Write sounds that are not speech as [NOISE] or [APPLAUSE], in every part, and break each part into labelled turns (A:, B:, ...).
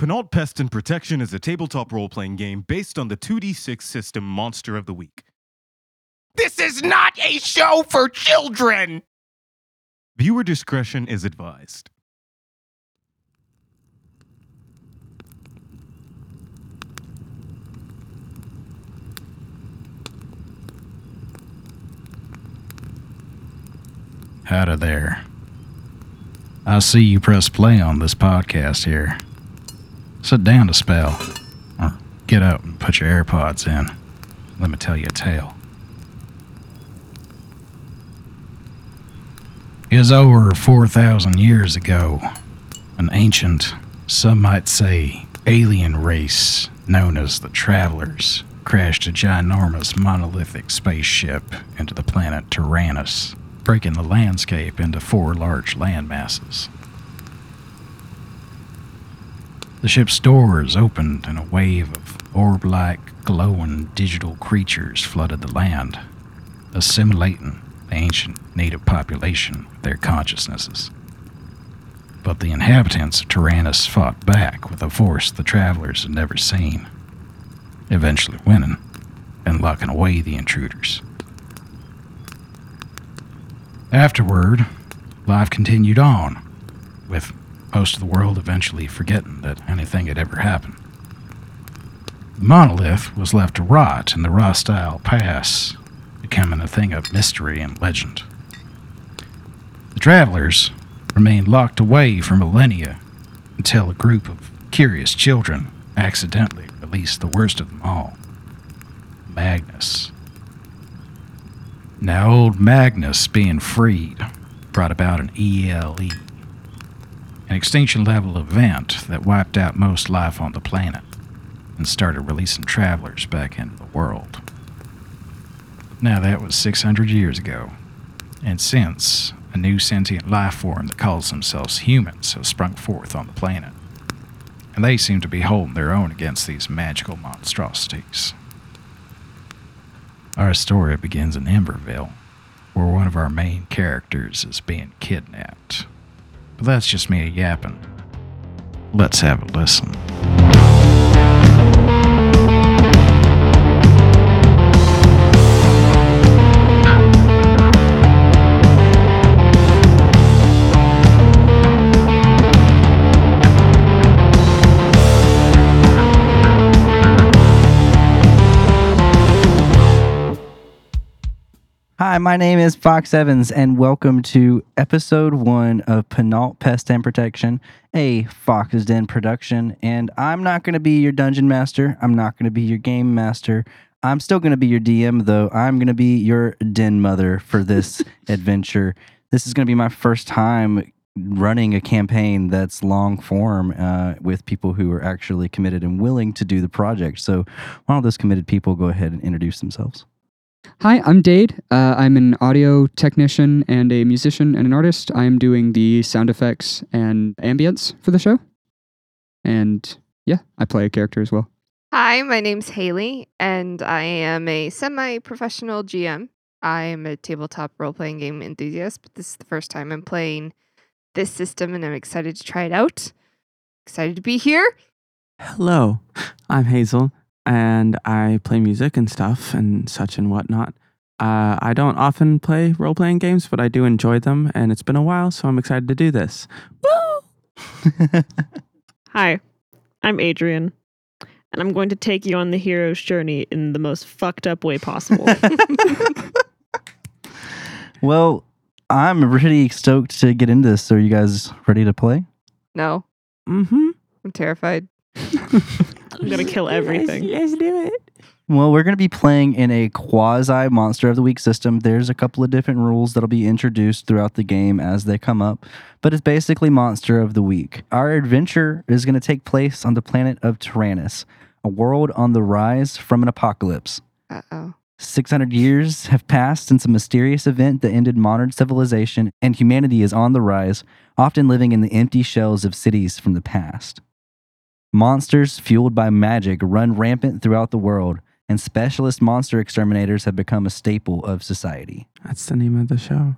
A: Penalt Pest and Protection is a tabletop role playing game based on the 2d6 system Monster of the Week.
B: This is not a show for children!
A: Viewer discretion is advised.
C: Out of there. I see you press play on this podcast here. Sit down to spell. Or get up and put your AirPods in. Let me tell you a tale. It was over 4,000 years ago. An ancient, some might say, alien race known as the Travelers crashed a ginormous monolithic spaceship into the planet Tyrannus, breaking the landscape into four large land masses. The ship's doors opened and a wave of orb like, glowing digital creatures flooded the land, assimilating the ancient native population with their consciousnesses. But the inhabitants of Tyrannus fought back with a force the travelers had never seen, eventually winning and locking away the intruders. Afterward, life continued on, with most of the world eventually forgetting that anything had ever happened. The monolith was left to rot in the Rostyle Pass, becoming a thing of mystery and legend. The travelers remained locked away for millennia until a group of curious children accidentally released the worst of them all Magnus. Now, old Magnus being freed brought about an ELE, an extinction level event that wiped out most life on the planet and started releasing travelers back into the world. Now, that was 600 years ago. And since, a new sentient life form that calls themselves humans have sprung forth on the planet. And they seem to be holding their own against these magical monstrosities. Our story begins in Emberville, where one of our main characters is being kidnapped. But that's just me yapping. Let's have a listen.
D: Hi, my name is Fox Evans, and welcome to episode one of Penalt Pest and Protection, a Fox's Den production. And I'm not going to be your dungeon master. I'm not going to be your game master. I'm still going to be your DM, though. I'm going to be your den mother for this adventure. This is going to be my first time running a campaign that's long form uh, with people who are actually committed and willing to do the project. So, why don't those committed people go ahead and introduce themselves?
E: Hi, I'm Dade. Uh, I'm an audio technician and a musician and an artist. I'm doing the sound effects and ambience for the show. And yeah, I play a character as well.
F: Hi, my name's Haley, and I am a semi professional GM. I am a tabletop role playing game enthusiast, but this is the first time I'm playing this system, and I'm excited to try it out. Excited to be here.
G: Hello, I'm Hazel, and I play music and stuff and such and whatnot. Uh, I don't often play role playing games, but I do enjoy them, and it's been a while, so I'm excited to do this. Woo!
H: Hi, I'm Adrian, and I'm going to take you on the hero's journey in the most fucked up
G: [LAUGHS]
H: way possible.
D: Well, I'm really stoked to get into this. So, are you guys ready to play?
F: No,
G: Mm hmm.
F: I'm terrified.
H: I'm gonna kill everything.
G: Yes, do it.
D: Well, we're going to be playing in a quasi Monster of the Week system. There's a couple of different rules that'll be introduced throughout the game as they come up, but it's basically Monster of the Week. Our adventure is going to take place on the planet of Tyrannus, a world on the rise from an apocalypse.
F: Uh oh.
D: 600 years have passed since a mysterious event that ended modern civilization, and humanity is on the rise, often living in the empty shells of cities from the past. Monsters fueled by magic run rampant throughout the world, and specialist monster exterminators have become a staple of society.
G: That's the name of the show.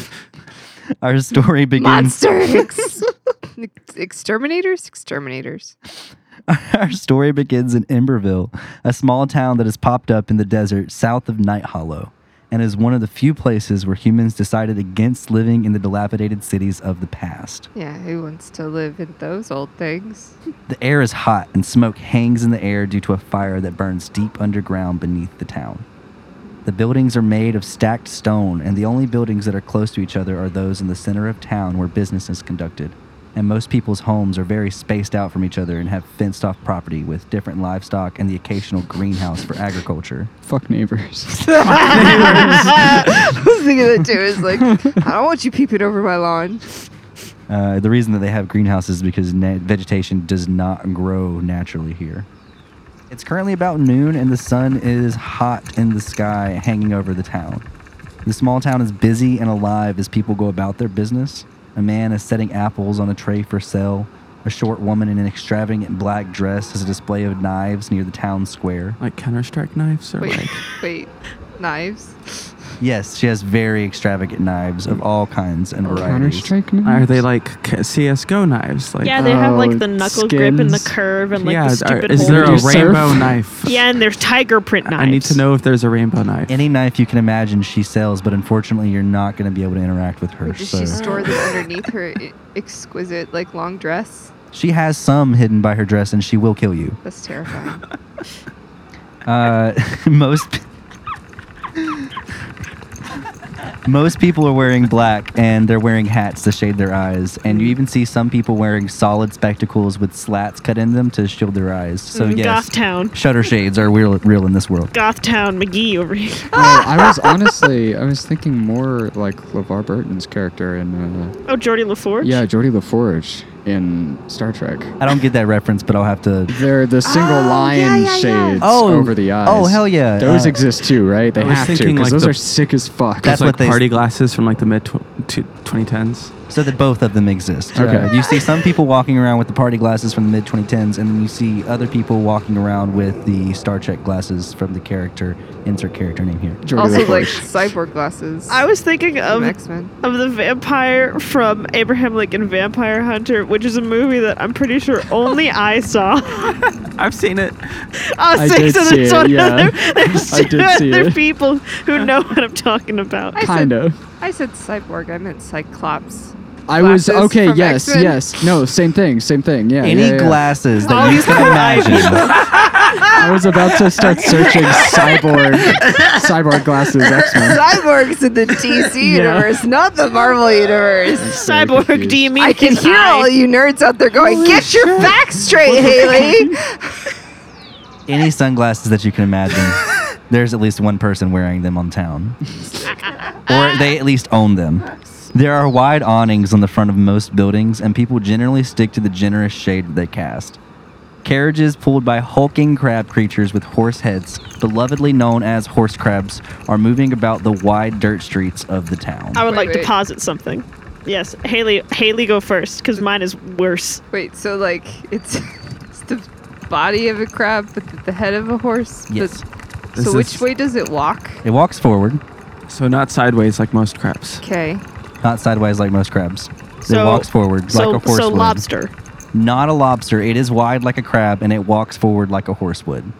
D: [LAUGHS] Our story begins.
F: Monsters! Ex- exterminators? Exterminators.
D: [LAUGHS] Our story begins in Emberville, a small town that has popped up in the desert south of Night Hollow, and is one of the few places where humans decided against living in the dilapidated cities of the past.
F: Yeah, who wants to live in those old things? [LAUGHS]
D: The air is hot, and smoke hangs in the air due to a fire that burns deep underground beneath the town. The buildings are made of stacked stone, and the only buildings that are close to each other are those in the center of town where business is conducted. And most people's homes are very spaced out from each other and have fenced off property with different livestock and the occasional greenhouse for agriculture.
E: Fuck
F: [LAUGHS]
E: neighbors.
F: I was thinking that too. It's like, I don't want you peeping over my lawn.
D: Uh, the reason that they have greenhouses is because na- vegetation does not grow naturally here. It's currently about noon, and the sun is hot in the sky, hanging over the town. The small town is busy and alive as people go about their business. A man is setting apples on a tray for sale. A short woman in an extravagant black dress has a display of knives near the town square.
G: Like Counter Strike knives or
F: Wait,
G: like
F: [LAUGHS] wait. Knives?
D: Yes, she has very extravagant knives of all kinds and
E: Counter
D: varieties.
E: Strike.
G: are they like K- CS:GO knives? Like
H: yeah, they have like the
E: Oh,
H: knuckle grip and the
E: skins.
H: curve and like
G: yeah,
H: the
G: is- are-
H: stupid
G: is there a
H: holders.
E: holders.
G: rainbow
E: Surf.
G: knife?
H: [LAUGHS] Yeah, and there's tiger print knives.
G: I need to know if there's a rainbow knife.
D: Any knife you can imagine she sells, but unfortunately, you're not going to be able to interact with her.
F: Or does
D: so-
F: she store them underneath her i- exquisite, like, long dress?
D: She has some hidden by her dress, and she will kill you.
F: That's terrifying.
D: Uh, [LAUGHS] most [LAUGHS] most people are wearing black, and they're wearing hats to shade their eyes. And you even see some people wearing solid spectacles with slats cut in them to shield their eyes. So
H: Mm,
D: yes,
H: Gothtown.
D: shutter shades are real, real in this world.
H: Gothtown McGee over here. [LAUGHS]
E: Oh, I was honestly, I was thinking more like LeVar Burton's character in, uh,
H: Oh, Jordy LaForge?
E: yeah, Geordie LaForge in Star Trek.
D: I don't get that reference, but I'll have to.
E: They're the single
F: Oh, yeah,
E: line
F: yeah, yeah.
E: shades
D: Oh,
E: over the eyes.
D: oh, hell yeah,
E: Those
D: uh,
E: exist too, right? They
G: I was
E: have to
G: thinking,
E: because
G: like,
E: those
G: the-
E: are sick as fuck.
D: That's
G: That's
D: what
G: like
D: they-
G: party glasses from like the mid tw- to 2010s.
D: So that both of them exist.
E: Okay.
D: Uh, you see some people walking around with the party glasses from the mid 2010s, and then you see other people walking around with the Star Trek glasses from the character, insert character name here.
E: Geordie
F: also,
E: LaForge.
F: like, cyborg glasses.
H: I was thinking
F: from
H: of
F: X-Men.
H: of the vampire from Abraham Lincoln Vampire Hunter, which is a movie that I'm pretty sure only I saw. [LAUGHS]
G: I've seen it.
H: I was
E: I
H: saying,
E: did
H: so
E: see
H: there's
E: it,
H: one
E: yeah. [LAUGHS]
H: other, there's
E: I
H: two
E: did see
H: other
E: it.
H: people
E: [LAUGHS]
H: who know what I'm talking about.
F: I said-
E: kind of.
F: I said cyborg. I meant cyclops.
E: I was
F: Glasses
E: okay.
F: from
E: Yes,
F: X-Men.
E: yes. No, same thing. Same thing. Yeah.
D: Any
E: yeah, yeah.
D: glasses that you can
E: [LAUGHS]
D: imagine.
E: I was about to start
H: [LAUGHS]
E: searching cyborg, cyborg glasses X Men.
F: [LAUGHS] Cyborgs in the DC universe, not the
E: [LAUGHS]
F: Marvel universe.
H: Cyborg, do you mean
F: I can
H: his
F: hear
H: eye?
F: all you nerds out there going, "Get your facts straight, Haley."
D: Any sunglasses that you can imagine. There's at least one person wearing them on town. or they at least own them. There are wide awnings on the front of most buildings, and people generally stick to the generous shade that they cast. Carriages pulled by hulking crab creatures with horse heads, belovedly known as horse crabs, are moving about the wide dirt streets of the town.
H: I would
F: Wait,
H: like to
F: wait.
H: posit something. Yes, Haley, Haley, go first because mine is worse.
F: Wait, so like it's, [LAUGHS] it's the body of a crab, but the, the head of a horse. but-
D: Yes.
G: This
F: so which
G: is-
F: way does it walk?
D: It walks forward,
G: So not sideways like most crabs.
F: Okay.
D: not sideways like most crabs. it
H: So-
D: walks forward
H: so,
D: like a horse
H: so
D: would.
H: lobster.
D: Not a lobster. It is wide like a crab, and it walks forward like a horse would.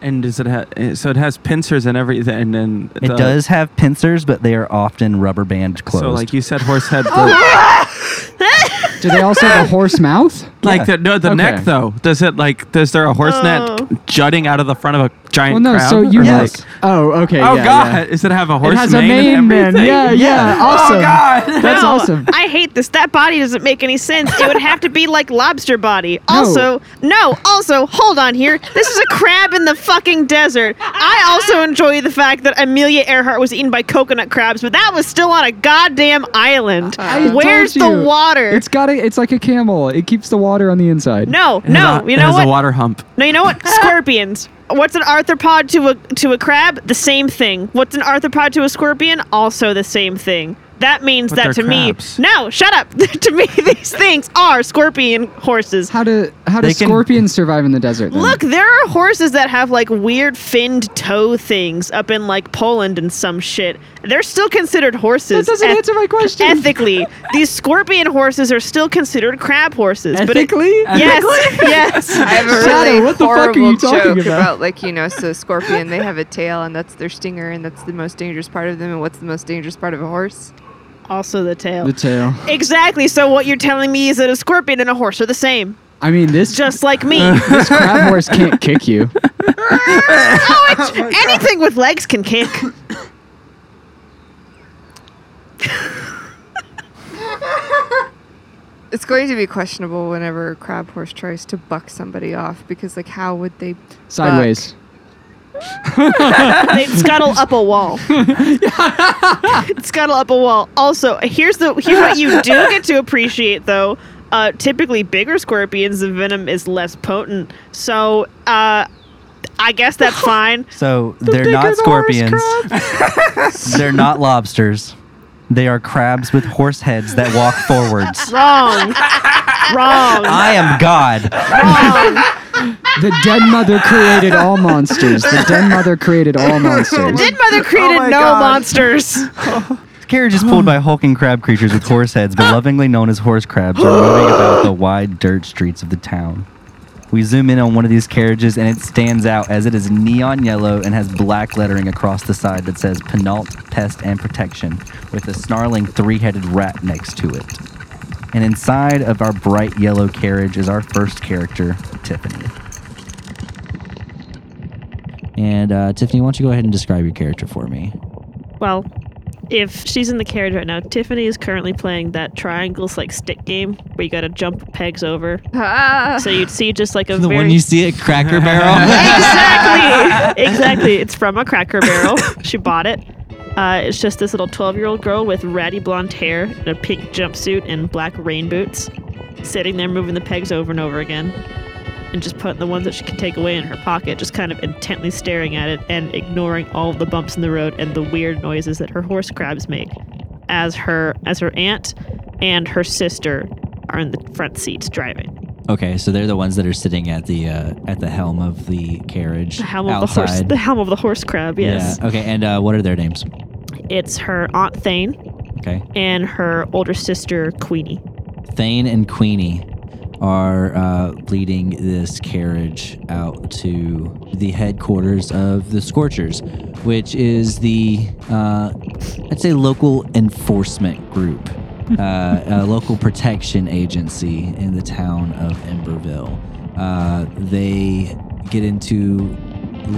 G: And does it ha- eh, so it has pincers and everything and then
D: It
G: the-
D: does have pincers, but they are often rubber band closed.
G: So like you said horse
H: [LAUGHS]
G: head the,
E: Do they also have a horse mouth?
G: like the, no the
E: Okay.
G: neck though. Does it like does there a horse
H: Oh.
G: neck jutting out of the front of a giant
E: Well, no.
G: crab?
E: So you
G: Or,
D: Yes.
E: like? Oh, okay.
G: Oh
E: yeah,
G: god.
E: yeah.
G: Does it have a horse
E: it has
G: mane
E: a mane
G: and
E: man.
G: everything?
E: Yeah, yeah. Awesome.
G: [LAUGHS] Oh [LAUGHS] god.
E: That's
H: No,
E: awesome.
H: I hate this. That body doesn't make any sense. It would have to be like lobster
E: [LAUGHS]
H: body. Also, no, also, hold on here. This is a crab in the fucking desert. I also enjoy the fact that Amelia Earhart was eaten by coconut crabs, but that was still on a goddamn island.
E: I
H: Where's
E: told you.
H: the water?
E: It's got a, It's like a camel. It keeps the water on the inside.
H: no,
G: It has
H: no,
G: a-
H: you
G: it
H: know
G: has
H: what?
G: a water hump.
H: No, you know what? Scorpions. What's an arthropod to a to a crab? The same thing. What's an arthropod to a scorpion? Also the same thing. That means
G: But
H: that
G: they're
H: [LAUGHS] to
G: crabs.
H: me, no, shut up. to me, these things are scorpion horses.
E: How do how
I: How do
G: They can-
I: scorpions survive in the desert? then?
H: Look, there are horses that have like weird finned toe things up in like Poland and some shit. They're still considered horses.
I: that doesn't
H: eth-
I: answer my question.
H: Ethically, these scorpion horses are still considered crab horses.
I: Ethically?
H: But it, yes, yes. [LAUGHS]
F: I have
I: [LAUGHS]
F: a
I: Shadow,
F: really
I: what the fuck are
F: horrible
I: you talking
F: joke
I: about?
F: about? like you know, so scorpion they have a tail and that's their stinger and that's the most dangerous part of them and what's the most dangerous part of a horse?
H: Also the tail.
I: the tail.
H: exactly. So what you're telling me is that a scorpion and a horse are the same,
I: I mean, this
H: just like [LAUGHS] me.
I: this crab horse can't kick you.
H: Oh, it- anything with legs can kick.
F: It's going to be questionable whenever a crab horse tries to buck somebody off because like how would they
I: Sideways.
H: They'd scuttle up a [LAUGHS] wall. scuttle up a wall. Also, here's the here's what you do get to appreciate though. Uh, typically, bigger scorpions, the venom is less potent. So, uh, I guess [LAUGHS] that's fine.
J: So they're not scorpions.
D: [LAUGHS]
J: they're not lobsters. They are crabs with horse heads that walk
G: [LAUGHS]
J: forwards.
H: Wrong. Wrong.
J: I am God.
I: The dead mother created all monsters. The dead mother created all monsters.
H: Dead mother created
G: my
H: no
G: God.
H: monsters. [LAUGHS]
J: This carriage is pulled by hulking crab creatures with horse heads, but lovingly known as horse crabs, are moving about the wide dirt streets of the town. We zoom in on one of these carriages, and it stands out as it is neon yellow and has black lettering across the side that says Penault Pest and Protection, with a snarling three headed rat next to it. And inside of our bright yellow carriage is our first character, Tiffany.
D: And uh, Tiffany, why don't you go ahead and describe your character for me?
H: Well, if she's in the carriage right now, Tiffany is currently playing that triangles like stick game where you gotta jump pegs over.
F: Ah,
D: [SIGHS]
H: So you'd see just like a
D: The
H: very
D: one you see at
G: [LAUGHS]
D: Cracker Barrel.
H: exactly. exactly. It's from a Cracker Barrel. She bought it. Uh, it's just this little 12 year old girl with ratty blonde hair and a pink jumpsuit and black rain boots, sitting there moving the pegs over and over again, and just putting the ones that she can take away in her pocket, just kind of intently staring at it and ignoring all of the bumps in the road and the weird noises that her horse crabs make, as her as her aunt and her sister are in the front seats driving.
D: okay, so they're the ones that are sitting at the uh, at the helm of the carriage
H: The helm of
D: outside.
H: the horse, the helm of the horse crab. [LAUGHS] Yes.
D: Yeah. Okay, and uh, what are their names?
H: It's her aunt Thane
D: Okay,
H: and her older sister Queenie.
D: Thane and Queenie are uh, leading this carriage out to the headquarters of the Scorchers, which is the uh, I'd say local enforcement group, uh, a local protection agency in the town of Emberville. Uh, they get into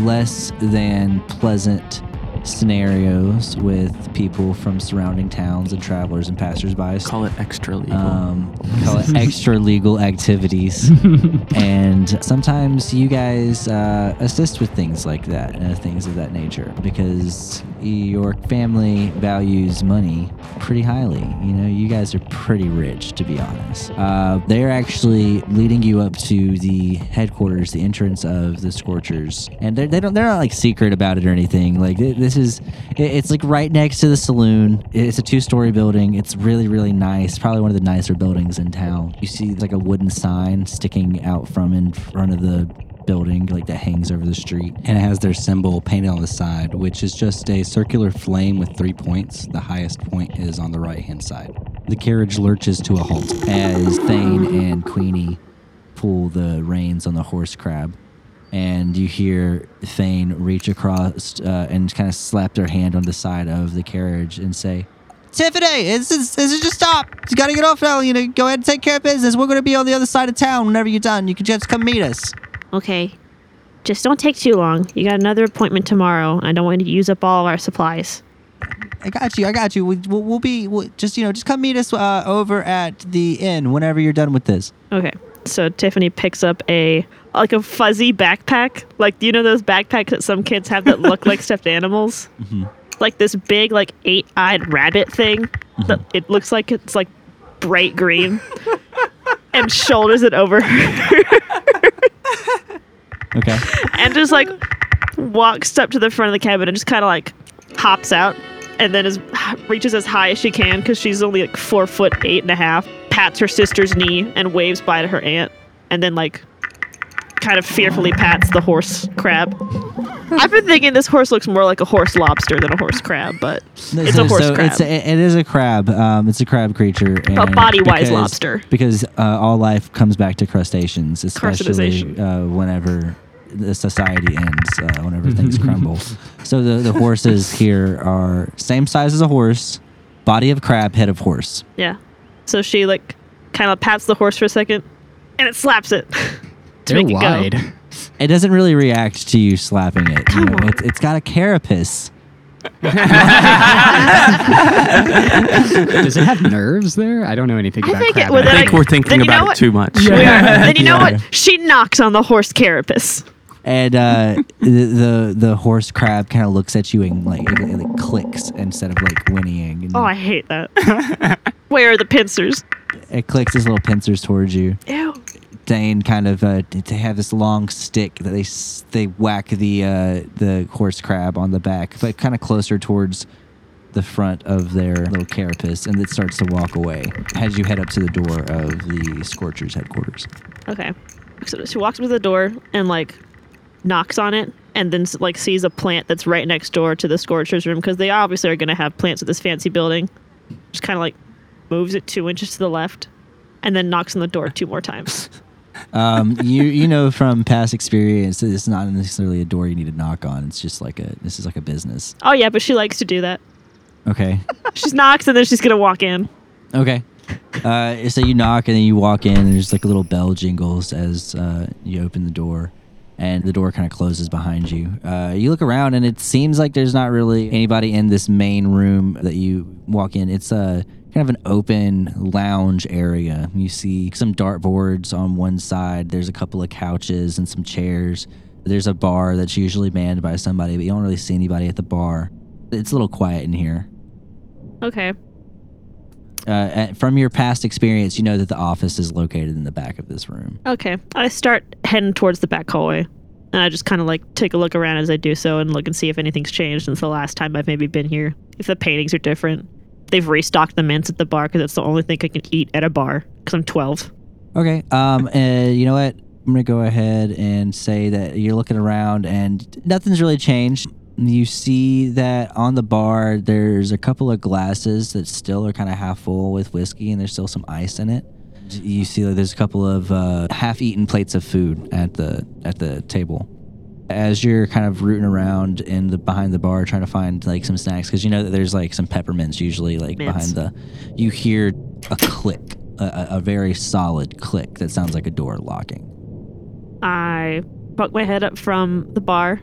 D: less than pleasant scenarios with people from surrounding towns and travelers and passersby
G: Call it extra legal.
H: Uh,
D: um, call it extra legal activities. and sometimes you guys uh, assist with things like that, uh, things of that nature, because your family values money pretty highly. You know, you guys are pretty rich, to be honest. Uh, they're actually leading you up to the headquarters, the entrance of the Scorchers, and they're, they don't, they're not like secret about it or anything. Like thi- this is, it- it's like right next to the saloon. It's a two-story building. It's really, really nice. Probably one of the nicer buildings in town. You see like a wooden sign sticking out from in front of the building like that hangs over the street and it has their symbol painted on the side which is just a circular flame with three points the highest point is on the right hand side the carriage lurches to a halt as thane and queenie pull the reins on the horse crab and you hear Thane reach across uh, and kind of slap their hand on the side of the carriage and say, "Tiffany, this is this is just stop. You gotta get off now. You know, go ahead and take care of business. We're gonna be on the other side of town whenever you're done. You can just come meet us."
H: Okay. Just don't take too long. You got another appointment tomorrow. I don't want you to use up all of our supplies.
D: I got you. I got you. We, we'll, we'll be we'll, just you know just come meet us uh, over at the inn whenever you're done with this.
H: Okay. So Tiffany picks up a like a fuzzy backpack. Like do you know those backpacks that some kids have that look like stuffed animals? Like this big like eight-eyed rabbit thing that it looks like it's like bright green. and shoulders it over her.
D: Okay.
H: and just like walks up to the front of the cabin and just kind of like hops out and then is, [SIGHS] reaches as high as she can because she's only like four foot eight and a half pats her sister's knee and waves bye to her aunt and then like kind of fearfully pats the horse crab. I've been thinking this horse looks more like a horse lobster than a horse crab, but
D: No,
H: it's a horse crab.
D: It's a, it is a crab. Um, it's a crab creature. And
H: body-wise
D: because-
H: lobster.
D: Because uh, all life comes back to crustaceans, especially
H: Crustacean.
D: uh, whenever the society ends, uh, whenever things crumble. So the, the horses here are same size as a horse, body of crab, head of horse.
H: yeah. So she like kind of pats the horse for a second, and it slaps it. [LAUGHS] to
I: They're
H: make it go.
I: wide.
D: It doesn't really react to you slapping it. You
H: Come
D: know,
H: on.
D: it's, it's got a carapace.
I: Does it have nerves there? I don't know anything
H: I
I: about
H: think it
I: crab.
H: would-
I: I
H: Then
G: I
H: I-
G: think we're
H: then
G: thinking
H: you know
G: about
H: what?
G: it too much.
H: We are. Then you know what? She knocks on the horse carapace.
D: And
H: [LAUGHS]
D: uh, the, the the horse crab kind of looks at you and like it, it, like, clicks instead of like whinnying. And
H: Oh, I hate that. [LAUGHS] Where are the pincers?
D: it clicks his little pincers towards you.
H: Ew.
D: Dane kind of uh, d- they have this long stick that they s- they whack the uh, the horse crab on the back, but kind of closer towards the front of their little carapace, and it starts to walk away as you head up to the door of the Scorchers headquarters.
H: Okay. So she walks up to the door and like knocks on it and then like sees a plant that's right next door to the scorcher's room because they obviously are going to have plants at this fancy building. Just kind of like moves it two inches to the left and then knocks on the door two more times. [LAUGHS]
D: Um, you you know from past experience, that it's not necessarily a door you need to knock on. It's just like a this is like a business.
H: Oh, yeah, but she likes to do that.
D: Okay.
H: She knocks and then she's going to walk in.
D: Okay. Uh, so you knock and then you walk in, and there's like a little bell jingles as uh, you open the door, and the door kind of closes behind you. Uh, you look around, and it seems like there's not really anybody in this main room that you walk in. It's a kind of an open lounge area. You see some dartboards on one side, there's a couple of couches and some chairs. There's a bar that's usually manned by somebody, but you don't really see anybody at the bar. It's a little quiet in here
H: Okay.
D: uh, at- from your past experience, you know that the office is located in the back of this room.
H: Okay. I start heading towards the back hallway. And I just kind of like take a look around as I do so and look and see if anything's changed since the last time I've maybe been here. If the paintings are different. They've restocked the mints at the bar because that's the only thing I can eat at a bar because I'm 12.
D: Okay. Um. [LAUGHS] Uh, you know what? I'm gonna go ahead and say that you're looking around and nothing's really changed. You see that on the bar, there's a couple of glasses that still are kind of half full with whiskey, and there's still some ice in it. You see that there's a couple of uh, half-eaten plates of food at the at the table. As you're kind of rooting around in the behind the bar trying to find like some snacks, because you know that there's like some peppermints usually like
H: Mints.
D: behind the you hear a click, a- a, a very solid click that sounds like a door locking.
H: I poke my head up from the bar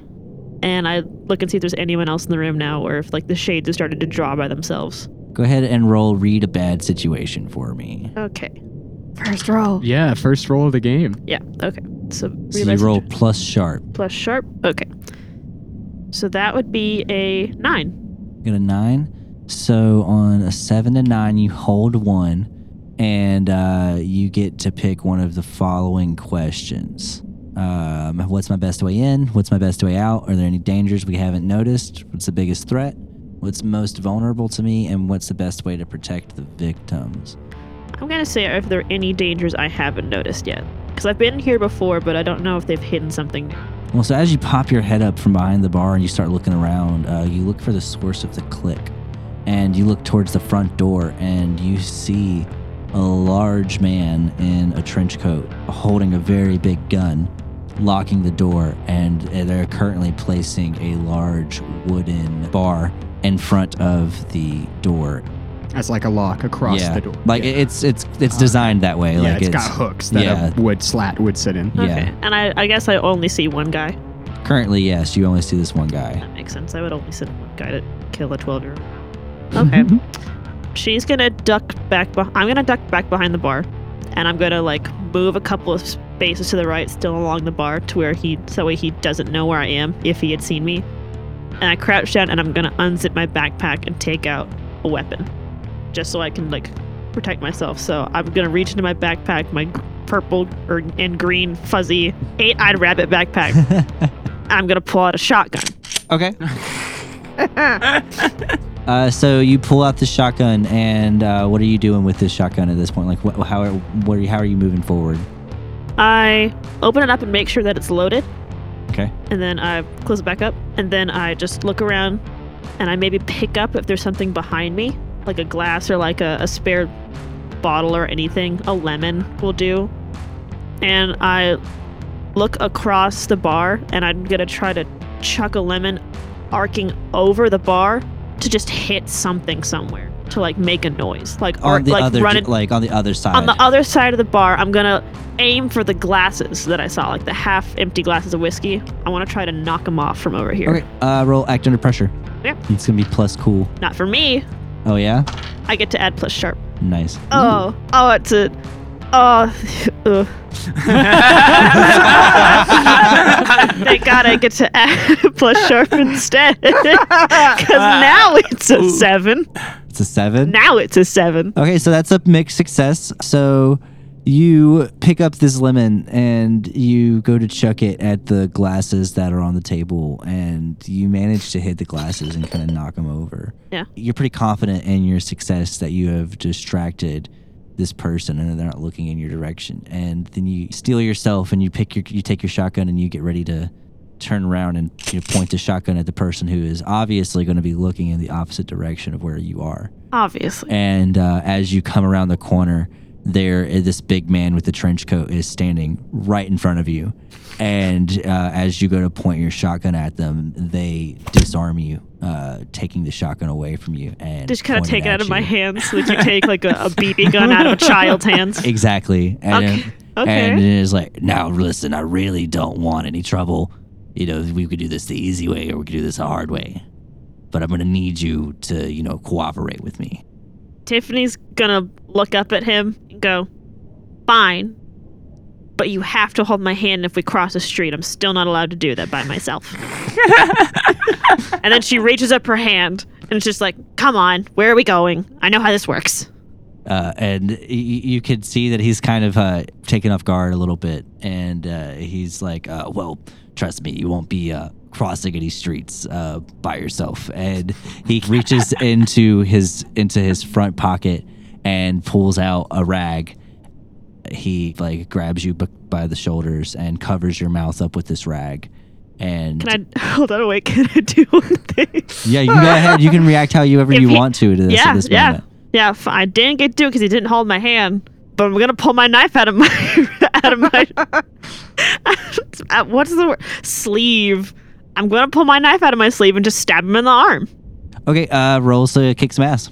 H: and I look and see if there's anyone else in the room now or if like the shades have started to draw by themselves.
D: Go ahead and roll read a bad situation for me.
H: Okay.
F: First roll.
I: yeah, first roll of the game.
H: Yeah. Okay.
D: So
H: So, realize-
D: you roll plus sharp.
H: plus sharp. Okay. So that would be a nine.
D: Get a nine. So on a seven to nine, you hold one, and uh, you get to pick one of the following questions. Um, what's my best way in? What's my best way out? Are there any dangers we haven't noticed? What's the biggest threat? What's most vulnerable to me? And what's the best way to protect the victims?
H: I'm gonna say if there are any dangers I haven't noticed yet. Because I've been here before, but I don't know if they've hidden something.
D: Well, so as you pop your head up from behind the bar and you start looking around, uh, you look for the source of the click. And you look towards the front door and you see a large man in a trench coat holding a very big gun, locking the door. And uh, they're currently placing a large wooden bar in front of the door.
I: That's like a lock across
D: yeah.
I: the door.
D: Like
I: yeah.
D: it's it's it's designed that way.
I: yeah,
D: like
I: it's got hooks that
D: yeah.
I: a wood slat would sit in.
D: Yeah.
H: Okay. And I, I guess I only see one guy.
D: currently yes. You only see this one guy.
H: That makes sense. I would only send one guy to kill a 12 year old. Okay. [LAUGHS] She's gonna duck back. Be- I'm gonna duck back behind the bar, and I'm gonna like move a couple of spaces to the right, still along the bar, to where he so that way he doesn't know where I am if he had seen me. And I crouch down, and I'm gonna unzip my backpack and take out a weapon, just so I can like protect myself. So I'm gonna reach into my backpack, my g- purple or and green fuzzy eight-eyed rabbit backpack. and I'm gonna pull out a shotgun.
D: Okay. [LAUGHS] Uh, so you pull out the shotgun, and uh, what are you doing with this shotgun at this point? Like, what, how, are, what are you, how are you moving forward?
H: I open it up and make sure that it's loaded.
D: Okay.
H: And then I close it back up. And then I just look around and I maybe pick up if there's something behind me, like a glass or like a, a spare bottle or anything. A lemon will do. And I look across the bar and I'm going to try to chuck a lemon arcing over the bar to just hit something somewhere to like make a noise. Like,
D: On
H: arc,
D: the
H: like
D: other,
H: run
D: ju-
H: it
D: like on the other side.
H: on the other side of the bar, I'm gonna aim for the glasses that I saw, like the half-empty glasses of whiskey. I want to try to knock them off from over here.
D: okay. Uh, roll act under pressure.
H: Yep.
D: It's gonna be plus cool.
H: Not for me.
D: Oh yeah.
H: I get to add plus sharp.
D: Nice.
H: Oh, oh, it's a, oh, [LAUGHS]
D: [LAUGHS]
H: ugh. thank God I get to add [LAUGHS] plus sharp instead, [LAUGHS] because
D: [LAUGHS]
H: now it's a seven.
D: It's a seven.
H: Now it's a seven.
D: Okay, so that's a mixed success. So you pick up this lemon and you go to chuck it at the glasses that are on the table, and you manage to hit the glasses and kind of knock them over.
H: Yeah.
D: You're pretty confident in your success that you have distracted this person and they're not looking in your direction. And then you steal yourself and you pick your you take your shotgun and you get ready to turn around and you know, point the shotgun at the person who is obviously going to be looking in the opposite direction of where you are.
H: Obviously.
D: And uh, as you come around the corner, there is this big man with the trench coat is standing right in front of you. And uh, as you go to point your shotgun at them, they disarm you, uh, taking the shotgun away from you. And
H: Just kind of
D: pointing
H: take it out
D: at
H: of my
D: you.
H: hands, like you take like a, a BB gun
D: [LAUGHS]
H: out of a child's hands.
D: Exactly. And,
H: Okay. Okay.
D: and it is like, now listen, I really don't want any trouble. You know, we could do this the easy way or we could do this the hard way. But I'm going to need you to, you know, cooperate with me.
H: Tiffany's gonna look up at him and go, Fine, but you have to hold my hand if we cross the street. I'm still not allowed to do that by myself. and then she reaches up her hand and it's just like, Come on, where are we going? I know how this works.
D: uh, and y- y- you could see that he's kind of uh, taken off guard a little bit, and uh, he's like, uh, "Well, trust me, you won't be uh, crossing any streets uh, by yourself." And he
H: [LAUGHS]
D: reaches into his into his front pocket and pulls out a rag. He like grabs you b- by the shoulders and covers your mouth up with this rag. And
H: Can I [LAUGHS] hold on wait, can I do one thing?
D: yeah, you go ahead. You
H: [LAUGHS]
D: can react however
H: If
D: you
H: he-
D: want to to this at
H: yeah,
D: this
H: yeah.
D: moment.
H: Yeah, f- I didn't get to do it because he didn't hold my hand. But I'm gonna pull my knife out of my [LAUGHS] out
D: [LAUGHS]
H: of my out- what's the word sleeve. I'm gonna pull my knife out of my sleeve and just stab him in the arm.
D: Okay, uh, rolls to kick some ass.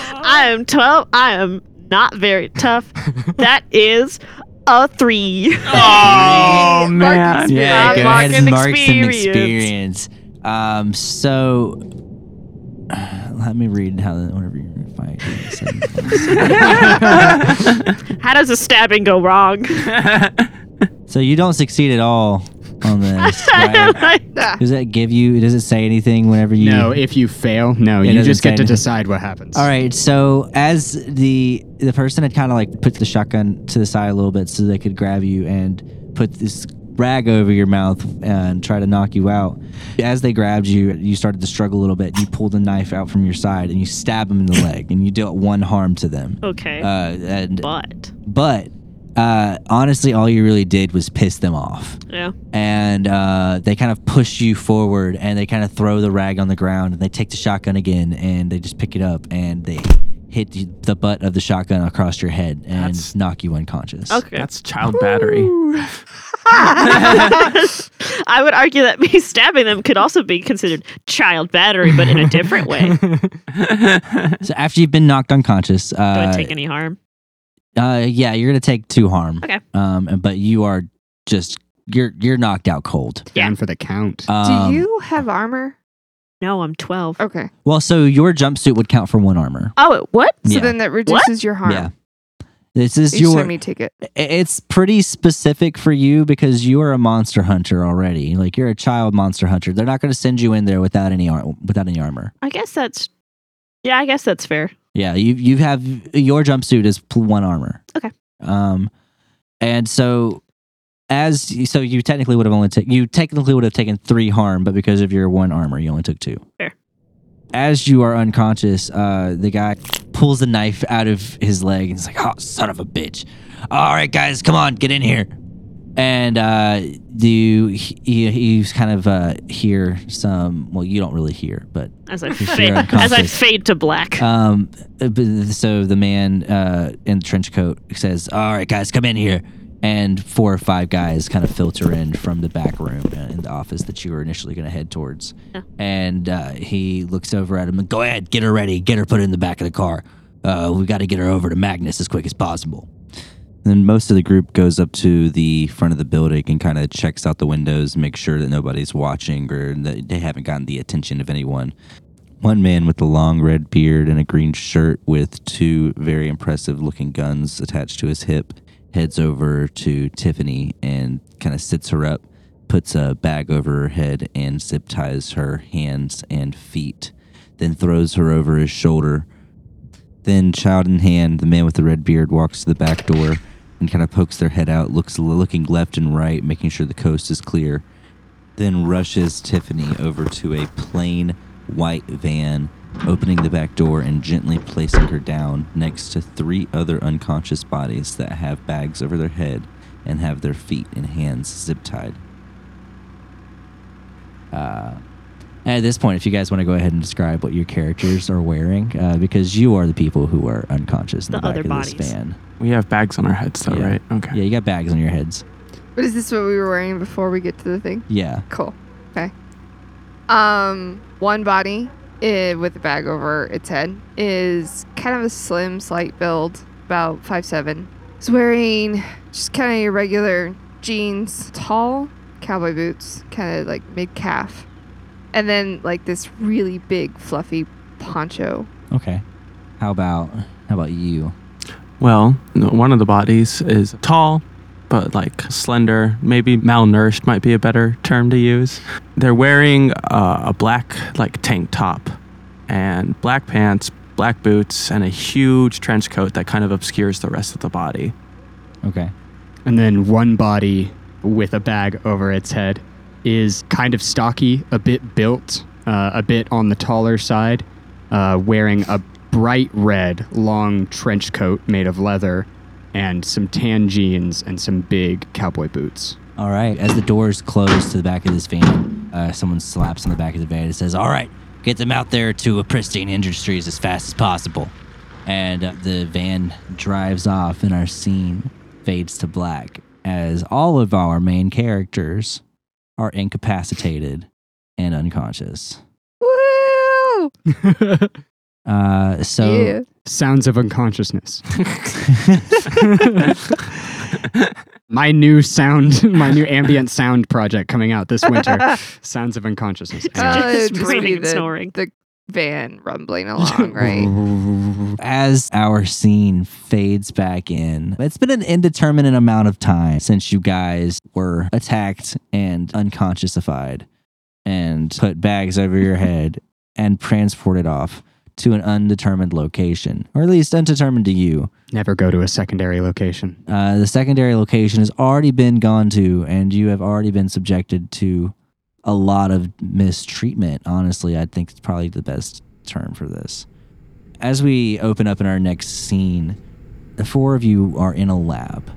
H: I am twelve. I am not
D: [LAUGHS]
H: very tough. that is a three.
G: Oh man.
F: Marcus.
D: Yeah,
F: Uh,
D: go
F: mark
D: ahead
F: an
D: and mark some
H: experience.
D: experience. Um, so let me read how that whenever you're in a fight. you said-
H: How does a stabbing go wrong? [LAUGHS]
D: so you don't succeed at all on
H: [LAUGHS]
D: this. Right?
F: Ah,
D: Does that give you? Does it say anything whenever you?
E: No, if you fail, no, you
D: doesn't
E: just
D: say
E: get to
D: anything.
E: decide what happens.
D: All right. So as the the person had kind of like put the shotgun to the side a little bit so they could grab you and put this rag over your mouth and try to knock you out. As they grabbed you, you started to struggle a little bit. You pulled a knife out from your side and you stab them in the leg and you dealt one harm to them.
H: Okay,
D: Uh, and
H: but
D: but uh, honestly, all you really did was piss them off
H: yeah,
D: and uh, they kind of push you forward and they kind of throw the rag on the ground and they take the shotgun again and they just pick it up and they hit you- the butt of the shotgun across your head and
G: That's-
D: knock you unconscious.
H: okay.
G: That's child battery.
H: I would argue that me [LAUGHS] stabbing them could also be considered child battery, but in a different
D: [LAUGHS]
H: way. Do
D: So after you've been knocked unconscious,
H: I
D: uh,
H: take any harm?
D: uh, yeah, you're gonna take two harm.
H: Okay.
D: Um, and- but you are just you're you're knocked out cold.
E: Down for the count.
D: Um,
F: do you have armor?
H: No, I'm 12.
F: Okay.
D: Well, so your jumpsuit would count for one armor.
H: Oh, it- what?
F: So
D: yeah.
F: then that reduces your harm.
D: yeah. This is
F: Each
D: your
F: time you take it.
D: I- it's pretty specific for you because you are a monster hunter already. Like you're a child monster hunter. They're not going to send you in there without any ar- without any armor.
H: I guess that's. Yeah, I guess that's fair.
D: Yeah, you you have your jumpsuit is pl- one armor.
H: Okay.
D: Um, and so as you- so you technically would have only taken you technically would have taken three harm, but because of your one armor, you only took two.
H: Fair.
D: As you are unconscious, uh, the guy pulls the knife out of his leg and he's like, "Oh, son of a bitch! all right, guys, come on, get in here. And uh, do you, you, you kind of uh, hear some? Well, you don't really hear, but
H: As I
D: If you're
H: fade, as I
D: unconscious.
H: fade to black.
D: um, uh, but- so the man uh, in the trench coat says, "All right, guys, come in here." And four or five guys kind of filter in from the back room uh, in the office that you were initially going to head towards.
H: Yeah.
D: And uh, he looks over at him and go ahead, get her ready, get her put in the back of the car. Uh, we got to get her over to Magnus as quick as possible. Then most of the group goes up to the front of the building and kind of checks out the windows, makes sure that nobody's watching or that they haven't gotten the attention of anyone. One man with a long red beard and a green shirt with two very impressive looking guns attached to his hip heads over to Tiffany and kind of sits her up, puts a bag over her head, and zip ties her hands and feet, then throws her over his shoulder. Then, child in hand, the man with the red beard walks to the back door and kind of pokes their head out, looks looking left and right, making sure the coast is clear. Then rushes Tiffany over to a plain white van, opening the back door and gently placing her down next to three other unconscious bodies that have bags over their head and have their feet and hands zip tied. Uh, at this point, if you guys want to go ahead and describe what your characters are wearing, uh, because you are the people who are unconscious in
H: The
D: the, back
H: other
D: of
H: bodies.
D: this van.
G: We have bags on our heads, though,
D: Yeah.
G: right? Okay.
D: Yeah, you got bags on your heads.
F: But is this what we were wearing before we get to the thing?
D: Yeah.
F: Cool. Okay. Um, one body eh, with a bag over its head is kind of a slim, slight build, about five seven. He's wearing just kind of your regular jeans, tall cowboy boots, kind of like mid calf, and then like this really big, fluffy poncho.
D: Okay. How about how about you?
G: Well, no, one of the bodies is tall, but like slender. Maybe malnourished might be a better term to use. They're wearing uh, a black like tank top, and black pants, black boots, and a huge trench coat that kind of obscures the rest of the body. [LAUGHS]
D: Okay.
E: And then one body with a bag over its head is kind of stocky, a bit built, uh, a bit on the taller side, uh, wearing a bright red long trench coat made of leather and some tan jeans and some big cowboy boots.
D: All right. As the doors close to the back of this van, uh, someone slaps on the back of the van and says, "All right, get them out there to Pristine Industries as fast as possible." And uh, the van drives off, and our scene fades to black as all of our main characters are incapacitated and unconscious.
F: Woo!
D: Uh, so
F: yeah.
E: Sounds of unconsciousness.
D: [LAUGHS]
E: my new sound, [LAUGHS] my new ambient sound project coming out this
B: [LAUGHS]
E: winter. Sounds of unconsciousness.
F: Uh,
H: [LAUGHS] Just
E: Oh,
F: it's
H: breathing
F: really
H: and
E: [LAUGHS]
F: the-
H: snoring.
F: Van rumbling
D: [LAUGHS]
F: along, right?
D: as our scene fades back in, it's been an indeterminate amount of time since you guys were attacked and unconsciousified and put bags over your head and transported off to an undetermined location, or at least undetermined to you.
E: Never go to a secondary location.
D: Uh, the secondary location has already been gone to, and you have already been subjected to a lot of mistreatment. Honestly, I think it's probably the best term for this. As we open up in our next scene, the four of you are in a lab.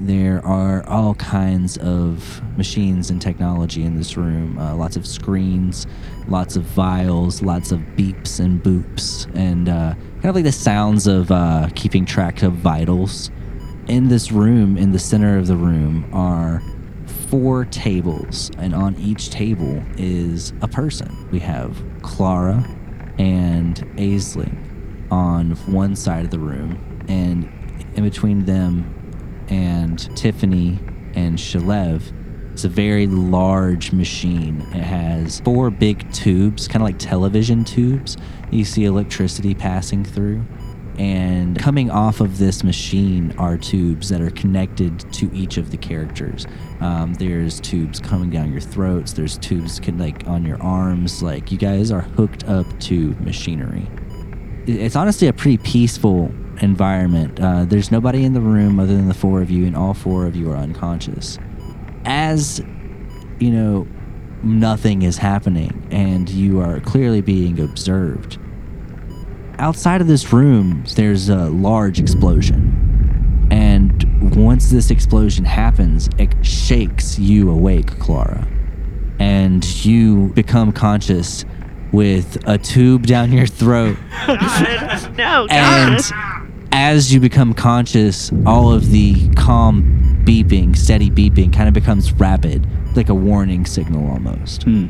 D: There are all kinds of machines and technology in this room. Uh, lots of screens, lots of vials, lots of beeps and boops, and uh, kind of like the sounds of uh, keeping track of vitals. In this room, in the center of the room, are four tables, and on each table is a person. We have Clara and Aisling on one side of the room, and in between them and Tiffany and Shalev, it's a very large machine. It has four big tubes, kind of like television tubes. You see electricity passing through. And coming off of this machine are tubes that are connected to each of the characters. Um, there's tubes coming down your throats. There's tubes can, like on your arms. Like you guys are hooked up to machinery. I- It's honestly a pretty peaceful environment. Uh, there's nobody in the room other than the four of you, and all four of you are unconscious. As you know, nothing is happening, and you are clearly being observed outside of this room, there's a large explosion. And once this explosion happens, it shakes you awake, Clara. And you become conscious with a tube down your throat.
H: No,
D: And as you become conscious, all of the calm beeping, steady beeping, kind of becomes rapid, like a warning signal almost.
E: Hmm.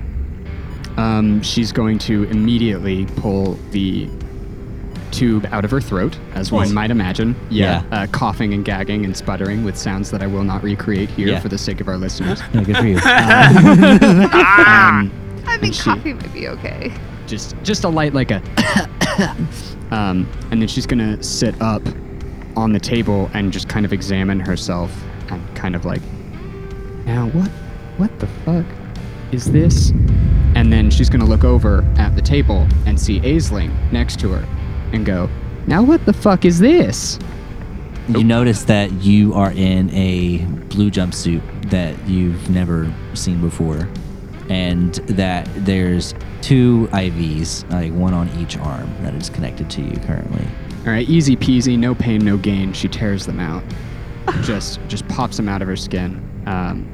E: Um, she's going to immediately pull the tube out of her throat, as one might imagine. Yeah. Uh, coughing and gagging and sputtering with sounds that I will not recreate here
D: Yeah.
E: for the sake of our listeners.
D: Yeah, good
E: [LAUGHS]
D: for you. Uh,
E: um,
F: I think
E: she-
F: coffee might be okay.
E: just just a light like a [COUGHS] um, and then she's gonna sit up on the table and just kind of examine herself and kind of like now what what the fuck is this and then she's gonna look over at the table and see Aisling next to her and go now what the fuck is this
D: You notice that you are in a blue jumpsuit that you've never seen before, and that there's two IVs, like one on each arm, that is connected to you currently.
E: all right easy peasy no pain no gain she tears them
D: [LAUGHS]
E: out just just pops them out of her skin um,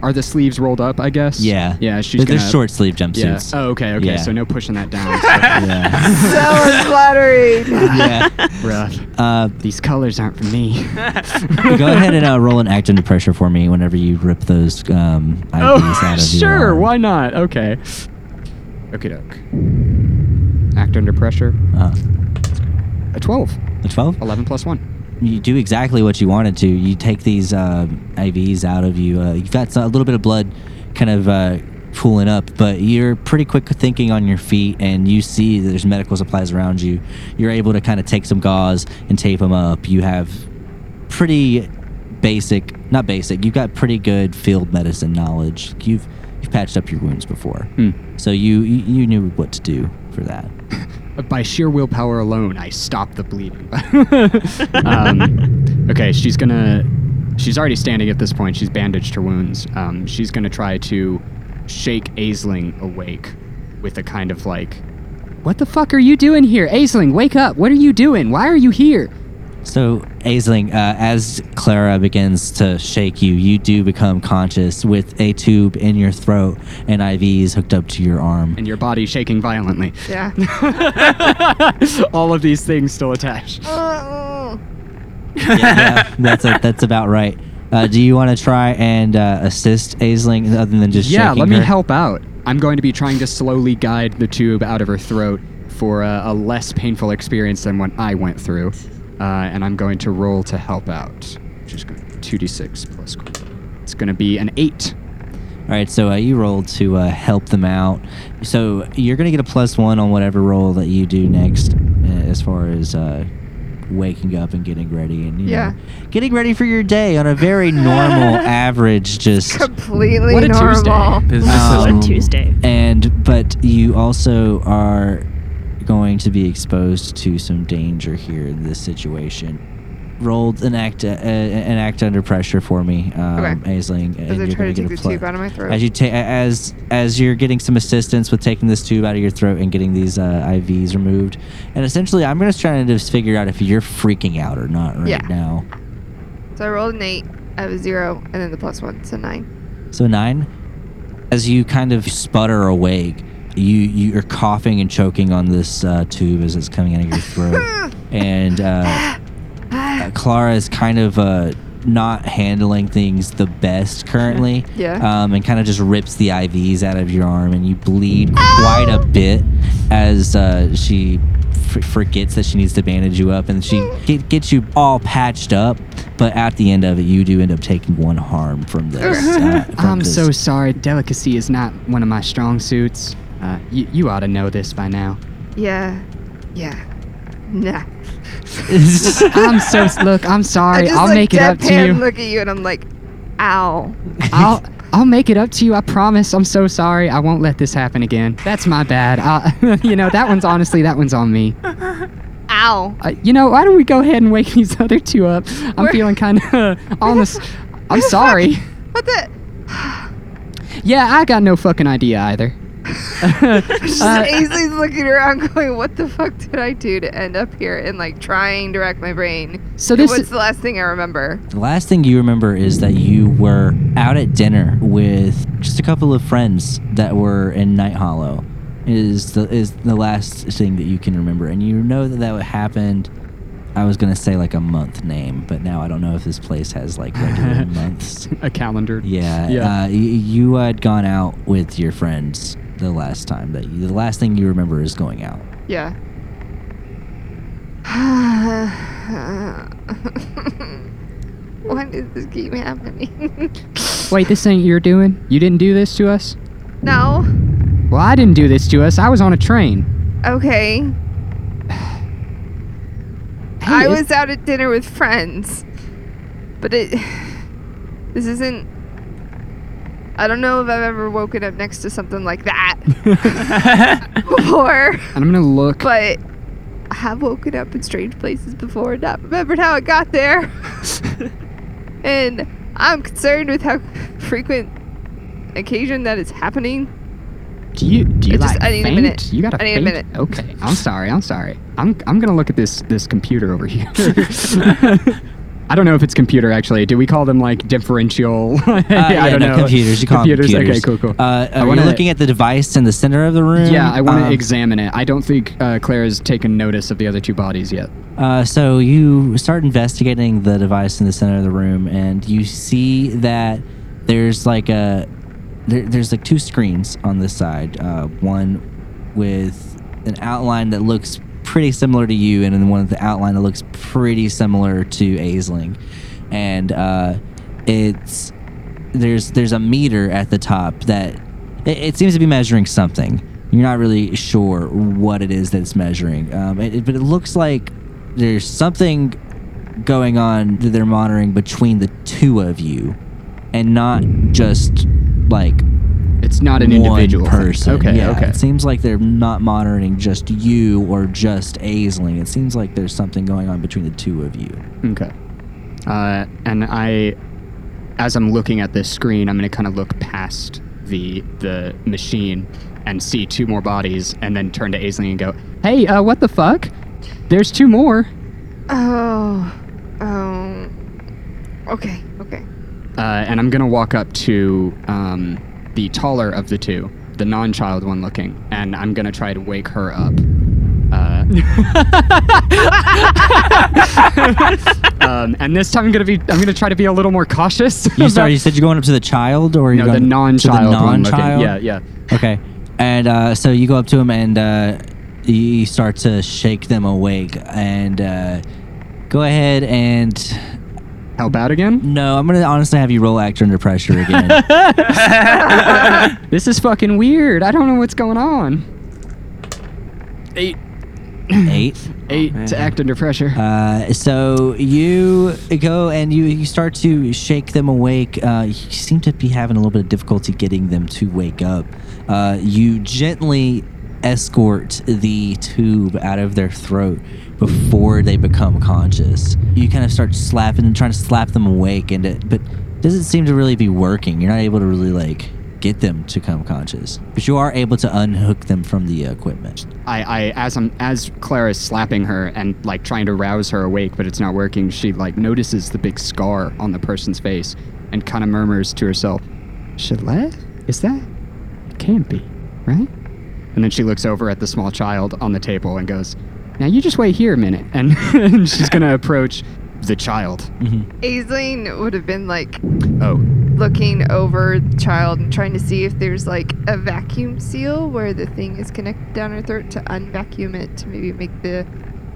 E: are the sleeves rolled up I guess
D: Yeah.
E: yeah she's
D: But they're
E: gonna-
D: short sleeve
E: Yeah.
D: jumpsuits.
E: Oh, okay, okay.
D: Yeah.
E: So no pushing that
D: [LAUGHS]
E: down. So [LAUGHS]
D: Yeah.
H: so flattering.
D: yeah.
E: rough.
D: Uh,
E: These colors aren't for me.
D: go ahead and uh, roll an act under pressure for me whenever you rip those um, IVs out of your
E: Oh, sure.
D: arm.
E: Why not? Okay. Okay, doke. Act under pressure.
D: Uh,
E: A 12.
D: a 12?
E: 11 plus 1.
D: you do exactly what you wanted to. You take these uh, IVs out of you. Uh, you've got so- a little bit of blood kind of uh, pooling up, but you're pretty quick thinking on your feet, and you see that there's medical supplies around you. You're able to kind of take some gauze and tape them up. You have pretty basic, not basic. You've got pretty good field medicine knowledge. You've you've patched up your wounds before, so you you you knew what to do for that.
E: By sheer willpower alone, I stop the bleeding. [LAUGHS] um, okay, she's gonna. She's already standing at this point. She's bandaged her wounds. Um, she's gonna try to shake Aisling awake with a kind of like, What the fuck are you doing here? Aisling, wake up. What are you doing? Why are you here?
D: So, Aisling, uh, as Clara begins to shake you, you do become conscious with a tube in your throat and IVs hooked up to your arm.
E: and your body shaking violently.
F: [LAUGHS]
E: [LAUGHS]
F: Yeah.
E: All of these things still attached.
F: Uh-uh.
D: yeah, that's a, that's about right. Uh, do you want to try and uh, assist Aisling other than just
E: yeah,
D: shaking
E: let me
D: her?
E: help out. I'm going to be trying to slowly guide the tube out of her throat for a, a less painful experience than what I went through. Uh, and I'm going to roll to help out. Which is going to 2d6 plus. cool. It's going to be an 8.
D: All right, so uh, you roll to uh, help them out. So you're going to get a plus one on whatever roll that you do next, uh, as far as uh, waking up and getting ready and you know,
F: Yeah.
D: getting ready for your day on a very normal, average, just
F: Completely
E: What a Tuesday.
F: normal.
G: Business is
D: Um,
G: normal.
H: Tuesday.
D: and but you also are going to be exposed to some danger here in this situation. Rolled an act uh, an act under pressure for me, um,
F: Okay.
D: Aisling, and
F: I
D: you're
F: try
D: going to
F: to take
D: get a
F: the
D: plus.
F: tube out of my throat.
D: As you ta- as as you're getting some assistance with taking this tube out of your throat and getting these uh, IVs removed, and essentially I'm going to try to just figure out if you're freaking out or not right
F: Yeah.
D: now.
F: So I rolled an eight. I have a zero, and then the plus one, so nine.
D: So nine, as you kind of sputter awake, you you are coughing and choking on this uh, tube as it's coming out of your throat, and uh, uh, Clara is kind of uh, not handling things the best currently.
F: Yeah.
D: Um, and kind of just rips the IVs out of your arm, and you bleed quite a bit as uh, she f- forgets that she needs to bandage you up, and she get, gets you all patched up. But at the end of it, you do end up taking one harm from this. uh, from
E: I'm
D: this.
E: so sorry. Delicacy is not one of my strong suits. Uh, you, you ought to know this by now.
F: Yeah. Yeah. Nah.
E: I'm so look. I'm
F: I
E: sorry.
F: just
E: I'll
F: like
E: make it up to you.
F: deadpan look at you, and I'm like, ow.
E: I'll I'll make it up to you. I promise. I'm so sorry. I won't let this happen again. That's my bad. I, you know that one's honestly that one's on me.
F: Ow.
E: Uh, you know why don't we go ahead and wake these other two up? I'm
F: We're-
E: feeling kind
F: [LAUGHS]
E: of honest. I'm sorry.
F: What the?
E: Yeah, I got no fucking idea either.
F: Just
E: Uh,
F: Ainsley's looking around, [LAUGHS] going, "What the fuck did I do to end up here?" And like trying to rack my brain.
I: So
F: And
I: this
F: what's the last thing I remember?
D: The last thing you remember is that you were out at dinner with just a couple of friends that were in Night Hollow. Is the is the last thing that you can remember, and you know that that happened. I was gonna say like a month name, but now I don't know if this place has like
E: [LAUGHS]
D: regular months.
E: a calendar.
D: Yeah,
E: Yeah.
D: Uh, y- you had gone out with your friends the last time that you, the last thing you remember is going
E: [LAUGHS]
D: out.
F: Yeah. [SIGHS] Why does this keep happening?
I: Wait, this ain't you're doing? You didn't do this to us?
F: no.
I: Well, I didn't do this to us. I was on a train.
F: Okay.
I: Hey,
F: I
I: it-
F: was out at dinner with friends. But it. This isn't. I don't know if I've ever woken up next to something like that before,
I: And I'm gonna look.
F: but I have woken up in strange places before and not remembered how it got there. and I'm concerned with how frequent occasion that is happening.
I: Do you do you
F: I just-
I: like
F: I need a
I: faint?
F: minute.
I: You gotta
F: I need a
I: faint?
F: minute.
I: Okay, I'm sorry. I'm sorry. I'm I'm gonna look at this this computer over
D: [LAUGHS]
I: here. [LAUGHS]
E: I don't know if it's computer actually. Do we call them like differential?
I: [LAUGHS]
D: Uh,
E: I don't
D: no,
E: know.
D: Computers. You call them
E: computers.
D: computers.
E: Okay, cool, cool.
D: Uh,
E: I
D: are
E: wanna-
D: you looking at the device in the center of the room?
E: yeah, I want to
D: Um,
E: examine it. I don't think uh, Claire's taken notice of the other two bodies yet.
D: Uh, so you start investigating the device in the center of the room, and you see that there's like a there, there's like two screens on this side. Uh, one with an outline that looks pretty similar to you, and then one with the outline that looks pretty similar to Aisling. And uh, it's there's there's a meter at the top that it, it seems to be measuring something. You're not really sure what it is that it's measuring, um, it, it- but it looks like there's something going on that they're monitoring between the two of you, and not just like
E: It's not an
D: one
E: individual thing.
D: person.
E: Okay,
D: yeah,
E: okay.
D: It seems like they're not monitoring just you or just Aisling. It seems like there's something going on between the two of you.
E: Okay. Uh, and I, as I'm looking at this screen, I'm gonna kind of look past the the machine and see two more bodies, and then turn to Aisling and go,
I: hey, uh, what the fuck? There's two more.
F: Oh. Oh. Okay, okay.
E: uh, and I'm gonna walk up to um, the taller of the two, the non-child one looking, and I'm gonna try to wake her up. Uh, um, and this time I'm gonna be I'm gonna try to be a little more cautious.
D: You
E: about-
D: sorry? You said you're going up to the child, or you're
E: no, the
D: going
E: non-child,
D: to the
E: one
D: non-child?
E: looking. Yeah, yeah.
D: Okay. And uh, so you go up to him and uh, you start to shake them awake. And uh, go ahead and.
E: How about again?
D: No, I'm going to honestly have you roll actor under pressure again.
I: This is fucking weird. I don't know what's going on.
E: Eight,
D: Eight.
E: eight to act under pressure.
D: Uh, so you go and you, you start to shake them awake. Uh, you seem to be having a little bit of difficulty getting them to wake up. Uh, you gently escort the tube out of their throat before they become conscious. You kind of start slapping and trying to slap them awake, and it, but doesn't seem to really be working. You're not able to really like get them to come conscious, but you are able to unhook them from the equipment.
E: I, I as I'm as Clara is slapping her and like trying to rouse her awake, but it's not working. She like notices the big scar on the person's face and kind of murmurs to herself, "Chalet? Is that? It can't be, right?" And then she looks over at the small child on the table and goes, "Now you just wait here a minute." And, [LAUGHS] and she's gonna approach the child.
F: Aisling would have been like
E: Oh,
F: looking over the child and trying to see if there's like a vacuum seal where the thing is connected down her throat to unvacuum it to maybe make the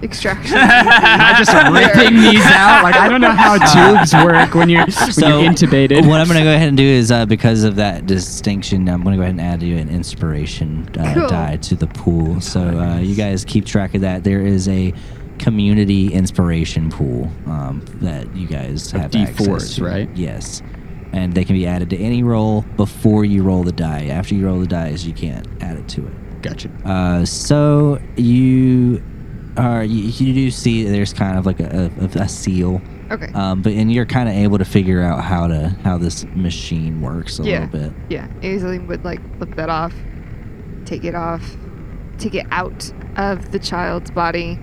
F: extraction.
E: I just ripping these out. Like I don't
D: [LAUGHS]
E: know how tubes work when you're when you're intubated.
D: What I'm going to go ahead and do is uh, because of that distinction, I'm going to go ahead and add you an inspiration uh,
F: Cool.
D: die to the pool. So uh, you guys keep track of that. There is a community inspiration pool um, that you guys have access
E: D4s,
D: to.
E: right?
D: Yes. And they can be added to any roll before you roll the die. After you roll the dice, you can't add it to it.
E: Gotcha.
D: Uh, so you are you, you do see there's kind of like a, a, a seal
F: okay.
D: um, but and you're kind of able to figure out how to how this machine works a
F: Yeah.
D: little bit.
F: Yeah, Aisling would like flip that off, take it off, take it out of the child's body,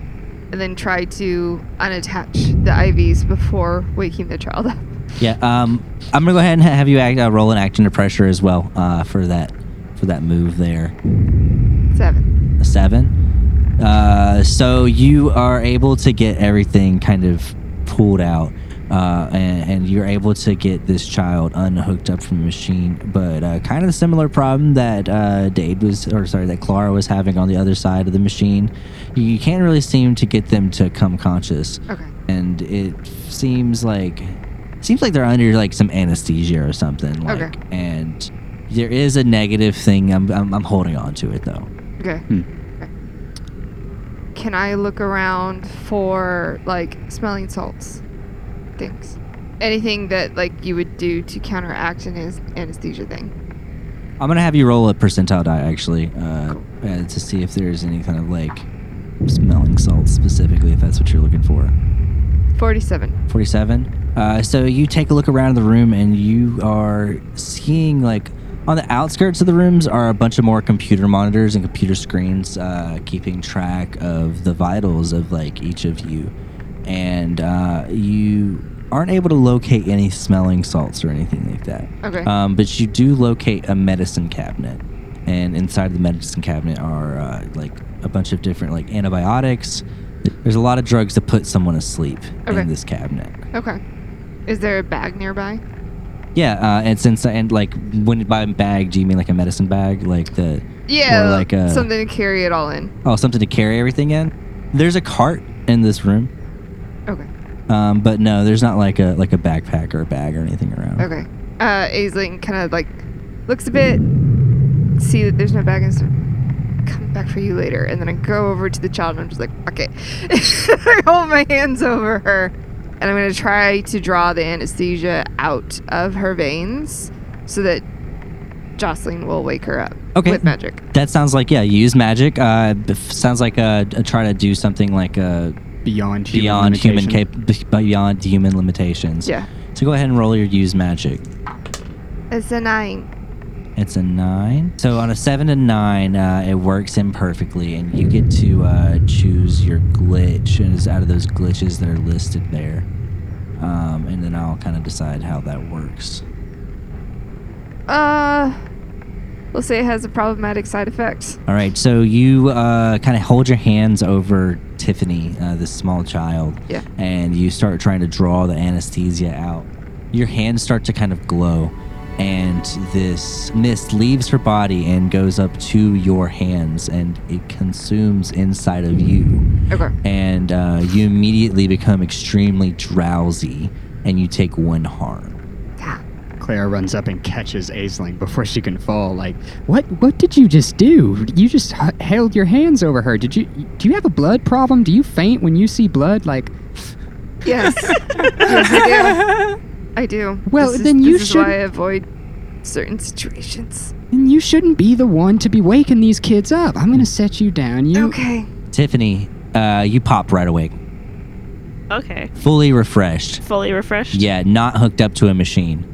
F: and then try to unattach the IVs before waking the child up.
D: Yeah, um, I'm gonna go ahead and ha- have you act, uh, roll an act under pressure as well uh, for that for that move there.
F: Seven.
D: A seven. Uh, so you are able to get everything kind of pulled out, uh, and, and you're able to get this child unhooked up from the machine. But uh, kind of the similar problem that uh, Dade was, or sorry, that Clara was having on the other side of the machine. You can't really seem to get them to come conscious
F: Okay.
D: and it seems like seems like they're under like some anesthesia or something like
F: Okay.
D: and there is a negative thing I'm, I'm, I'm holding on to it though
F: Okay.
D: Hmm.
F: Okay. Can I look around for like smelling salts, things, anything that like you would do to counteract an anes- anesthesia thing?
D: i'm gonna have you roll a percentile die actually uh, uh, to see if there's any kind of like smelling salt specifically if that's what you're looking for
F: Forty-seven.
D: 47. Uh, so you take a look around the room and you are seeing like on the outskirts of the rooms are a bunch of more computer monitors and computer screens uh, keeping track of the vitals of like each of you. And uh, you aren't able to locate any smelling salts or anything like that.
F: Okay.
D: Um, but you do locate a medicine cabinet, and inside the medicine cabinet are uh, like a bunch of different like antibiotics. There's a lot of drugs to put someone asleep
F: Okay.
D: in this cabinet.
F: Okay. Is there a bag nearby?
D: Yeah, uh, and since and like when by bag, do you mean like a medicine bag, like the
F: Yeah,
D: or like
F: like
D: a
F: something to carry it all in.
D: oh something to carry everything in? There's a cart in this room,
F: Okay.
D: um, but no, there's not like a like a backpack or a bag or anything around.
F: Okay. Uh, Aisling kind of like looks a bit, see that there's no bag and stuff. Come back for you later, and then I go over to the child and I'm just like, fuck it. [LAUGHS] I hold my hands over her, and I'm gonna try to draw the anesthesia out of her veins so that Jocelyn will wake her up
D: Okay.
F: with magic.
D: That sounds like yeah, use magic. Uh, b- sounds like uh try to do something like a
E: Beyond human
D: beyond human
E: limitation.
D: cap- b- beyond human limitations.
F: Yeah.
D: So go ahead and roll your use magic.
F: It's a nine.
D: It's a nine. So on a seven to nine, uh, it works in perfectly, and you get to uh, choose your glitch. And it's out of those glitches that are listed there, um, and then I'll kind of decide how that works.
F: Uh, we'll say it has a problematic side effect.
D: All right. So you uh, kind of hold your hands over Tiffany, uh, this small child,
F: Yeah.
D: and you start trying to draw the anesthesia out. Your hands start to kind of glow, and this mist leaves her body and goes up to your hands, and it consumes inside of you.
F: Okay.
D: And uh, you immediately become extremely drowsy, and you take one harm.
E: Clara runs up and catches Aisling before she can fall. Like, what? What did you just do? You just h- held your hands over her. Did you? Do you have a blood problem? Do you faint when you see blood? Like,
F: Yes. yes, I do. I do.
E: Well,
F: This is-
E: then you
F: this is why I
E: shouldn't-
F: avoid certain situations.
E: then you shouldn't be the one to be waking these kids up. I'm gonna set you down. You.
F: Okay.
D: Tiffany, uh, you pop right awake,
H: Okay.
D: fully refreshed.
H: Fully refreshed.
D: Yeah, not hooked up to a machine.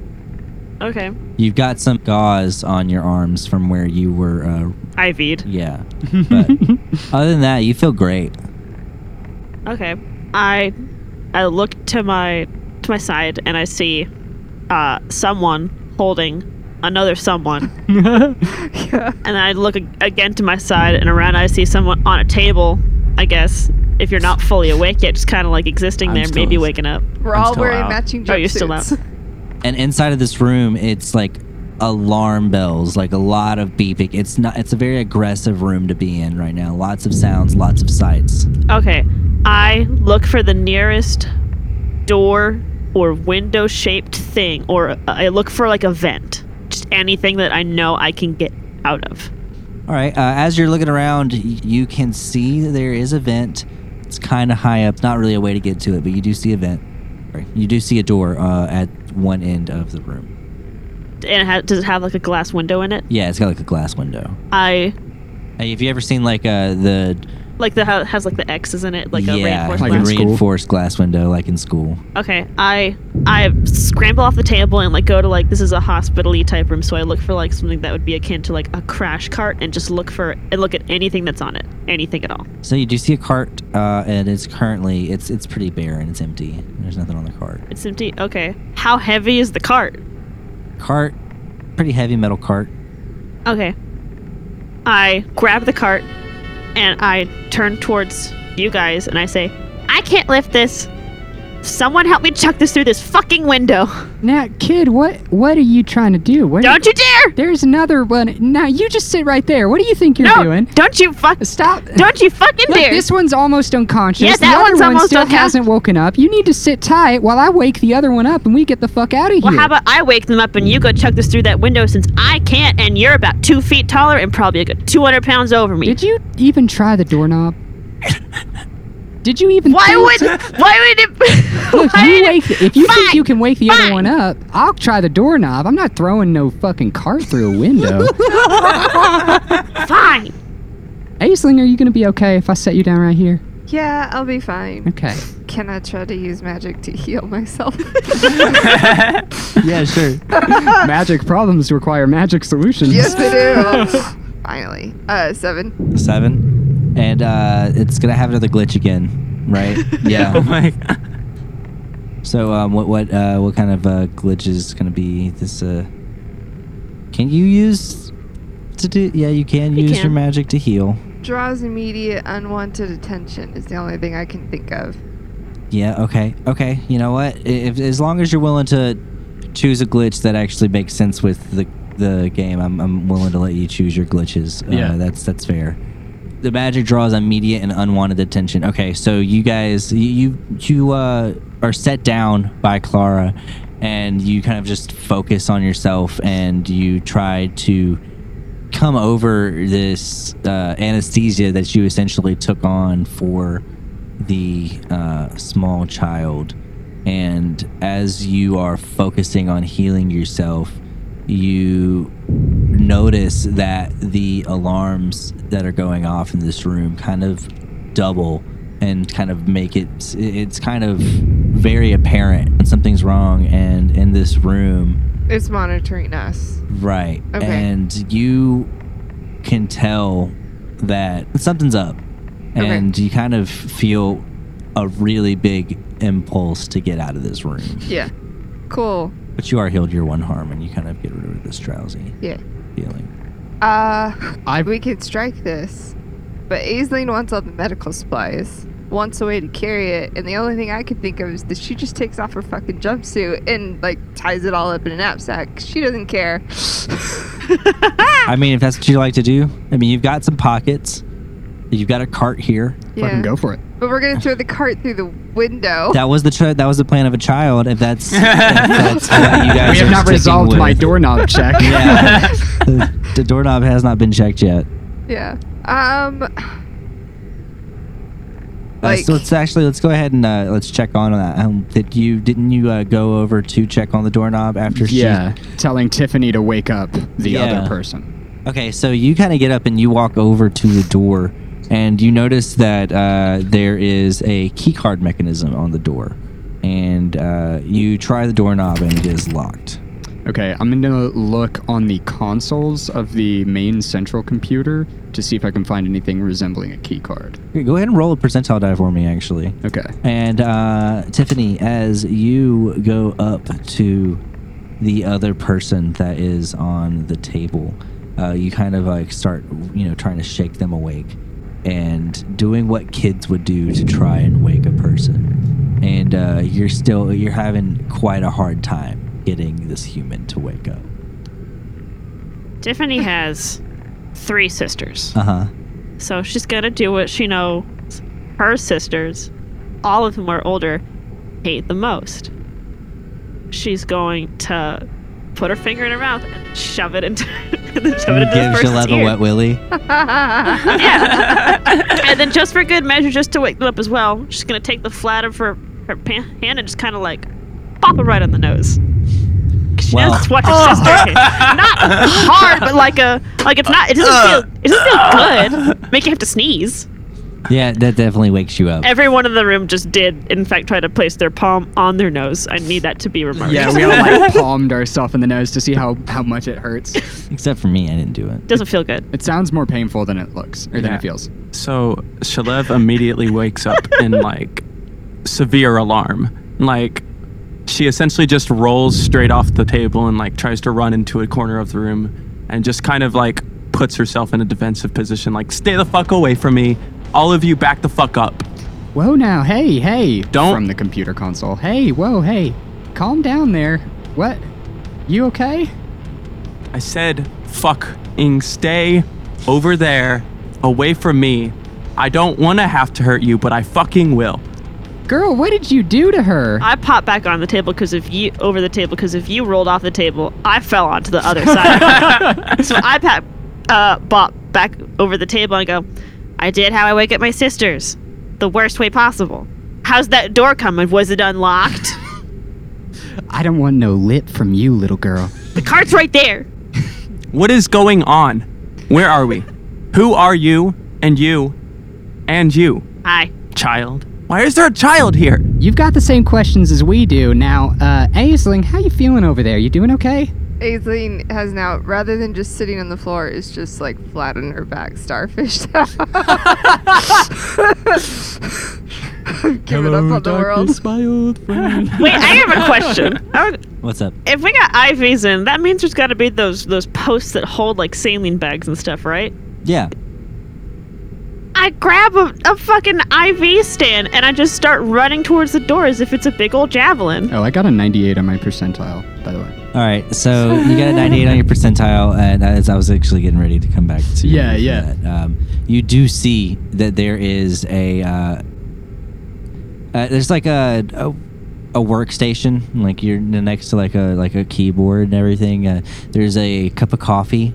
H: Okay.
D: You've got some gauze on your arms from where you were, uh,
H: IV'd.
D: yeah. But other than that, you feel great.
H: Okay. I I look to my to my side and I see uh someone holding
G: [LAUGHS]
H: another someone. And I look ag- again to my side and around I see someone on a table, I guess. If you're not fully awake yet, just kind of like existing
G: I'm
H: there,
G: still-
H: maybe waking up.
F: We're
G: I'm
F: all
G: still
F: wearing
G: out.
F: matching jumpsuits.
H: Oh, you're still out.
D: And inside of this room, it's like alarm bells, like a lot of beeping. It's not. It's a very aggressive room to be in right now. Lots of sounds, lots of sights.
H: Okay. I look for the nearest door or window shaped thing, or uh, I look for like a vent. Just anything that I know I can get out of.
D: All right. Uh, as you're looking around, y- you can see that there is a vent. It's kind of high up. Not really a way to get to it, but you do see a vent. Sorry, You do see a door uh, at one end of the room.
H: And it ha- does it have like a glass window in it?
D: Yeah, it's got like a glass window.
H: I
D: Hey, Have you ever seen like uh, the
H: Like the how it has like the X's in it, like a
D: yeah,
H: reinforced
D: like
H: glass.
D: a
E: school.
D: reinforced glass window, like in school.
H: Okay, I I scramble off the table and like go to like this is a hospital-y type room, so I look for like something that would be akin to like a crash cart and just look for and look at anything that's on it, anything at all.
D: So you do see a cart, uh, and it's currently it's it's pretty bare and it's empty. There's nothing on the cart.
H: It's empty. Okay, how heavy is the cart?
D: Cart, pretty heavy metal cart.
H: Okay, I grab the cart and I turn towards you guys and I say, I can't lift this. Someone help me chuck this through this fucking window. [LAUGHS]
K: Now, kid, what what are you trying to do? What are
H: Don't you dare!
K: There's another one. Now you just sit right there. What do you think you're
H: No,
K: doing?
H: don't you fuck.
K: Stop.
H: Don't you fucking
K: Look,
H: dare!
K: this one's almost unconscious.
H: Yeah,
K: the
H: that
K: other
H: one's
K: one
H: almost
K: still
H: unco-
K: hasn't woken up. You need to sit tight while I wake the other one up and we get the fuck out of
H: Well,
K: here.
H: how about I wake them up and you go chuck this through that window since I can't and you're about two feet taller and probably a good 200 pounds over
K: [LAUGHS]
H: me.
K: Did you even try the doorknob? Did you even?
H: why
K: think
H: would,
K: to-
H: why would it,
K: Look,
H: [LAUGHS] why
K: you
H: would
K: wake.
H: it-
K: If you think
H: Fine,
K: you can wake the
H: fine.
K: other one up, I'll try the doorknob. I'm not throwing no fucking cart through a
H: [LAUGHS]
K: window.
H: Fine.
K: Aisling, are you gonna be okay if I set you down right here?
F: [LAUGHS] Yeah, I'll be fine.
K: Okay.
F: Can I try to use magic to
E: [LAUGHS]
F: heal myself?
D: Yeah,
K: [LAUGHS]
D: sure.
E: magic problems require magic solutions.
F: yes,
E: [LAUGHS]
F: I do. Finally. Uh, seven.
D: Seven, and uh, it's gonna have another glitch again, right?
G: Oh
D: Yeah.
G: my god.
D: so um, what what uh, what kind of uh, glitch is gonna be this? Uh, can you use to do? Yeah, you can
H: You
D: use your
H: can.
D: magic to heal.
F: Draws immediate unwanted attention is the only thing I can think of.
D: Yeah. Okay. Okay. You know what? I- If, as long as you're willing to choose a glitch that actually makes sense with the the game, I'm, I'm willing to let you choose your glitches.
E: Yeah.
D: Uh, that's that's fair. The magic draws immediate and unwanted attention. Okay, so you guys, you you, you uh, are set down by Clara, and you kind of just focus on yourself, and you try to come over this uh, anesthesia that you essentially took on for the uh, small child. And as you are focusing on healing yourself, you notice that the alarms that are going off in this room kind of double and kind of make it, it's kind of very apparent when something's wrong. And in this room,
F: It's monitoring us.
D: Right.
F: Okay.
D: And you can tell that something's up.
F: Okay.
D: And you kind of feel a really big impulse to get out of this room.
F: Yeah. Cool.
D: But you are healed your one harm and you kind of get rid of this drowsy
F: Yeah.
D: feeling.
F: Uh,
E: I-
F: we could strike this, but Aisling wants all the medical supplies, wants a way to carry it, and the only thing I can think of is that she just takes off her fucking jumpsuit and like ties it all up in a knapsack. She doesn't care.
D: I mean, if that's what you like to do, I mean, you've got some pockets, you've got a cart here.
E: Fucking go for it.
F: But we're gonna throw the cart through the window.
D: That was the tr- that was the plan of a child. If that's, if
E: [LAUGHS]
D: that's what you guys
E: We have
D: are
E: not
D: sticking
E: resolved my
D: with.
E: doorknob check.
K: [LAUGHS]
D: [LAUGHS]
E: [LAUGHS]
D: Yeah, the, the doorknob has not been checked yet.
F: yeah. Um.
D: Uh,
F: Like,
D: so let's actually let's go ahead and uh, let's check on that. Um, did you didn't you uh, go over to check on the doorknob after?
E: Yeah, telling Tiffany to wake up the
D: Yeah.
E: other person.
D: She, okay, so you kind of get up and you walk over to the door, and you notice that uh, there is a key card mechanism on the door, and uh, you try the doorknob and it is locked.
E: Okay, I'm gonna look on the consoles of the main central computer to see if I can find anything resembling a key card.
D: Okay, Go ahead and roll a percentile die for me, actually.
E: Okay.
D: And uh, Tiffany, as you go up to the other person that is on the table, uh, you kind of like start, you know, trying to shake them awake and doing what kids would do to try and wake a person. And uh, you're still, you're having quite a hard time getting this human to wake up.
H: Tiffany has three sisters,
D: Uh huh.
H: so she's gonna do what she knows her sisters, all of whom are older, hate the most. She's going to put her finger in her mouth and shove it into, [LAUGHS] and then shove it into this
D: Give
H: person's
D: Gillette a
H: ear.
D: wet
H: [LAUGHS]
D: willy.
H: yeah. [LAUGHS] and then just for good measure, just to wake them up as well, she's gonna take the flat of her her pan- hand and just kind of like pop it right on the nose. 'Cause She
D: Well-
H: knows it's what her sister. Not hard, but like a like it's not. It doesn't feel. It doesn't feel good. Make you have to sneeze.
D: Yeah, that definitely wakes you up.
H: Everyone in the room just did, in fact, try to place their palm on their nose. I need that to be remarked.
E: Yeah,
H: [LAUGHS]
E: we all [LAUGHS] like palmed ourselves in the nose to see how, how much it hurts.
D: Except for me, I didn't do it.
H: Doesn't feel good.
E: It sounds more painful than it looks, or than
G: Yeah.
E: it feels.
G: So Shalev immediately wakes up in like severe alarm. Like she essentially just rolls straight off the table and like tries to run into a corner of the room and just kind of like puts herself in a defensive position like stay the fuck away from me. All of you back the fuck up.
E: Whoa now, hey, hey.
G: Don't-
E: From the computer console. Hey, whoa, hey. Calm down there. What? You okay?
G: I said fucking stay over there away from me. I don't want to have to hurt you, but I fucking will.
K: Girl, what did you do to her?
H: I popped back on the table because if you over the table because if you rolled off the table, I fell onto the other side. so I pat, uh, bop back over the table and go, I did how I wake up my sisters, the worst way possible. How's that door coming? Was it unlocked?
E: I don't want no lip from you, little girl.
H: the cart's right there.
G: What is going on? Where are we? Who are you and you and you,
H: Hi.
G: child? Why is there a child here?
K: You've got the same questions as we do. Now, uh, Aisling, how you feeling over there? You doing okay?
F: Aislinn has now, rather than just sitting on the floor, is just like flat on her back, [LAUGHS] starfished out. Giving up on the world.
G: my old friend.
H: Wait, I have a question. I would-
D: What's up?
H: If we got IVs in, that means there's got to be those those posts that hold like saline bags and stuff, right?
D: Yeah.
H: I grab a, a fucking IV stand and I just start running towards the door as if it's a big old javelin.
E: Oh, I got a 98 on my percentile, by the way.
D: All right. So you got a 98 on your percentile, and as I was actually getting ready to come back to
E: Yeah,
D: for
E: yeah.
D: that, um, you do see that there is a uh, uh, there's like a, a a workstation, like you're next to like a like a keyboard and everything. Uh, there's a cup of coffee,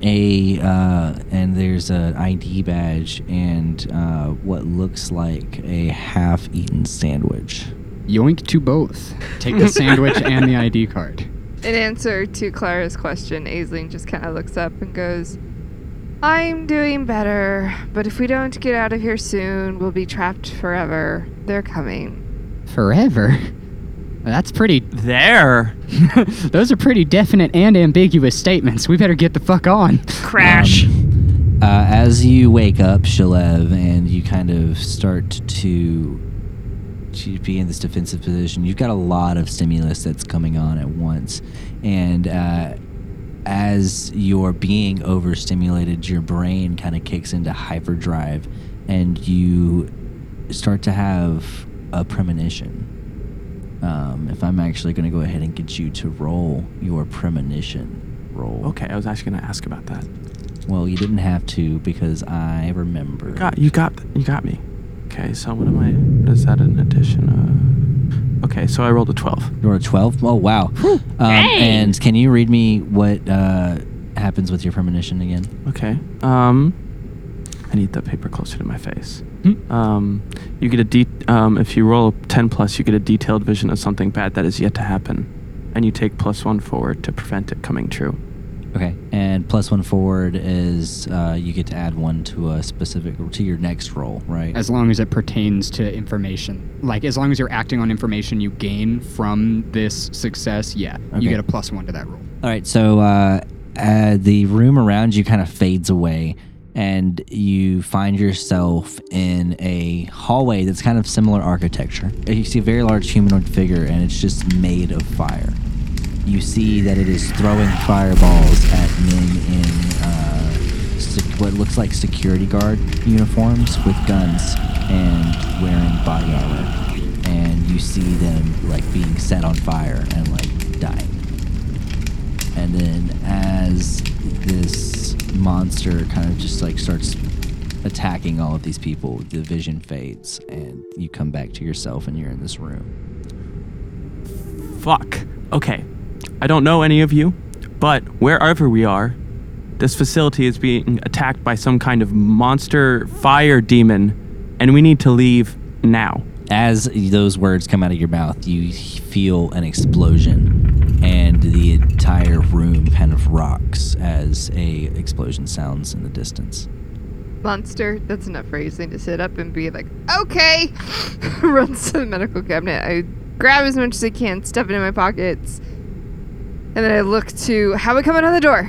D: a uh, and there's an ID badge and uh, what looks like a half-eaten sandwich.
E: Yoink to both. [LAUGHS] Take the sandwich and the ID card.
F: In answer to Clara's question, Aisling just kind of looks up and goes, I'm doing better, but if we don't get out of here soon, we'll be trapped forever. They're coming.
K: Forever. That's pretty.
G: There.
K: Those are pretty definite and ambiguous statements. We better get the fuck on.
H: Crash.
D: Uh, as you wake up, Shalev, and you kind of start to to be in this defensive position, you've got a lot of stimulus that's coming on at once, and uh, as you're being overstimulated, your brain kind of kicks into hyperdrive, and you start to have a premonition. Um, if I'm actually going to go ahead and get you to roll your premonition roll.
G: Okay, I was actually gonna ask about that.
D: Well, you didn't have to because I remember.
G: Got you got you got me. Okay, so what am I? What is that an addition? Uh, okay, so I rolled a twelve.
D: You're a 12? Oh, wow. Um, and can you read me what uh, happens with your premonition again?
G: Okay. Um, I need that paper closer to my face. Um, you get a de- um, if you roll a ten plus, you get a detailed vision of something bad that is yet to happen, and you take plus one forward to prevent it coming true.
D: Okay. And plus one forward is uh, you get to add one to a specific, to your next roll, right?
E: As long as it pertains to information. Like, as long as you're acting on information you gain from this success, yeah,
D: Okay.
E: you get a plus one to that roll.
D: All right, so uh, uh, the room around you kind of fades away, and you find yourself in a hallway that's kind of similar architecture. Uh, You see a very large humanoid figure, and it's just made of fire. You see that it is throwing fireballs at men in uh, sec- what looks like security guard uniforms with guns and wearing body armor. And you see them like being set on fire and like dying and then as this monster kind of just like starts attacking all of these people the vision fades and you come back to yourself and you're in this room
G: Fuck. Okay. I don't know any of you, but wherever we are, this facility is being attacked by some kind of monster fire demon, and we need to leave now.
D: as those words come out of your mouth you feel an explosion and the entire room kind of rocks as a explosion sounds in the distance
F: Monster, that's enough for Aisling to sit up and be like, okay, [LAUGHS] runs to the medical cabinet. I grab as much as I can, stuff it in my pockets, and then I look to how we coming out the door.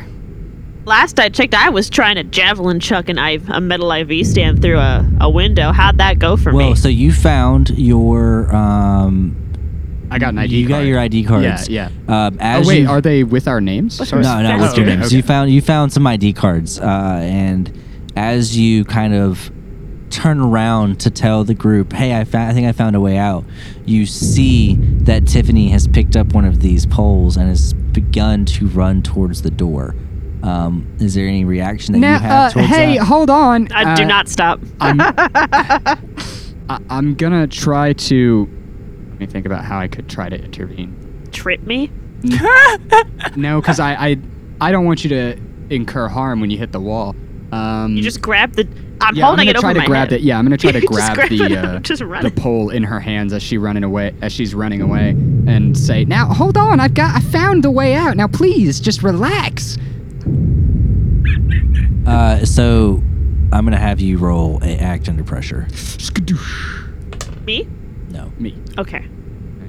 H: Last I checked, I was trying to javelin chuck an I- a metal IV stand through a, a window. How'd that go for
D: Well,
H: me?
D: so you found your um,
E: I got an ID.
D: you got
E: card.
D: your ID cards.
E: Yeah,
D: yeah. Um,
E: Oh
D: as
E: wait,
D: you,
E: are they with our names? Sorry.
D: no, no,
E: Oh,
D: with your
E: okay,
D: names.
E: okay.
D: You found you found some ID cards, uh, and as you kind of turn around to tell the group, "Hey, I, fa- I think I found a way out," you see that Tiffany has picked up one of these poles and has begun to run towards the door. Um, is there any reaction that
K: Now,
D: you have
K: uh,
D: towards
K: hey,
D: that?
K: hold on.
H: I do
K: Uh,
H: not stop.
E: I'm, I, I'm gonna try to. Let me think about how I could try to intervene.
H: Trip me?
E: No, because I, I I don't want you to incur harm when you hit the wall. Um,
H: You just grab the. I'm
E: yeah, I'm
H: holding
E: gonna
H: it over
E: try to
H: my
E: grab
H: head.
E: it. Yeah,
H: [LAUGHS]
E: I'm gonna try to
H: Just
E: grab,
H: grab it
E: the
H: up,
E: uh,
H: [LAUGHS] just run
E: the
H: it.
E: pole in her hands as she running away as she's running away and say now.
K: Now, hold on. I've got. I found the way out. Now, please, just relax.
D: Uh, so I'm gonna have you roll a act under pressure.
H: Me?
D: No.
H: Okay.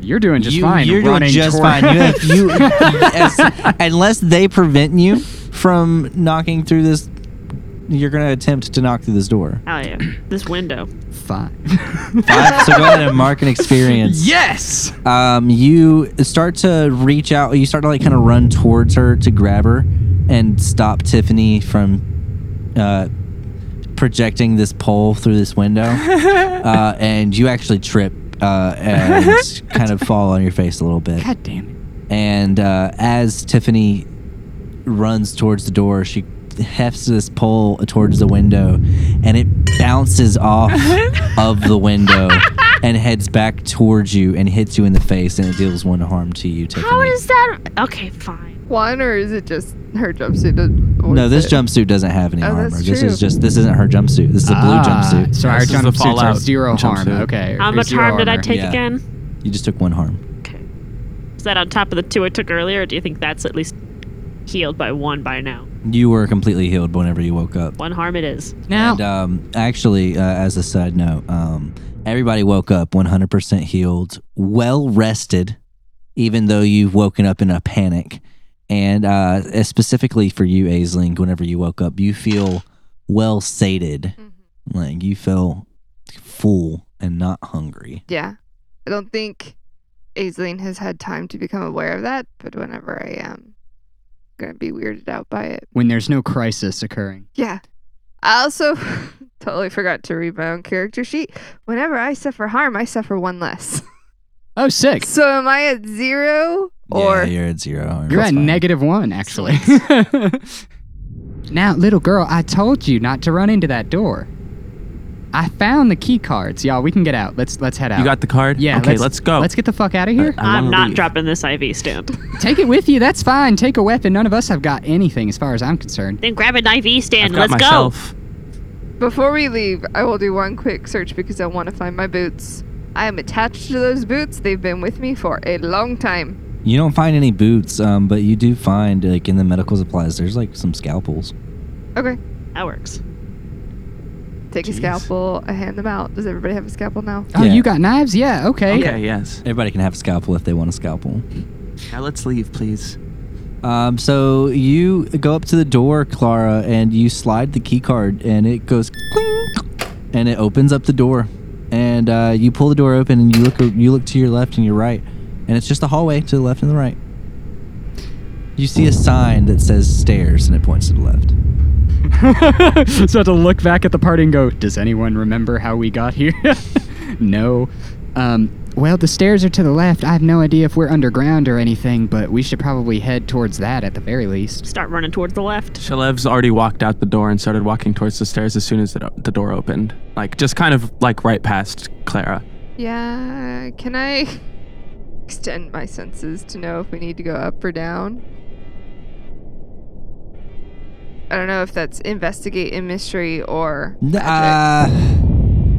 E: You're doing just
D: you,
E: fine.
D: You're doing
E: running
D: just
E: toward-
D: fine.
E: [LAUGHS]
D: You have, you, as- unless they prevent you from knocking through this, you're going to attempt to knock through this door.
H: Oh, yeah. This window.
E: fine.
D: Five, so go ahead and mark an experience.
E: yes.
D: Um, you start to reach out. You start to like kind of run towards her to grab her and stop Tiffany from uh, projecting this pole through this
E: [LAUGHS]
D: window. uh, and you actually trip uh,
E: [LAUGHS]
D: and kind of fall on your face a little bit.
K: God damn
D: And uh, as Tiffany runs towards the door, she hefts this pole towards the window and it bounces
F: [LAUGHS]
D: off of the window and heads back towards you and hits you in the face and it deals one harm to you, Tiffany.
H: How is that? Okay, fine.
F: One, or is it just her jumpsuit? that- or
D: no,
F: is
D: this
F: it-
D: jumpsuit doesn't have any
F: Oh,
D: armor.
F: that's
D: This
F: true.
D: is just this isn't her jumpsuit. This is a blue
E: Ah,
D: jumpsuit.
E: So our
G: This is the
E: jumpsuits are
G: Fallout
E: zero harm.
G: jumpsuit.
E: Okay.
H: How
E: or
H: much
E: zero
H: harm did I
E: armor.
H: take
D: Yeah.
H: again?
D: You just took one harm.
H: Okay. Is that on top of the two I took earlier, or do you think that's at least healed by one by now?
D: You were completely healed whenever you woke up.
H: One harm it is.
K: it. Now,
D: And um, actually, uh, as a side note, um, everybody woke up 100% healed, well rested, even though you've woken up in a panic. And uh, uh, specifically for you, Aisling, whenever you woke up, you feel well sated. Like you feel full and not hungry.
F: Yeah. I don't think Aislinn has had time to become aware of that, but whenever I am, I'm going to be weirded out by it.
E: When there's no crisis occurring.
F: Yeah. I also [LAUGHS] totally forgot to read my own character sheet. Whenever I suffer harm, I suffer one less.
E: Oh, sick.
F: so am I at zero
D: yeah,
F: or
D: you're at 0 harm.
E: You're
D: It's
E: at
D: fine.
E: negative one, actually.
K: [LAUGHS] now, little girl, I told you not to run into that door. I found the key cards, y'all. We can get out. Let's let's head out.
G: You got the card?
K: yeah.
G: Okay, let's, go.
K: Let's get the fuck out of here.
G: I
H: I'm
G: wanna
H: not
G: leave.
H: dropping this IV stand.
K: Take it with you. That's fine. Take a weapon. None of us have got anything, as far as I'm concerned.
H: then grab an IV
G: I've
H: stand.
G: got
H: Let's
G: myself.
F: Before we leave, I will do one quick search because I want to find my boots. I am attached to those boots. They've been with me for a long time.
D: You don't find any boots, um, but you do find, like, in the medical supplies, there's, like, some scalpels.
F: Okay.
H: go. That works.
F: Take a
G: Jeez.
F: scalpel. I hand them out. Does everybody have a scalpel now?
K: Oh,
D: Yeah.
K: you got knives? Yeah. Okay. [LAUGHS]
G: Okay, yes.
D: Everybody can have a scalpel if they want a scalpel.
G: Now let's leave, please.
D: Um, so you go up to the door, Clara, and you slide the key card, and it goes clink, and it opens up the door. And uh, you pull the door open, and you look you look to your left and your right, and it's just a hallway to the left and the right. You see a sign that says stairs, and it points to the left.
E: so I have to look back at the party and go, does anyone remember how we
K: [LAUGHS]
E: got here? no. Um,
K: Well, the stairs are to the left. I have no idea if we're underground or anything, but we should probably head towards that at the very least.
H: Start running towards the left.
G: Shalev's already walked out the door and started walking towards the stairs as soon as it, the door opened. Like, just kind of like right past Clara.
F: Yeah. Can I [LAUGHS] extend my senses to know if we need to go up or down? I don't know if that's investigate in mystery or magic.
D: Uh,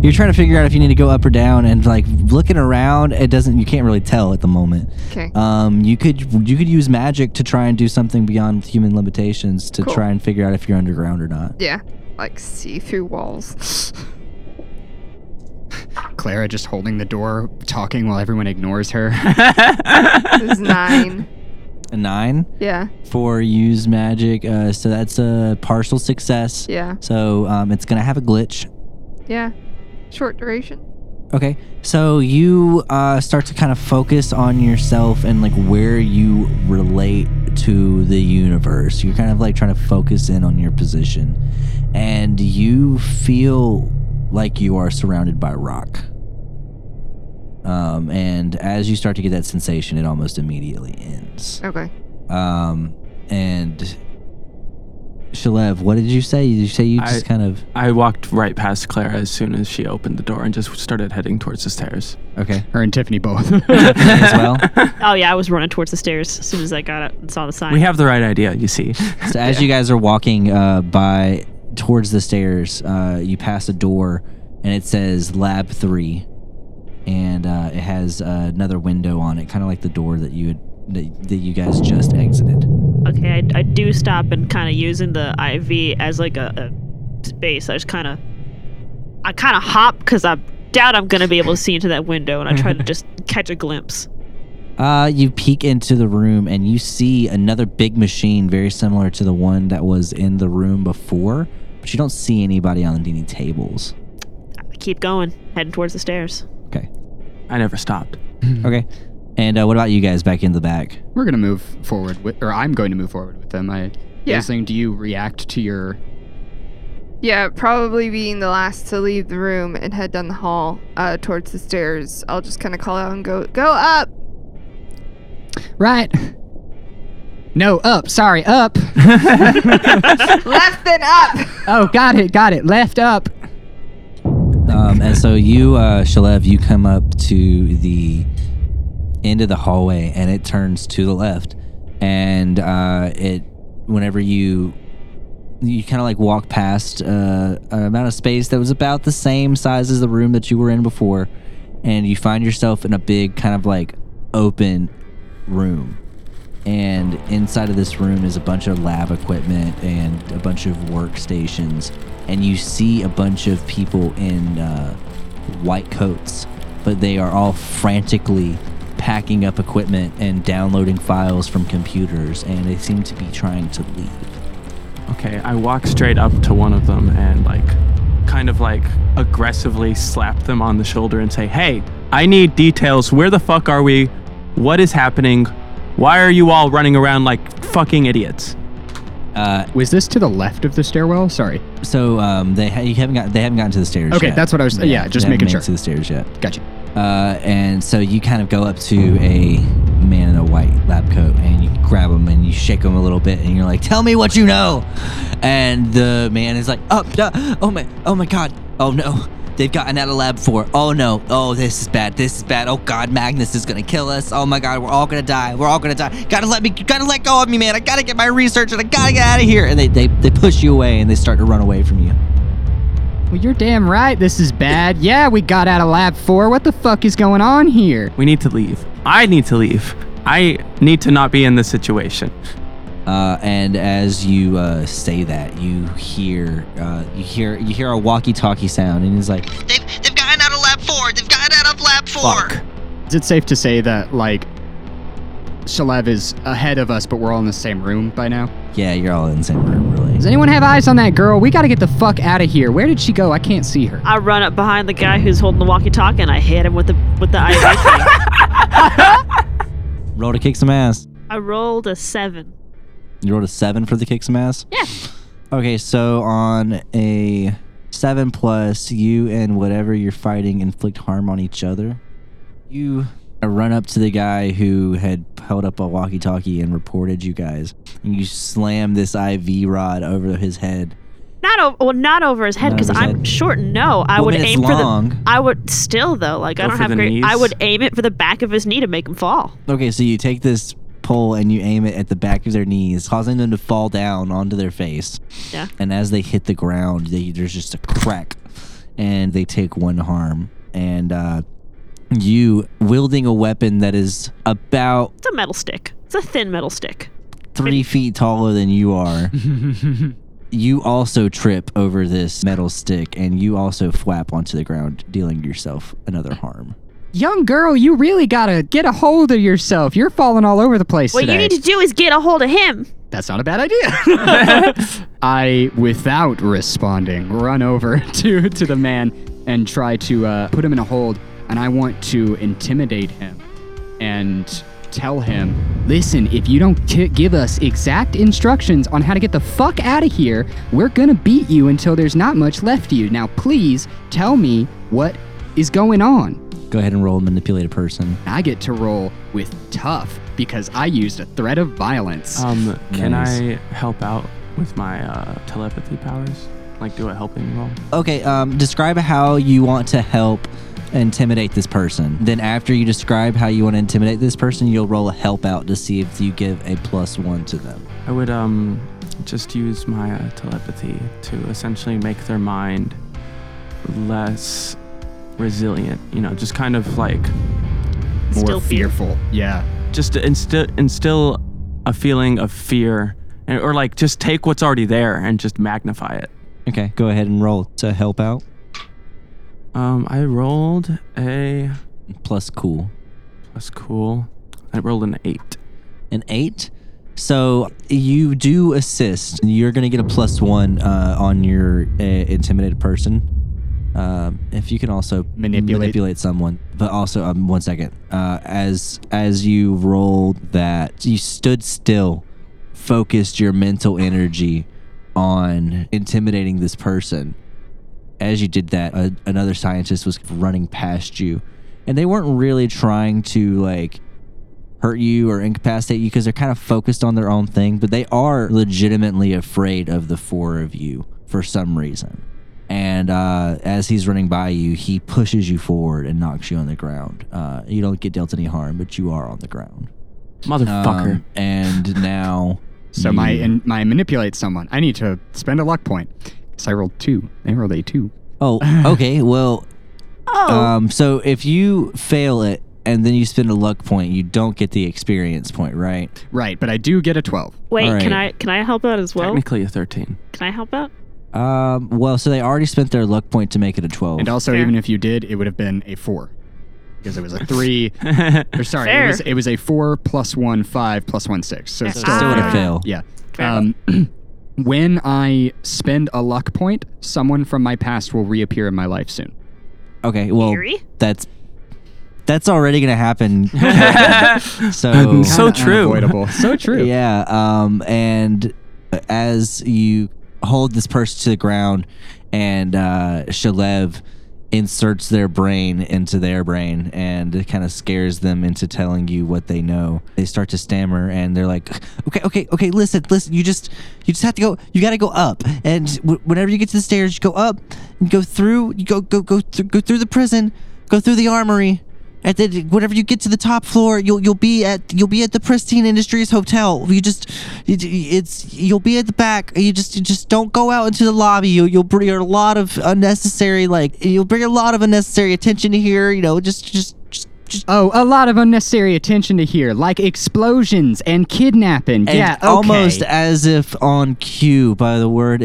D: you're trying to figure out if you need to go up or down, and like looking around, it doesn't. You can't really tell at the moment.
F: okay.
D: Um, you could you could use magic to try and do something beyond human limitations to
F: Cool.
D: try and figure out if you're underground or not.
F: yeah. like see through walls.
E: Clara just holding the door, talking while everyone ignores her. [LAUGHS]
F: This is nine.
D: A nine
F: Yeah.
D: for use magic. Uh, so that's a partial success.
F: Yeah.
D: So um, it's going to have a glitch.
F: Yeah. Short duration.
D: Okay, so you uh, start to kind of focus on yourself and like where you relate to the universe. You're kind of like trying to focus in on your position, and you feel like you are surrounded by rock. Um, and as you start to get that sensation, it almost immediately ends.
F: Okay.
D: Um, and Shalev, what did you say? Did you say you
G: I-
D: just kind of
G: I walked right past Clara as soon as she opened the door and just started heading towards the stairs.
D: okay
E: her and Tiffany both. [LAUGHS]
D: as well?
H: Oh yeah, I was running towards the stairs as soon as I got up and saw the sign.
G: We have the right idea, you see. [LAUGHS]
D: So as you guys are walking uh, by towards the stairs, uh, you pass a door, and it says Lab Three, and uh, it has uh, another window on it, kind of like the door that you had, that, that you guys just exited.
H: Okay, I, I do stop and kind of using the IV as like a, a space. I just kind of, I kind of hop because I doubt I'm gonna be able to see into that window, and I
D: [LAUGHS]
H: try to just catch a glimpse.
D: Uh, you peek into the room and you see another big machine, very similar to the one that was in the room before, but you don't see anybody on any tables.
H: I keep going, heading towards the stairs.
G: I never stopped.
D: Okay, and uh, what about you guys back in the back?
E: We're gonna move forward, with, or I'm going to move forward with them. I,
F: Yeah.
E: Aisling, do you react to your?
F: Yeah, probably being the last to leave the room and head down the hall uh, towards the stairs. I'll just kind of call out and go, go up.
K: Right. No, up. Sorry, up.
F: Left and up.
K: Oh, got it, got it. Left up.
D: Um, and so you, uh, Shalev, you come up to the end of the hallway, and it turns to the left. And uh, it, whenever you, you kind of like walk past uh, an amount of space that was about the same size as the room that you were in before, and you find yourself in a big kind of like open room. And inside of this room is a bunch of lab equipment and a bunch of workstations. And you see a bunch of people in uh, white coats, but they are all frantically packing up equipment and downloading files from computers, and they seem to be trying to leave.
G: Okay, I walk straight up to one of them and like kind of like aggressively slap them on the shoulder and say, "Hey, I need details. Where the fuck are we? What is happening? Why are you all running around like fucking idiots?"
D: Uh,
E: Was this to the left of the stairwell? Sorry.
D: so um, they ha- you haven't got they haven't gotten to the stairs.
E: Okay,
D: yet.
E: that's what I was-
D: They
E: yeah,
D: haven't-
E: just
D: they haven't
E: making
D: made it
E: sure.
D: to the stairs yet.
E: Gotcha.
D: Uh, and so you kind of go up to a man in a white lab coat and you grab him and you shake him a little bit and you're like, "Tell me what you know." And the man is like, "Oh, duh. oh my, oh my God, oh no, they've gotten out of lab four. Oh no, oh this is bad, this is bad. Oh God, Magnus is gonna kill us. Oh my God, we're all gonna die, we're all gonna die. Gotta let me, gotta let go of me, man. I gotta get my research and I gotta get out of here." And they they, they push you away and they start to run away from you.
K: Well, you're damn right. This is bad. Yeah, we got out of lab four. What the fuck is going on here?
G: We need to leave. I need to leave. I need to not be in this situation.
D: Uh, and as you uh, say that, you hear uh, you hear you hear a walkie-talkie sound, and it's like,
L: They've, they've gotten out of lab four. They've gotten out of lab four.
G: Fuck.
E: Is it safe to say that like, Shalev is ahead of us, but we're all in the same room by now?
D: "Yeah, you're all in the same room,
K: Does
D: really."
K: anyone have eyes on that girl? We gotta get the fuck out of here. Where did she go? I can't see her.
H: I run up behind the guy who's holding the walkie-talkie, and I hit him with the with the IV.
D: [LAUGHS]
H: thing.
D: Roll to kick some ass.
H: I rolled a seven.
D: You rolled a seven for the kick some ass.
H: Yeah.
D: Okay, so on a seven plus, you and whatever you're fighting inflict harm on each other. You run up to the guy who had held up a walkie-talkie and reported you guys, and you slam this IV rod over his head.
H: Not over, well, not over his head
D: Not
H: because
D: over his
H: I'm
D: head.
H: short. No, I
D: Well,
H: would
D: mean, it's
H: aim for the.
D: long.
H: I would still though, like I
G: Go
H: don't
G: for
H: have
G: the
H: great. I
G: knees.
H: would aim it for the back of his knee to make him fall.
D: Okay, so you take this pole and you aim it at the back of their knees, causing them to fall down onto their face.
H: Yeah.
D: And as they hit the ground, they, there's just a crack, and they take one harm. And uh, you, wielding a weapon that is about
H: It's a metal stick. It's a thin metal stick.
D: three feet taller than you are, You also trip over this metal stick and you also flap onto the ground, dealing yourself another harm.
K: Young girl, you really gotta get a hold of yourself. You're falling all over the place
H: What
K: today.
H: you need to do is get a hold of him.
K: That's not a bad idea. [LAUGHS]
E: I, without responding,
K: [LAUGHS]
E: run over to, to the man and try to uh, put him in a hold. And I want to intimidate him and tell him,
K: Listen, if you don't ki- give us exact instructions on how to get the fuck out of here, we're gonna beat you until there's not much left of you. Now, please tell me what is going on.
D: Go ahead and roll manipulate a person.
K: I get to roll with tough because I used a threat of violence.
G: Um, can
D: Nice.
G: I help out with my uh, telepathy powers? Like, do a helping roll?
D: Okay, um, describe how you want to help intimidate this person. Then, after you describe how you want to intimidate this person, you'll roll a help out to see if you give a plus one to them.
G: I would um just use my uh, telepathy to essentially make their mind less resilient. You know, just kind of like
E: more
H: Still fear.
E: fearful. Yeah.
G: just to instill instill a feeling of fear, and, or like just take what's already there and just magnify it.
D: Okay, go ahead and roll to help out.
G: Um, I rolled a
D: Plus, cool.
G: that's cool. I rolled an eight.
D: An eight. So you do assist. You're gonna get a plus one uh, on your uh, intimidated person. Um, if you can also
E: Manipulate.
D: manipulate someone, but also um, one second. Uh, as as you rolled that, you stood still, focused your mental energy on intimidating this person. As you did that, a, another scientist was running past you, and they weren't really trying to like hurt you or incapacitate you because they're kind of focused on their own thing, but they are legitimately afraid of the four of you for some reason. And uh, as he's running by you, he pushes you forward and knocks you on the ground. Uh, you don't get dealt any harm, but you are on the ground.
G: Motherfucker.
D: Um, and now.
E: So
D: you-
E: my and my manipulate someone. I need to spend a luck point. Cause I rolled two. They rolled a two.
D: Oh, okay. Well, um, so if you fail it and then you spend a luck point, you don't get the experience point, right?
E: Right, but I do get a twelve.
H: Wait, can I
D: Alright.
H: can I help out as well?
G: Technically a thirteen.
H: Can I help out?
D: Um, well, so they already spent their luck point to make it a 12.
E: And also,
H: Fair.
E: even if you did, it would have been a four. Because it was
D: [LAUGHS]
E: a three. or sorry,
H: Fair.
E: it was, it was a four plus one five plus one six. So
H: Still
D: Still would
H: Ah.
D: have failed.
E: Yeah.
H: Fair.
E: Um, [CLEARS THROAT] when I spend a luck point, someone from my past will reappear in my life soon.
D: Okay, well,
H: Eerie?
D: that's that's already gonna happen. [LAUGHS] so
G: So
D: [LAUGHS]
G: true.
E: Unavoidable. so true.
D: yeah, um, and as you hold this person to the ground, and uh, Shalev inserts their brain into their brain and kind of scares them into telling you what they know. They start to stammer and they're like, "Okay, okay, okay, listen, listen. You just you just have to go. You got to go up. And w- whenever you get to the stairs, you go up and go through. You go go go th- go through the prison, go through the armory." And then whenever you get to the top floor, you'll you'll be at you'll be at the Pristine Industries Hotel. You just it, it's you'll be at the back. You just you just don't go out into the lobby. You you'll bring a lot of unnecessary like you'll bring a lot of unnecessary attention here. You know, just just just. just
K: Oh, a lot of unnecessary attention to here, like explosions and kidnapping.
D: and
K: yeah, okay.
D: almost as if on cue by the word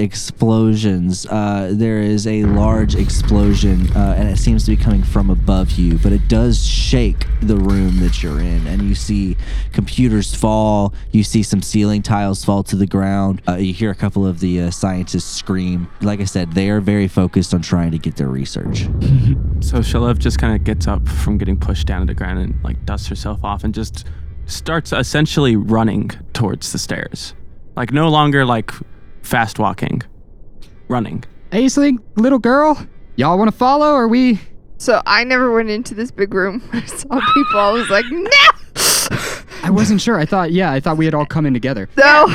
D: explosions, uh, there is a large explosion, uh, and it seems to be coming from above you. But it does shake the room that you're in, and you see computers fall. You see some ceiling tiles fall to the ground. Uh, you hear a couple of the uh, scientists scream. Like I said, they are very focused on trying to get their research.
G: So Shalev just kind of gets up from getting pushed down to the ground and like dusts herself off and just starts essentially running towards the stairs. Like no longer like fast walking, running.
K: Aisling, little girl, y'all want to follow? Or we?
F: So I never went into this big room. [LAUGHS] I saw people. I was like, no, [LAUGHS]
K: I wasn't sure. I thought, yeah, I thought we had all come in together.
F: no.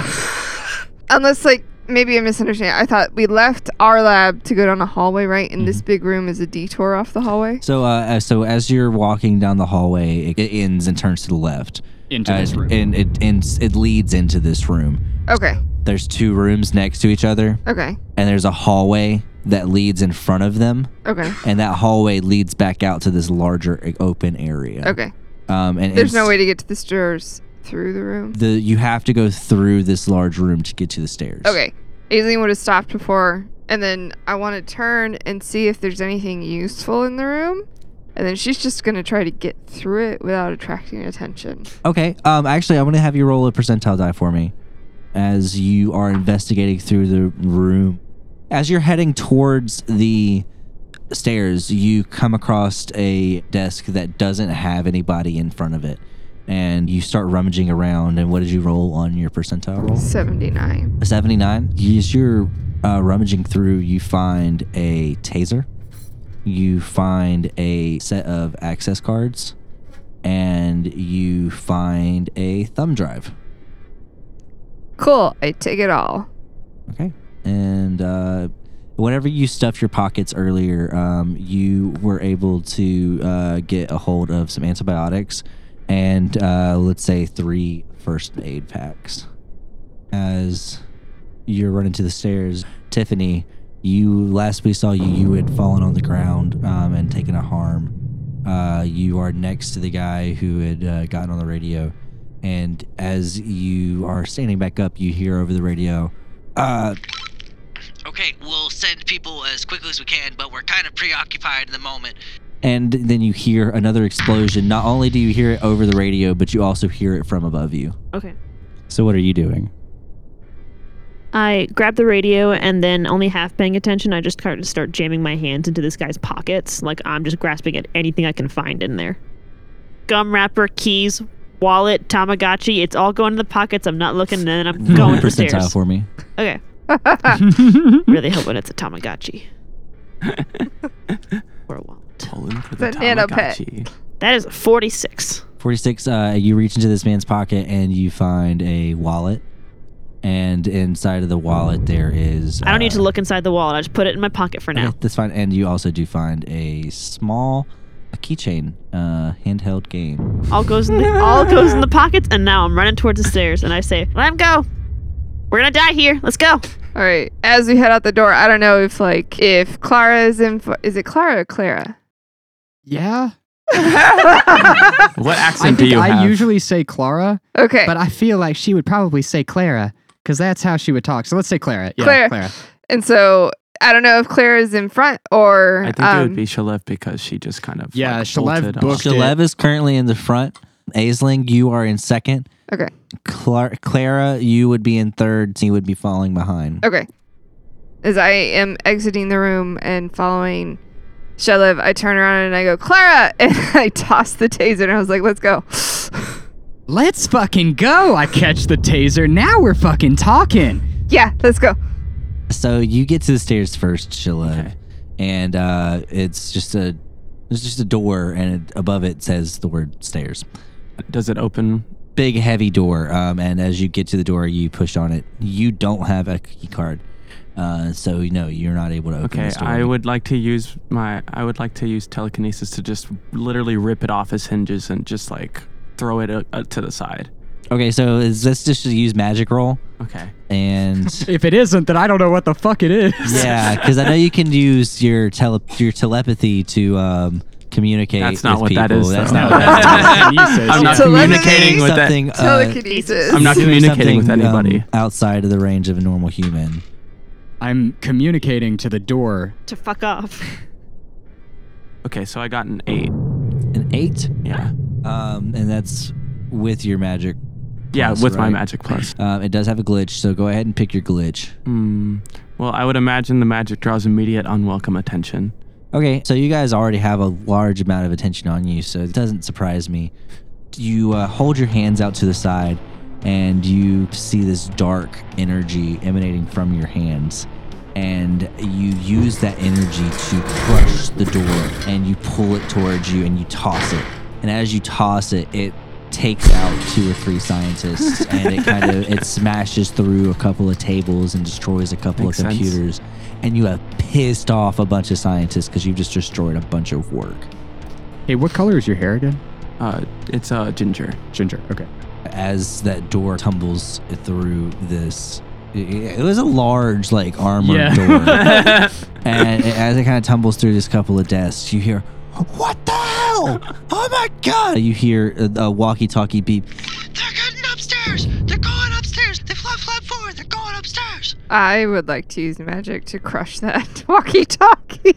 F: Unless like maybe I misunderstand. I thought we left our lab to go down a hallway, right? And this big room is a detour off the hallway.
D: So, uh, so as you're walking down the hallway, it, it ends and turns to the left.
E: Into this
D: Uh,
E: room.
D: and it ends, it leads into this room.
F: Okay,
D: there's two rooms next to each other
F: okay,
D: and there's a hallway that leads in front of them
F: okay,
D: and that hallway leads back out to this larger uh, open area
F: okay.
D: um and
F: There's
D: it's-
F: no way to get to the stairs through the room.
D: the you have to go through this large room to get to the stairs
F: Okay, Aileen would have stopped before, and then I want to turn and see if there's anything useful in the room. And then she's just gonna try to get through it without attracting attention.
D: Okay. Um. Actually, I'm gonna have you roll a percentile die for me, as you are investigating through the room. As you're heading towards the stairs, you come across a desk that doesn't have anybody in front of it, and you start rummaging around. And what did you roll on your percentile roll?
F: 79.
D: A 79. As you're uh, rummaging through, you find a taser, you find a set of access cards, and you find a thumb drive.
F: Cool. I take it all.
D: Okay. And uh, whenever you stuffed your pockets earlier, um, you were able to uh, get a hold of some antibiotics and uh, let's say three first aid packs. As you're running to the stairs, Tiffany, you last we saw you, you had fallen on the ground um, and taken a harm. Uh, you are next to the guy who had uh, gotten on the radio. And as you are standing back up, you hear over the radio, uh,
B: Okay, we'll send people as quickly as we can, but we're kind of preoccupied in the moment.
D: and then you hear another explosion. Not only do you hear it over the radio, but you also hear it from above you.
H: Okay.
D: So, what are you doing?
H: I grab the radio and then, only half paying attention, I just kind of start jamming my hands into this guy's pockets. Like I'm just grasping at anything I can find in there. Gum wrapper, keys, wallet, Tamagotchi. It's all going in the pockets. I'm not looking, and
D: [LAUGHS]
H: then I'm
D: Roll a
H: going to the
D: percentile
H: stairs.
D: for me.
H: Okay. really hoping it's a Tamagotchi or a wallet.
G: Pulling for
F: The nano pet.
H: That is a 46.
D: 46 uh, you reach into this man's pocket and you find a wallet and inside of the wallet there is
H: I don't need
D: uh,
H: to look inside the wallet. I just put it in my pocket for now.
D: okay, [LAUGHS] that's fine and you also do find a small a keychain uh handheld game
H: All goes in the, all goes in the pockets, and now I'm running towards the stairs, and I say, "Let him go. We're gonna die here. Let's go."
F: All right. As we head out the door, I don't know if like if Clara is in. For, is it Clara or Clara?
K: Yeah.
G: [LAUGHS] What
K: I
G: accent do
K: think
G: you
K: I
G: have?
K: usually say Clara,
F: Okay.
K: but I feel like she would probably say Clara because that's how she would talk. So let's say Clara. Yeah,
F: Clara.
K: Clara.
F: and so I don't know if Clara is in front or
G: I think it would
F: um,
G: be Shalev because she just kind of
E: Yeah,
G: like,
E: Shalev
G: bolted
E: booked-
G: off.
D: Shalev is currently in the front Aisling you are in second
F: okay.
D: Clar- Clara you would be in third he would be falling behind
F: Okay. As I am exiting the room and following Shelev, I turn around and I go, Clara! [LAUGHS] And I toss the taser and I was like, let's go.
K: Let's fucking go. I catch the taser. Now we're fucking talking.
F: yeah, let's go.
D: So you get to the stairs first, Shilla,
G: Okay.
D: and uh, it's just a it's just a door, and it, above it says the word stairs.
G: Does it open?
D: Big heavy door, um, and as you get to the door, you push on it. You don't have a key card, uh, so no, you're not able to open
G: Okay,
D: this door.
G: I would like to use my I would like to use telekinesis to just literally rip it off its hinges and just like throw it uh, uh, to the side.
D: Okay, so is this just to use magic roll?
G: Okay. [LAUGHS]
D: And
K: If it isn't, then I don't know what the fuck it is.
D: yeah, because I know you can use your tele your telepathy to um, communicate.
G: That's not
D: with
G: what that
D: people.
G: is,
D: That's
G: though.
D: not what that
G: [LAUGHS]
D: is.
G: I'm not
F: Telepathy.
G: communicating with that.
D: Something, uh,
F: Telekinesis.
G: I'm not
D: doing
G: communicating
D: [LAUGHS]
G: with
D: something, um,
G: anybody.
D: outside of the range of a normal human.
E: I'm communicating to the door.
H: To fuck off. [LAUGHS]
G: Okay, so I got an eight.
D: Mm. An eight,
G: Yeah.
D: um, and that's with your magic.
G: Yeah,
D: Plus,
G: with my
D: right?
G: magic plus.
D: Um, it does have a glitch, so go ahead and pick your glitch.
G: Hmm. Well, I would imagine the magic draws immediate unwelcome attention.
D: Okay, so you guys already have a large amount of attention on you, so it doesn't surprise me. You uh, hold your hands out to the side, and you see this dark energy emanating from your hands. And you use that energy to crush the door, and you pull it towards you, and you toss it. And as you toss it, it takes out two or three
G: [LAUGHS]
D: scientists, and it kind of it smashes through a couple of tables and destroys a couple
G: Makes
D: of
G: sense.
D: computers years, and you have pissed off a bunch of scientists because you've just destroyed a bunch of work.
E: Hey, what color is your hair again?
G: Uh, it's uh ginger.
E: Ginger. Okay.
D: As that door tumbles through this, it it was a large, like, armored door. and as it kind of tumbles through this couple of desks, you hear, What the hell? Oh my God! You hear a, a walkie talkie beep.
B: They're getting upstairs. They're going upstairs. They flap, flap forward. They're going upstairs.
F: [LAUGHS] I would like to use magic to crush that [LAUGHS] walkie-talkie.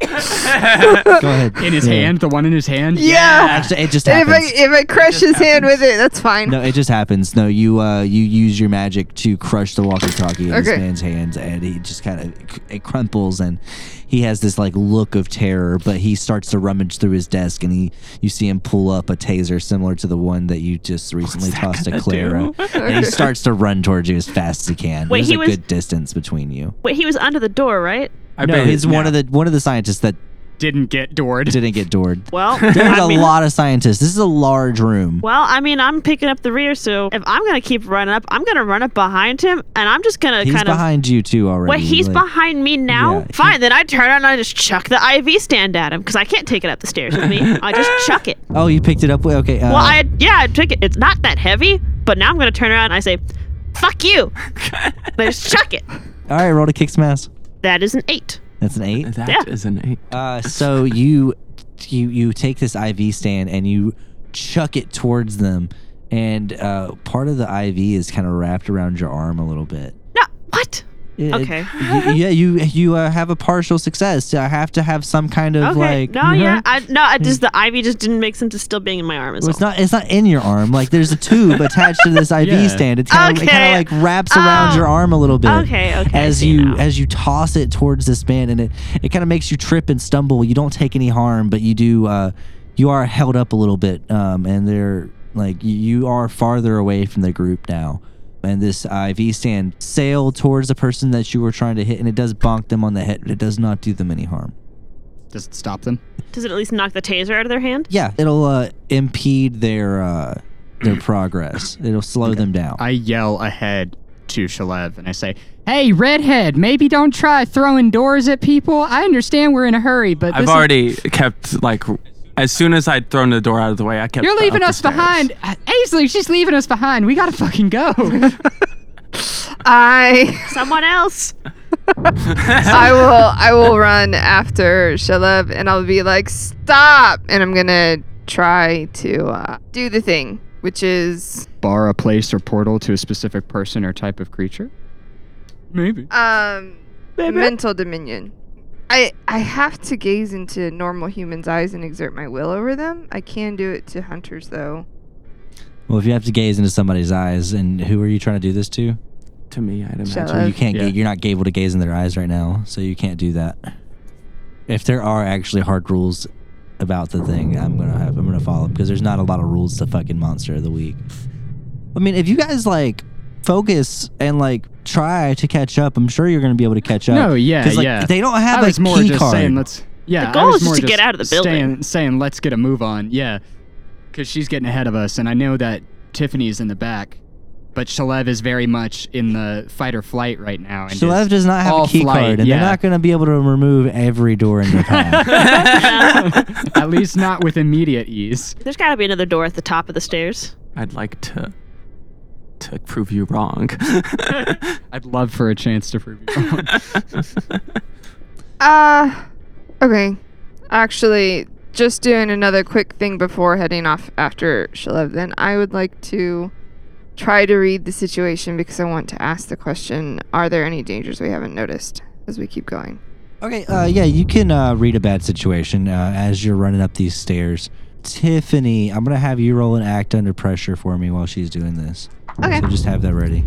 K: Go
I: ahead.
E: In his
D: Yeah.
E: hand, the one in his
F: [LAUGHS]
E: hand.
D: Actually, it just
F: if I
D: happens.
F: if I crush his hand with it, that's fine.
D: No, it just happens. No, you uh, you use your magic to crush the walkie-talkie in this
F: Okay.
D: man's hands, and he just kind of it crumples, and he has this like look of terror. But he starts to rummage through his desk, and he you see him pull up a taser similar to the one that you just recently tossed to Clara, and he starts to run towards you as fast as he can.
H: Wait,
D: There's
H: he
D: a
H: was-
D: good distance between you.
H: Wait, he was under the door, right?
D: I no, he's one of the one of the scientists that
E: didn't get doored.
D: Didn't get
H: [LAUGHS]
D: doored. [LAUGHS]
H: Well,
D: There's
H: I
D: a
H: mean-
D: lot of scientists. This is a large room.
H: Well, I mean, I'm picking up the rear, so if I'm gonna keep running up, I'm gonna run up behind him, and I'm just gonna
D: he's
H: kind of.
D: behind you too already.
H: Wait, he's
D: like-
H: behind me now?
D: Yeah, he-
H: Fine, then I turn and I just chuck the IV stand at him because I can't take it up the stairs with me. I
D: [LAUGHS]
H: just chuck it.
D: Oh, you picked it up. Okay. Uh,
H: well, I yeah, I took it. It's not that heavy, but now I'm gonna turn around and I say,
D: [LAUGHS]
H: "Fuck you!" And I just chuck it.
D: All right, roll to kick smash.
H: That is an eight.
D: That's an
G: [LAUGHS]
D: eight.
G: That is
H: Yeah.
G: an eight.
D: Uh, so you you you take this IV stand and you chuck it towards them, and uh, part of the IV is kind of wrapped around your arm a little bit.
H: No, what?
D: Yeah,
H: okay.
D: Y- yeah, you you uh, have a partial success. I have to have some kind of
H: Okay.
D: like. uh-huh. Hmm.
H: no, yeah, I, no, I just the IV just didn't make sense of still being in my arm. Is
D: Well,
H: all.
D: it's not. It's not in your arm. Like there's a tube
H: [LAUGHS]
D: attached to this IV
E: Yeah.
D: stand. It's kind of it kind
H: Okay.
D: of like wraps around
H: Oh.
D: your arm a little bit.
H: Okay, okay, I
D: As
H: see
D: you
H: now.
D: as you toss it towards this man, and it it kind of makes you trip and stumble. You don't take any harm, but you do. Uh, you are held up a little bit, um, and they're like you- you are farther away from the group now. And this IV stand sailed towards the person that you were trying to hit, and it does bonk them on the head, but it does not do them any harm.
K: Does it stop them?
H: Does it at least knock the taser out of their hand?
D: Yeah, it'll uh, impede their uh, their progress. It'll slow them down.
E: Mm. I yell ahead to Shalev and I say,
K: Hey, redhead, maybe don't try throwing doors at people. I understand we're in a hurry, but
G: I've
K: this
G: already kept like as soon as I'd thrown the door out of the way,
E: [LAUGHS]
G: I
K: Is,
G: kept.
K: you're
G: up
K: leaving
G: the
K: us
G: stairs.
K: behind.
E: Uh,
K: Aisley, she's leaving us behind. We gotta fucking go.
E: [LAUGHS]
D: [LAUGHS]
F: I
H: Someone else.
F: I will I will run after Shalab and I'll be like stop and I'm gonna try to uh, do the thing which is
E: bar a place or portal to a specific person or type of creature? Maybe.
F: um mental dominion. I I have to gaze into normal humans' eyes and exert my will over them. I can do it to hunters though.
D: Well, if you have to gaze into somebody's eyes, and who are you trying to do this to?
G: To me, I'd imagine.
D: So you can't.
E: Yeah.
D: ga- you're not able to gaze in their eyes right now, so you can't do that. If there are actually hard rules about the thing, I'm gonna have. I'm gonna follow because there's not a lot of rules to fucking Monster of the Week. I mean, if you guys like focus and like try to catch up, I'm sure you're gonna be able to catch up.
E: No, yeah,
D: 'Cause, like,
E: yeah.
D: They don't
E: I
D: have
E: was
D: like
E: more
D: key
E: just
D: card.
E: saying let's. Yeah,
H: The goal
E: I was
H: is just
E: more
H: to get out of the building.
E: Saying, saying let's get a move on. Yeah, because she's getting ahead of us, and I know that Tiffany's in the back, but Shalev is very much in the fight or flight right now. And
D: Shalev
E: is
D: does not have
E: all
D: a key
E: flight,
D: card, and
E: yeah.
D: they're not going to be able to remove every door in
E: [LAUGHS]
D: your path.
E: At least not with immediate ease.
H: [LAUGHS] There's got to be another door at the top of
D: [LAUGHS]
H: the stairs.
G: I'd like to to prove you wrong. [LAUGHS]
E: I'd love for a chance to prove you wrong.
F: Uh, okay. Actually, just doing another quick thing before heading off after Shalev, then I would like to try to read the situation because I want to ask the question Are there any dangers we haven't noticed as we keep going?
D: okay, uh, yeah, you can uh, read a bad situation uh, as you're running up these stairs. Tiffany, I'm going to have you roll an act under pressure for me while she's doing this.
F: Okay.
D: So just have that ready.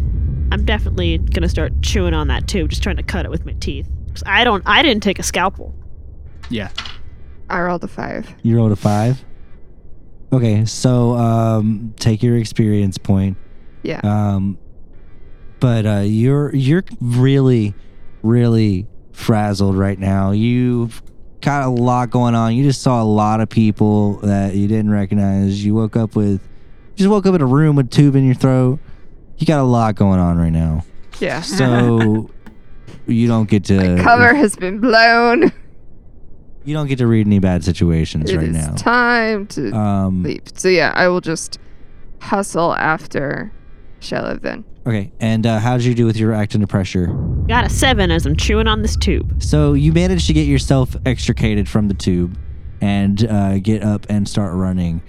H: I'm definitely gonna start chewing on that too, just trying to cut it with my teeth. 'Cause I don't. I didn't take a scalpel.
E: yeah.
F: I rolled a five.
D: You rolled a five. Okay, so um, take your experience point.
F: Yeah.
D: Um, but uh, you're you're really, really frazzled right now. You've got a lot going on. You just saw a lot of people that you didn't recognize. You woke up with, you just woke up in a room with a tube in your throat. You got a lot going on right now. [LAUGHS]
F: Yeah. [LAUGHS]
D: So you don't get to
F: Cover has been blown.
D: You don't get to read any bad situations
F: It is
D: right now.
F: time to
D: Um,
F: leap. So, yeah, I will just hustle after Shalev then.
D: Okay, and uh, how did you do with your act under pressure?
H: Got a seven as I'm chewing on this tube.
D: So you managed to get yourself extricated from the tube and uh, get up and start running.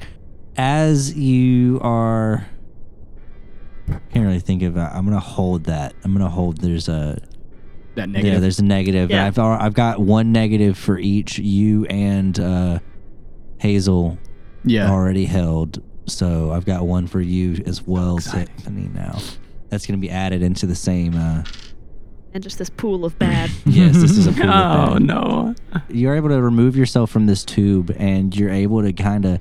D: As you are can't really think of. Uh, I'm gonna hold that. I'm gonna hold. There's a
E: That
D: Yeah,
E: negative.
D: there's a negative.
E: Yeah.
D: I've al- I've got one negative for each. You and uh, Hazel.
E: Yeah.
D: Already held. So I've got one for you as well, Tiffany. Now that's gonna be added into the same. Uh,
H: And just this pool
D: [LAUGHS]
H: of bad.
D: yes, this
G: [LAUGHS]
D: is a pool of
G: Oh,
D: bad.
G: no.
D: You're able to remove yourself from this tube, and you're able to kind of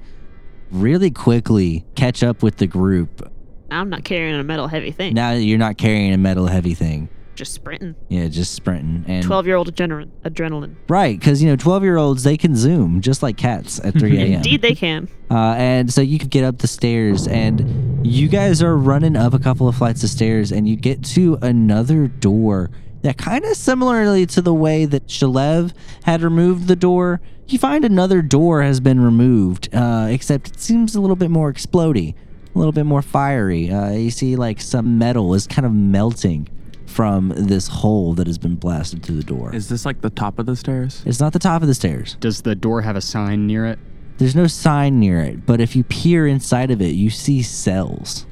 D: really quickly catch up with the group.
H: I'm not carrying a metal heavy thing.
D: Now that you're not carrying a metal heavy thing.
H: Just sprinting.
D: Yeah, just sprinting and
H: 12 year old adrenaline. adrenaline.
D: Right, because you know, twelve-year-olds they can zoom just like cats at three a.m.
H: Indeed, they can.
D: Uh, and so you could get up the stairs, and you guys are running up a couple of flights of stairs, and you get to another door that kind of similarly to the way that Shalev had removed the door. You find another door has been removed, uh, except it seems a little bit more explodey, a little bit more fiery. Uh, you see, like some metal is kind of melting from this hole that has been blasted through the door.
G: Is this like the top of the stairs?
D: It's not the top of the stairs.
E: Does the door have a sign near it?
D: There's no sign near it, but if you peer inside of it, you see cells.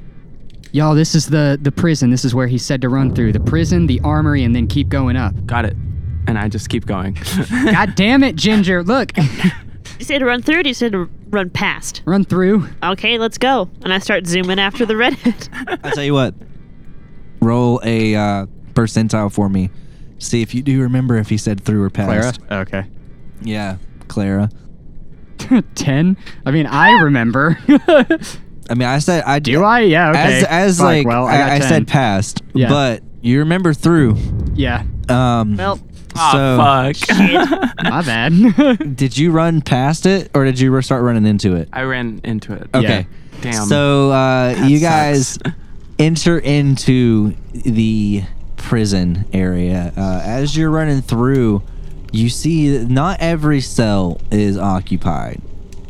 K: Y'all, this is the the prison. This is where he said to run through the prison, the armory, and then keep going up.
G: Got it. And I just keep going. [LAUGHS]
K: God damn it, Ginger! Look,
H: You said to run through, or you said to run past.
K: run through.
H: Okay, let's go. And I start zooming after the redhead.
D: I tell you what, roll a uh, percentile for me. See if you do remember if he said through or past.
E: Okay.
D: Yeah, Clara.
K: [LAUGHS] Ten.
E: I mean, I
K: [LAUGHS]
E: remember.
D: I mean, I said I
E: Do I? Yeah. Okay.
D: as as
E: Fuck,
D: like
E: well, I, got
D: I, I
E: 10.
D: said past,
E: Yeah.
D: but you remember through.
E: Yeah.
D: Um,
H: well,
D: so
G: Ah, fuck.
D: [LAUGHS]
E: My bad.
D: did you run past it or did you re- start running into it?
G: I ran into it.
D: Okay.
G: Damn.
D: So uh, you guys
G: sucks.
D: enter into the prison area. Uh, as you're running through, you see that not every cell is occupied,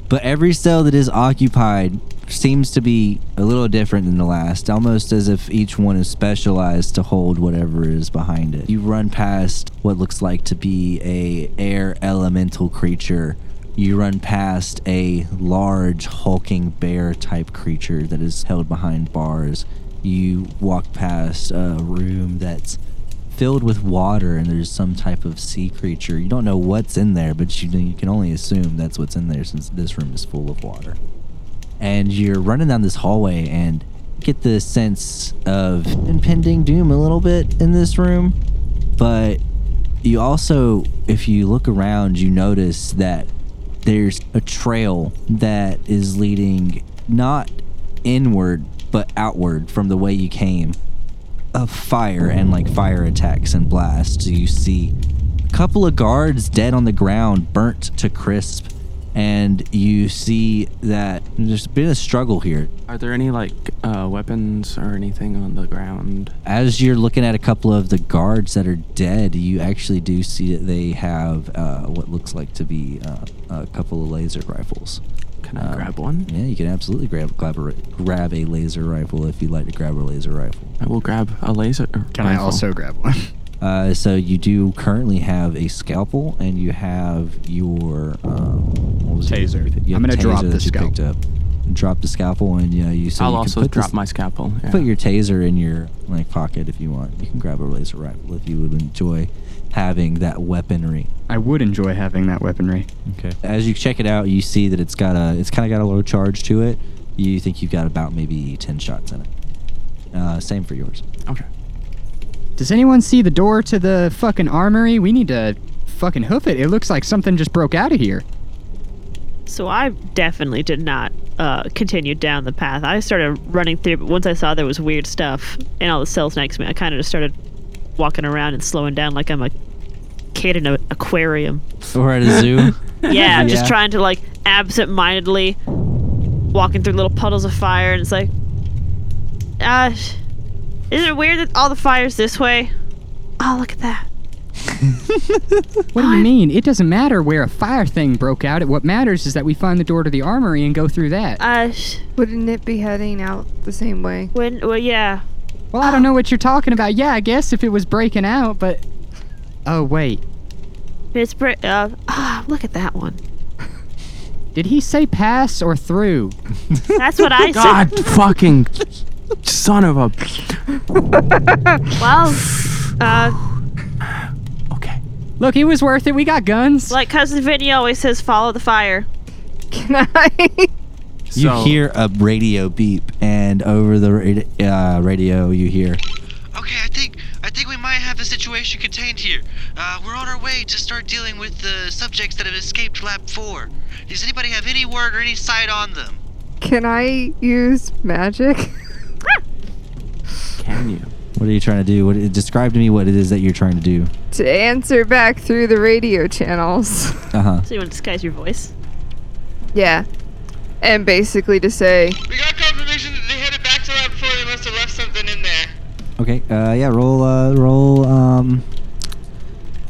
D: but every cell that is occupied seems to be a little different than the last, almost as if each one is specialized to hold whatever is behind it. You run past what looks like to be a air elemental creature you run past a large, hulking bear type creature that is held behind bars. You walk past a room that's filled with water and there's some type of sea creature. You don't know what's in there, but you, you can only assume that's what's in there since this room is full of water. And you're running down this hallway and get the sense of impending doom a little bit in this room, but you also, if you look around, you notice that there's a trail that is leading not inward but outward from the way you came of fire and like fire attacks and blasts. You see a couple of guards dead on the ground, burnt to crisp, and you see that there's been a struggle here.
G: Are there any like uh, weapons or anything on the ground?
D: As you're looking at a couple of the guards that are dead, you actually do see that they have uh, what looks like to be uh, a couple of laser rifles.
G: Can I
D: Um,
G: grab one?
D: Yeah, you can absolutely grab grab a, ra- grab a laser rifle if you'd like to grab a laser rifle.
G: I will grab a laser. Can
E: Can I also grab one?
D: Uh, so you do currently have a scalpel, and you have your um, what was it?
E: Taser.
D: You have
E: I'm
D: a
E: gonna drop
D: taser
E: the
D: that you picked
E: scalpel.
D: up. Drop the scalpel, and yeah, you. So
G: I'll
D: you
G: also
D: can put
G: drop
D: this-
G: my scalpel. yeah.
D: Put your taser in your like pocket if you want. You can grab a laser rifle if you would enjoy having that weaponry.
E: I would enjoy having that weaponry.
D: Okay. As you check it out, you see that it's got a it's kind of got a low charge to it. You think you've got about maybe ten shots in it. Uh, same for yours.
G: Okay.
K: Does anyone see the door to the fucking armory? We need to fucking hoof it. It looks like something just broke out of here.
H: So I definitely did not uh, continue down the path. I started running through, but once I saw there was weird stuff and all the cells next to me, I kind of just started walking around and slowing down like I'm a kid in an aquarium.
D: Or at a zoo. [LAUGHS]
G: [LAUGHS]
H: Yeah, just
D: Yeah.
H: trying to like absent-mindedly walking through little puddles of fire, and it's like, uh, sh- isn't it weird that all the fire's this way? Oh, look at that.
K: What do you mean? It doesn't matter where a fire thing broke out. What matters is that we find the door to the armory and go through that.
H: Uh, sh-
F: Wouldn't it be heading out the same way? [LAUGHS]
H: when, well, yeah.
K: well, I don't know what you're talking about. Yeah, I guess if it was breaking out, but. Oh, wait.
H: It's pretty, uh, [LAUGHS] ah, look at that one.
K: Did he say pass or through?
H: That's what I said.
G: God fucking Son of a.
H: well, uh,
K: Look, it was worth it. We got guns.
H: like cousin Vinny always says, follow the fire.
F: Can I?
D: You
G: So-
D: hear a radio beep, and over the radi- uh, radio, you hear.
B: Okay, I think I think we might have the situation contained here. Uh, we're on our way to start dealing with the subjects that have escaped Lab Four. Does anybody have any word or any sight on them?
F: Can I use magic? [LAUGHS]
G: Can you?
D: What are you trying to do? What describe to me what it is that you're trying to do?
F: to answer back through the radio channels. [LAUGHS]
D: Uh huh.
H: So you want to disguise your voice?
F: yeah. And basically to say,
M: We got confirmation that they headed back to lab before they must have left something in there.
D: Okay. Uh, yeah. Roll. Uh, roll. Um.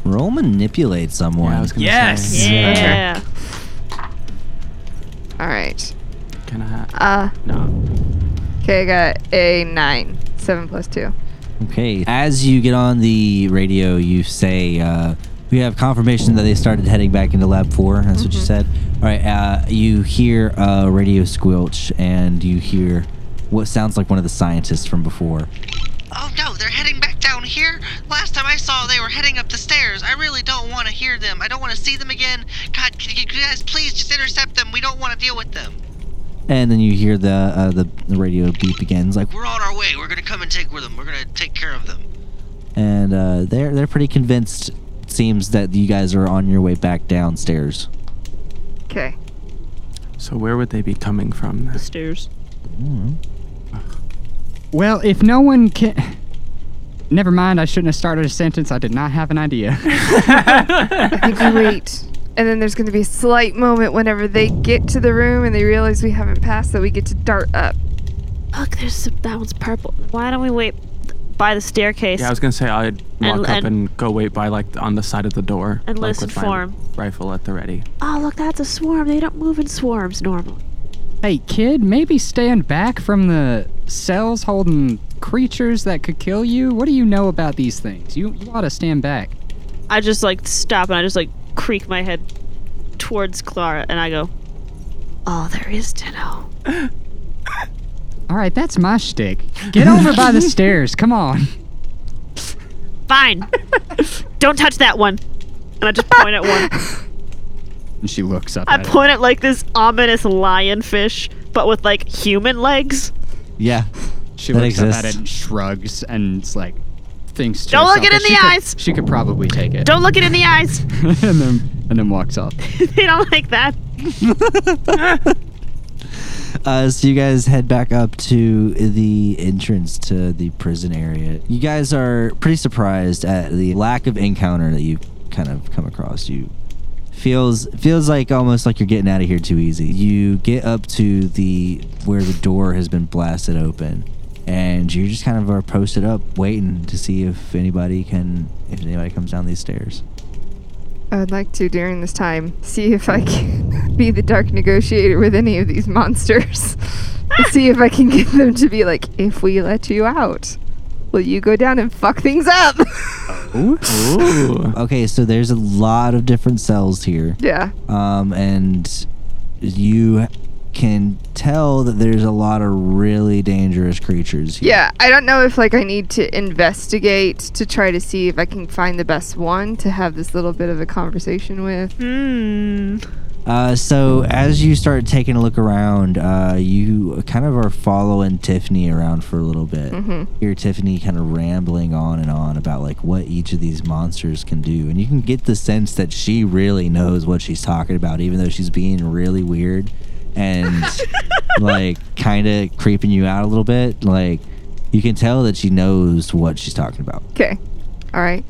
D: Roll. Manipulate someone.
G: Yeah, I was gonna say.
H: Yeah.
F: all right.
G: Can I?
F: Uh,
G: No.
F: okay, I got a nine. Seven plus two.
D: Okay. As you get on the radio, you say, uh, we have confirmation that they started heading back into Lab 4. That's what you said. All right. Uh, you hear a radio squelch and you hear what sounds like one of the scientists from before.
B: Oh no, they're heading back down here. Last time I saw, they were heading up the stairs. I really don't want to hear them. I don't want to see them again. God, can you guys please just intercept them? We don't want to deal with them.
D: And then you hear the uh, the, the radio beep again. It's like,
B: We're on our way. We're gonna come and take with them. We're gonna take care of them.
D: and uh, they're they're pretty convinced. It seems that you guys are on your way back downstairs.
F: Okay.
G: So where would they be coming from?
H: The stairs.
K: Well, if no one can. Never mind, I shouldn't have started a sentence. I did not have an idea. [LAUGHS]
F: I think [LAUGHS] we wait. And then there's going to be a slight moment whenever they get to the room and they realize we haven't passed that we get to dart up.
H: Look, there's some, that one's purple. Why don't we wait by the staircase?
G: Yeah, I was gonna say I'd walk
H: And-
G: up
H: and-
G: and, go wait by like on the side of the door,
H: And
G: like,
H: listen
G: with my
H: for 'em.
G: Rifle at the ready.
H: oh, look, that's a swarm. They don't move in swarms normally.
K: hey, kid, maybe stand back from the cells holding creatures that could kill you. What do you know about these things? You, you ought to stand back.
H: I just like stop and I just like creak my head towards Clara and I go, All there is to know.
K: All right, that's my shtick.
H: [LAUGHS]
K: Get over by the stairs. Come on. [LAUGHS]
H: Fine. Don't touch that one. And I just point at one.
E: And she looks up.
H: I
E: at it.
H: point at like this ominous lionfish, but with like human legs.
D: Yeah.
E: She
D: That
E: looks up at
D: exists.
E: it and shrugs and it's like, thinks. to
H: Don't look
E: herself
H: it in
E: that she
H: the
E: could-
H: eyes.
E: She could probably take
K: [LAUGHS]
E: it.
H: Don't look it in the eyes. [LAUGHS]
E: and then and then walks off.
H: they don't like that.
D: Uh, so you guys head back up to the entrance to the prison area. You guys are pretty surprised at the lack of encounter that you kind of come across. You feels feels like almost like you're getting out of here too easy. You get up to the where the door has been blasted open, and you just kind of are posted up waiting to see if anybody can if anybody comes down these stairs.
F: I would like to, during this time, see if I can [LAUGHS] be the dark negotiator with any of these monsters. [LAUGHS] And see if I can get them to be like, if we let you out, will you go down and fuck things up? [LAUGHS]
G: Ooh.
D: Okay, so there's a lot of different cells here.
F: yeah.
D: um, and you can tell that there's a lot of really dangerous creatures here.
F: Yeah, I don't know if like I need to investigate to try to see if I can find the best one to have this little bit of a conversation with.
H: Hmm.
D: Uh, so as you start taking a look around, uh, you kind of are following Tiffany around for a little bit.
F: Mhm.
D: Hear Tiffany kind of rambling on and on about like what each of these monsters can do, and you can get the sense that she really knows what she's talking about, even though she's being really weird and like kind of creeping you out a little bit. Like you can tell that she knows what she's talking about.
F: Okay. All right.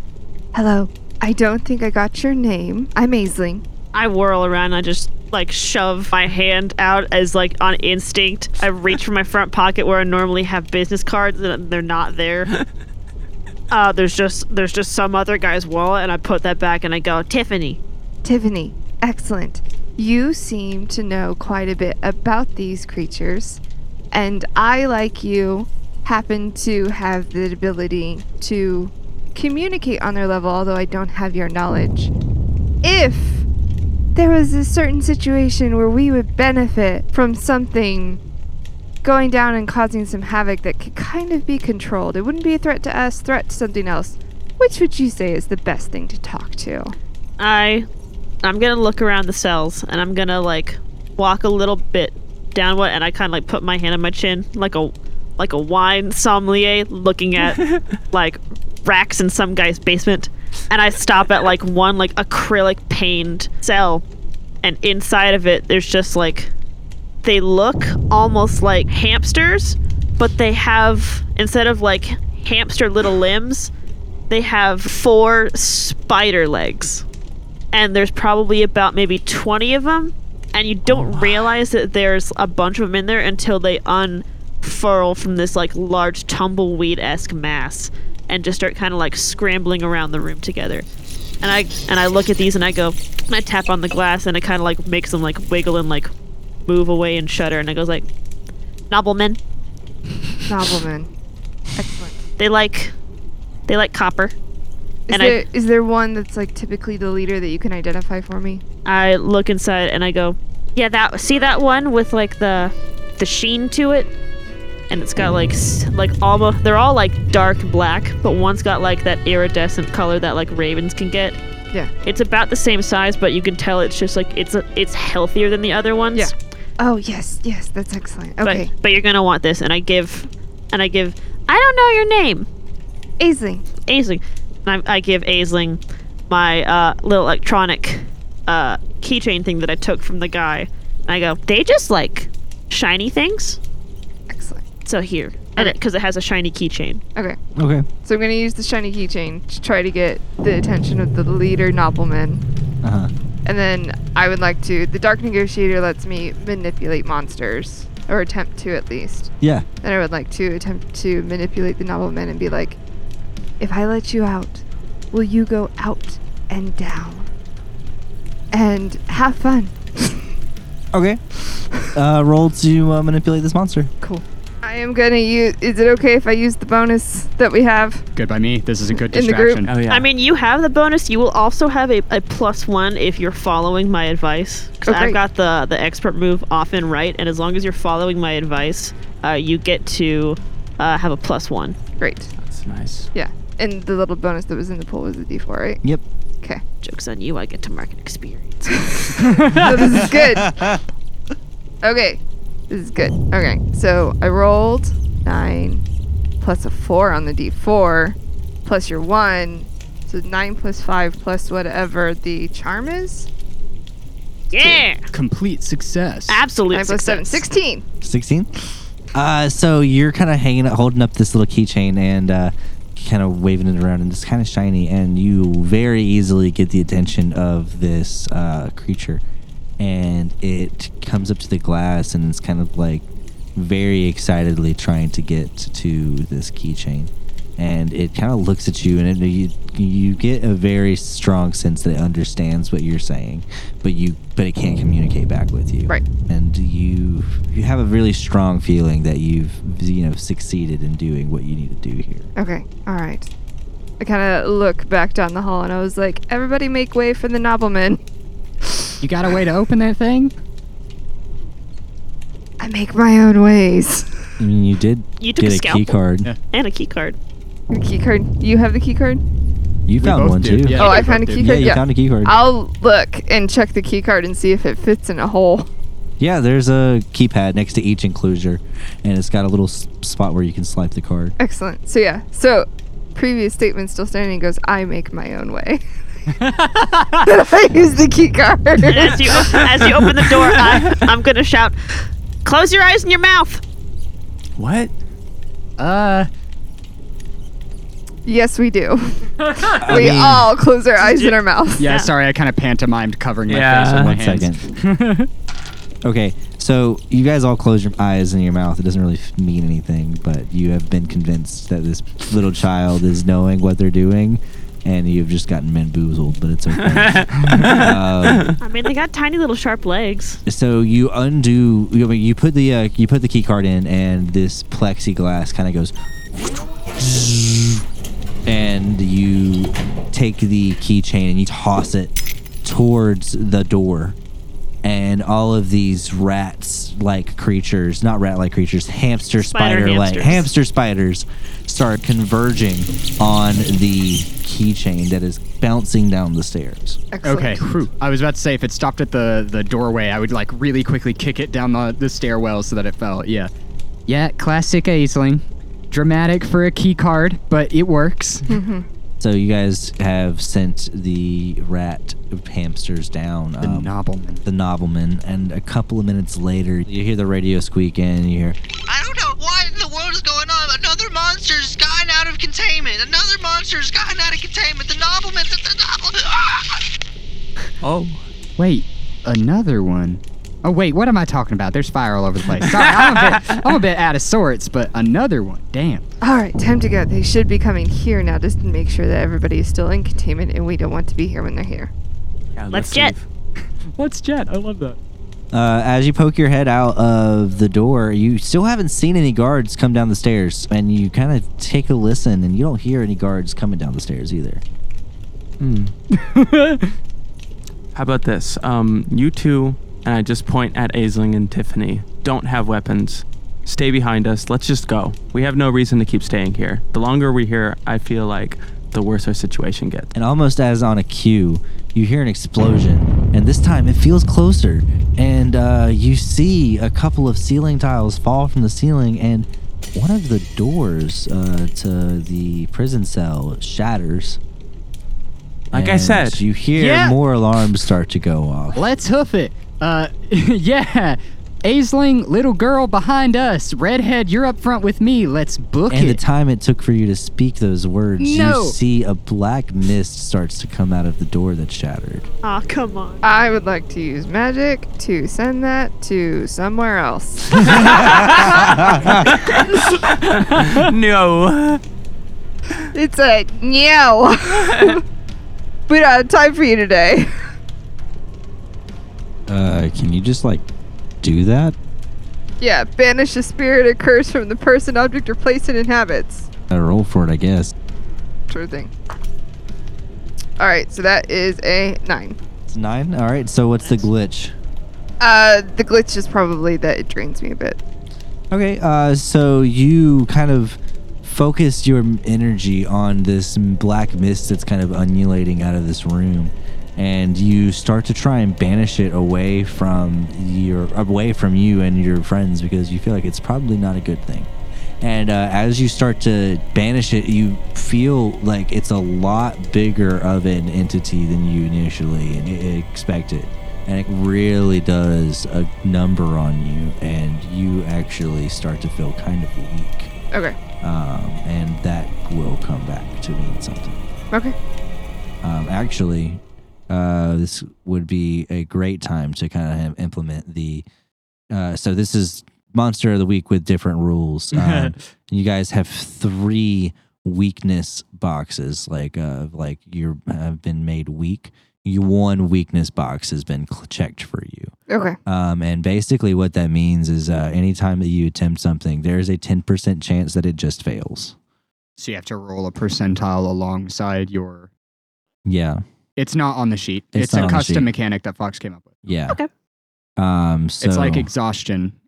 F: Hello. I don't think I got your name. I'm Aisling.
H: I whirl around and I just like shove my hand out as like on instinct. I reach for my front pocket where I normally have business cards and they're not there. Uh, there's just there's just some other guy's wallet and I put that back and I go, Tiffany.
F: Tiffany. Excellent. You seem to know quite a bit about these creatures, and I, like you, happen to have the ability to communicate on their level, although I don't have your knowledge. If there was a certain situation where we would benefit from something going down and causing some havoc that could kind of be controlled. It wouldn't be a threat to us, threat to something else. Which would you say is the best thing to talk to?
H: I I'm gonna look around the cells and I'm gonna like walk a little bit downward and I kinda like put my hand on my chin like a like a wine sommelier looking at like racks in some guy's basement and I stop at like one like acrylic paned cell and inside of it there's just like they look almost like hamsters, but they have instead of like hamster little limbs, they have four spider legs. And there's probably about maybe 20 of them, and you don't realize that there's a bunch of them in there until they unfurl from this like large tumbleweed-esque mass and just start kind of like scrambling around the room together. And I and I look at these and I go, and I tap on the glass and it kind of like makes them like wiggle and like move away and shudder, and it goes like, Nobleman.
F: Nobleman. Excellent.
H: They like, they like copper.
F: Is
H: and
F: there, is there one that's like typically the leader that you can identify for me?
H: I, I look inside and I go, yeah, that see that one with like the, the sheen to it, and it's got like s- like almost they're all like dark black, but one's got like that iridescent color that like ravens can get.
F: Yeah.
H: It's about the same size, but you can tell it's just like it's a, it's healthier than the other ones. Yeah.
F: Oh yes, yes, that's excellent. Okay.
H: But, but you're gonna want this, and I give, and I give. I don't know your name.
F: Aisling.
H: Aisling. And I, I give Aisling my uh, little electronic uh, keychain thing that I took from the guy. And I go, they just like shiny things.
F: Excellent.
H: So here, because it has a shiny keychain.
F: Okay.
D: Okay.
F: So I'm gonna use the shiny keychain to try to get the attention of the leader Nobleman.
D: Uh huh.
F: And then I would like to the Dark Negotiator lets me manipulate monsters. Or attempt to at least.
D: Yeah.
F: Then I would like to attempt to manipulate the nobleman and be like, if I let you out, will you go out and down? And have fun.
D: Okay. Uh, roll to uh, manipulate this monster.
F: Cool. I am gonna use. Is it okay if I use the bonus that we have?
E: Good by me. This is a good
F: In the group.
E: distraction.
H: I mean, you have the bonus. You will also have a, a plus one if you're following my advice. 'Cause
F: Oh,
H: I've
F: great.
H: got the, the expert move off and right, and as long as you're following my advice, uh, you get to uh, have a plus one.
F: Great.
G: That's nice.
F: Yeah. And the little bonus that was in the pool was a D4, right?
D: Yep.
F: Okay.
H: Joke's on you, I get to mark
F: [LAUGHS]
H: an experience.
F: so this is good. Okay. This is good. Okay. So I rolled nine plus a four on the D4 plus your one. So nine plus five plus whatever the charm is.
H: Yeah.
E: Complete success.
H: Absolute
F: Nine plus seven.
H: success.
F: 16.
D: 16. Uh, so you're kind of hanging, holding up this little keychain and uh, kind of waving it around, and it's kind of shiny, and you very easily get the attention of this uh, creature, and it comes up to the glass and it's kind of like very excitedly trying to get to this keychain, and it kind of looks at you, and it, you you get a very strong sense that it understands what you're saying, but you but it can't communicate back with you
F: Right.
D: and you you have a really strong feeling that you've you know succeeded in doing what you need to do here.
F: Okay. All right. I kind of look back down the hall and I was like, everybody make way for the nobleman.
K: You got a way to open that thing?
F: I make my own ways.
D: I mean, you did
H: You took
D: get
H: a
D: a, key
H: scalpel.
D: card.
H: And a key card.
F: The key card. You have the key card?
D: You found
E: both
D: one
E: did,
D: too.
E: yeah.
F: oh, I
E: we
F: found a
E: both
F: key
E: did.
D: Yeah,
F: card.
D: you found a key card.
F: I'll look and check the key card and see if it fits in a hole.
D: Yeah, there's a keypad next to each enclosure, and it's got a little s- spot where you can swipe the card.
F: Excellent. So yeah. So previous statement still standing goes, I make my own way. [LAUGHS] I use the key card.
H: And as you as you open the door, I, I'm gonna shout, "Close your eyes and your mouth."
G: What?
K: Uh,
F: [LAUGHS] yes, we do.
K: I
F: we
K: mean-
F: all close our eyes and our mouths.
E: Yeah, sorry, I kind of pantomimed covering my face with my
D: one
E: hands.
D: second. [LAUGHS] okay, so you guys all close your eyes and your mouth. It doesn't really f- mean anything, but you have been convinced that this little child is knowing what they're doing, and you've just gotten bamboozled. But it's okay.
E: [LAUGHS]
D: um,
H: I mean, they got tiny little sharp legs.
D: so you undo. You, I mean, you put the uh, you put the key card in, and this plexiglass kind of goes. And you take the keychain and you toss it towards the door, and all of these rats like creatures, not rat like creatures, hamster
N: Spider
D: spider like
N: hamsters.
D: hamster spiders start converging on the keychain that is bouncing down the stairs.
E: Okay. whew. I was about to say if it stopped at the the doorway, I would like really quickly kick it down the, the stairwell so that it fell. Yeah.
K: Yeah, classic Aisling. Dramatic for a key card, but it works.
D: So you guys have sent the rat hamsters down. The
K: Hmm. Nobleman.
D: The Nobleman. And a couple of minutes later, you hear the radio squeak and you hear,
B: I don't know what in the world is going on. Another monster's gotten out of containment. Another monster's gotten out of containment. The Nobleman. The, the Nobleman. Ah!
K: Oh. Wait, another one. Oh wait, what am I talking about? There's fire all over the place. Sorry, I'm a bit, I'm a bit out of sorts, but another one. Damn.
F: All right, time to go. They should be coming here now just to make sure that everybody is still in containment and we don't want to be here when they're here.
H: Let's jet.
E: Let's jet. I love that.
D: uh, as you poke your head out of the door, you still haven't seen any guards come down the stairs. And you kind of take a listen and you don't hear any guards coming down the stairs either.
G: Hmm. [LAUGHS] How about this? Um, you two, and I just point at Aisling and Tiffany, don't have weapons. Stay behind us. Let's just go. We have no reason to keep staying here. The longer we're here, I feel like the worse our situation gets.
D: And almost as on a cue, you hear an explosion. And this time it feels closer. And uh, you see a couple of ceiling tiles fall from the ceiling. And one of the doors uh, to the prison cell shatters.
G: Like I
D: And
G: said.
D: You hear
K: Yeah.
D: more alarms start to go off.
K: Let's hoof it. Uh, [LAUGHS] yeah. Aisling, little girl behind us. Redhead, you're up front with me. Let's book
D: and the
K: it.
D: time it took for you to speak those words,
K: No.
D: you see a black mist starts to come out of the door that shattered.
H: Aw, come on.
F: I would like to use magic to send that to somewhere else.
G: no.
F: it's a [LAUGHS] no. we don't have time for you today.
D: Uh, can you just like do that?
F: Yeah, banish the spirit or curse from the person, object, or place it inhabits.
D: I roll for it, I guess.
F: Sure thing. All right, so that is a nine.
D: It's nine. All right. So what's the glitch?
F: Uh, the glitch is probably that it drains me a bit.
D: Okay, uh, so you kind of focus your m- energy on this m- black mist that's kind of undulating out of this room, and you start to try and banish it away from your away from you and your friends because you feel like it's probably not a good thing. And uh, as you start to banish it, you feel like it's a lot bigger of an entity than you initially and- and expected. And it really does a number on you, and you actually start to feel kind of weak.
F: Okay.
D: Um, and that will come back to mean something.
F: Okay.
D: Um, actually, uh, this would be a great time to kind of implement the. Uh, so this is monster of the week with different
E: [LAUGHS]
D: rules. Um, you guys have three weakness boxes. Like uh, like you have been made weak. You one weakness box has been cl- checked for you.
F: Okay.
D: Um, and basically, what that means is uh, anytime that you attempt something, there is a 10% chance that it just fails.
E: So you have to roll a percentile alongside your.
D: Yeah.
E: It's not on the sheet.
D: It's
E: It's,
D: not
E: a
D: on the sheet.
E: custom mechanic that Fox came up with.
D: Yeah. Okay. Um, so
E: it's like exhaustion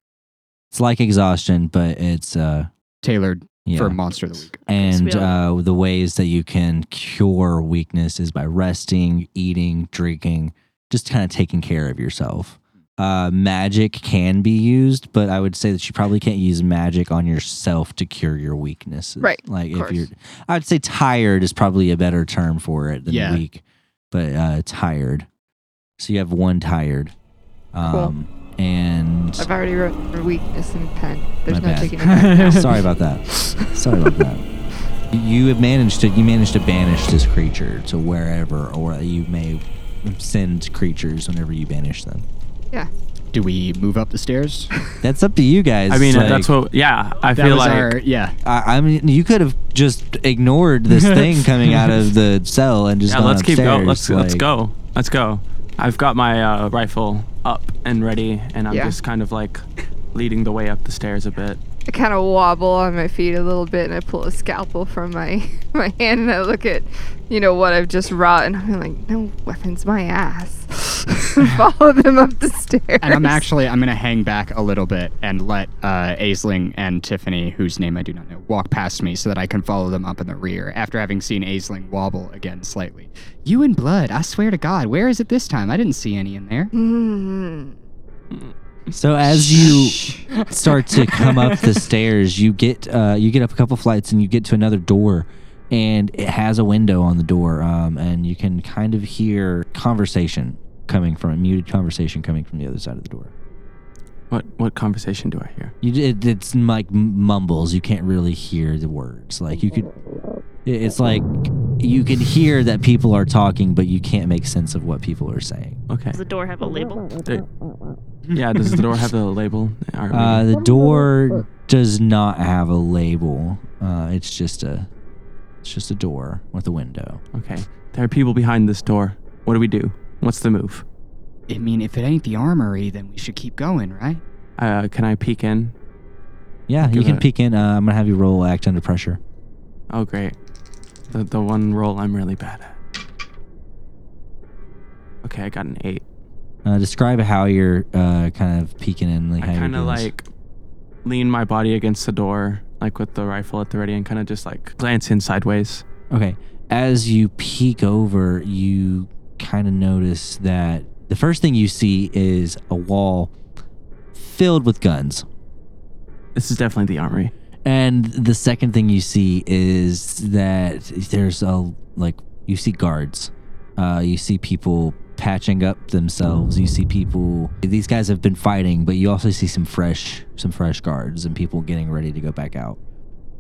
D: it's like exhaustion, but it's uh,
E: tailored
D: yeah.
E: for Monster of the Week.
D: and
E: we
D: uh, the ways that you can cure weakness is by resting, eating, drinking, just kind of taking care of yourself. Uh, magic can be used, but I would say that you probably can't use magic on yourself to cure your weaknesses.
F: Right,
D: Like
F: of
D: if you're,
F: course.
D: I'd say tired is probably a better term for it than
E: Yeah.
D: weak, but uh, tired. So you have one tired. Um, And
F: I've already wrote for weakness and pen. There's
D: my
F: no
D: bad.
F: taking
D: [LAUGHS]
F: it back now.
D: Sorry about that. Sorry about that. You have managed to you managed to banish this creature to wherever, or you may send creatures whenever you banish them.
F: Yeah.
E: Do we move up
D: [LAUGHS]
E: the stairs?
D: That's up to you guys.
G: I mean,
D: like-
G: that's what. Yeah, I
E: That
G: feel
E: was
G: like.
E: our- yeah.
D: I, I mean, you could have just ignored
G: [LAUGHS]
D: this thing coming out of the cell and just
G: yeah,
D: gone
G: let's keep
D: upstairs,
G: going. Let's let's
D: like-
G: go. Let's go. I've got my uh, rifle up and ready, and I'm
F: Yeah.
G: just kind of like leading the way up the stairs a bit.
F: I kind of wobble on my feet a little bit, and I pull a scalpel from my [LAUGHS] my
E: [LAUGHS]
F: hand, and I look at, you know, what I've just wrought, and I'm like, no weapons, my ass. [LAUGHS] follow them up the stairs.
E: And I'm actually I'm gonna hang back a little bit and let uh, Aisling and Tiffany, whose name I do not know, walk past me so that I can follow them up in the rear. After having seen Aisling wobble again slightly,
K: You and blood. I swear to God. Where is it this time? I didn't see any in there.
D: So as you start to come up the stairs, you get uh, you get up a couple flights and you get to another door, and it has a window on the door, um, and you can kind of hear conversation coming from it, muted conversation coming from the other side of the door.
G: What what conversation do I hear?
D: You, it, it's like mumbles. You can't really hear the words. Like you could, it- it's like you can hear that people are talking, but you can't make sense of what people are saying.
G: Okay.
H: Does the door have a label?
K: [LAUGHS]
G: Yeah, does the door have the label? Are we-
D: Uh, the door does not have a label. Uh, it's just a, it's just a door with a window.
G: okay. There are people behind this door. What do we do? What's the move?
K: I mean, if it ain't the armory, then we should keep going, right?
G: Uh, can I peek in?
D: Yeah, you
G: Give
D: can
G: it-
D: peek in. Uh, I'm gonna have you roll act under pressure.
G: Oh, great. The, the one roll I'm really bad at. Okay, I got an eight.
D: Uh, describe how you're uh, kind of peeking in. Like how
G: I
D: you're
G: kind of
D: doing this.
G: like lean my body against the door, like with the rifle at the ready, and kind of just like glance in sideways.
D: Okay. As you peek over, you kind of notice that the first thing you see is a wall filled with guns.
G: This is definitely the armory.
D: And the second thing you see is that there's a like you see guards. Uh, you see people patching up themselves. You see people. These guys have been fighting, but you also see some fresh some fresh guards and people getting ready to go back out.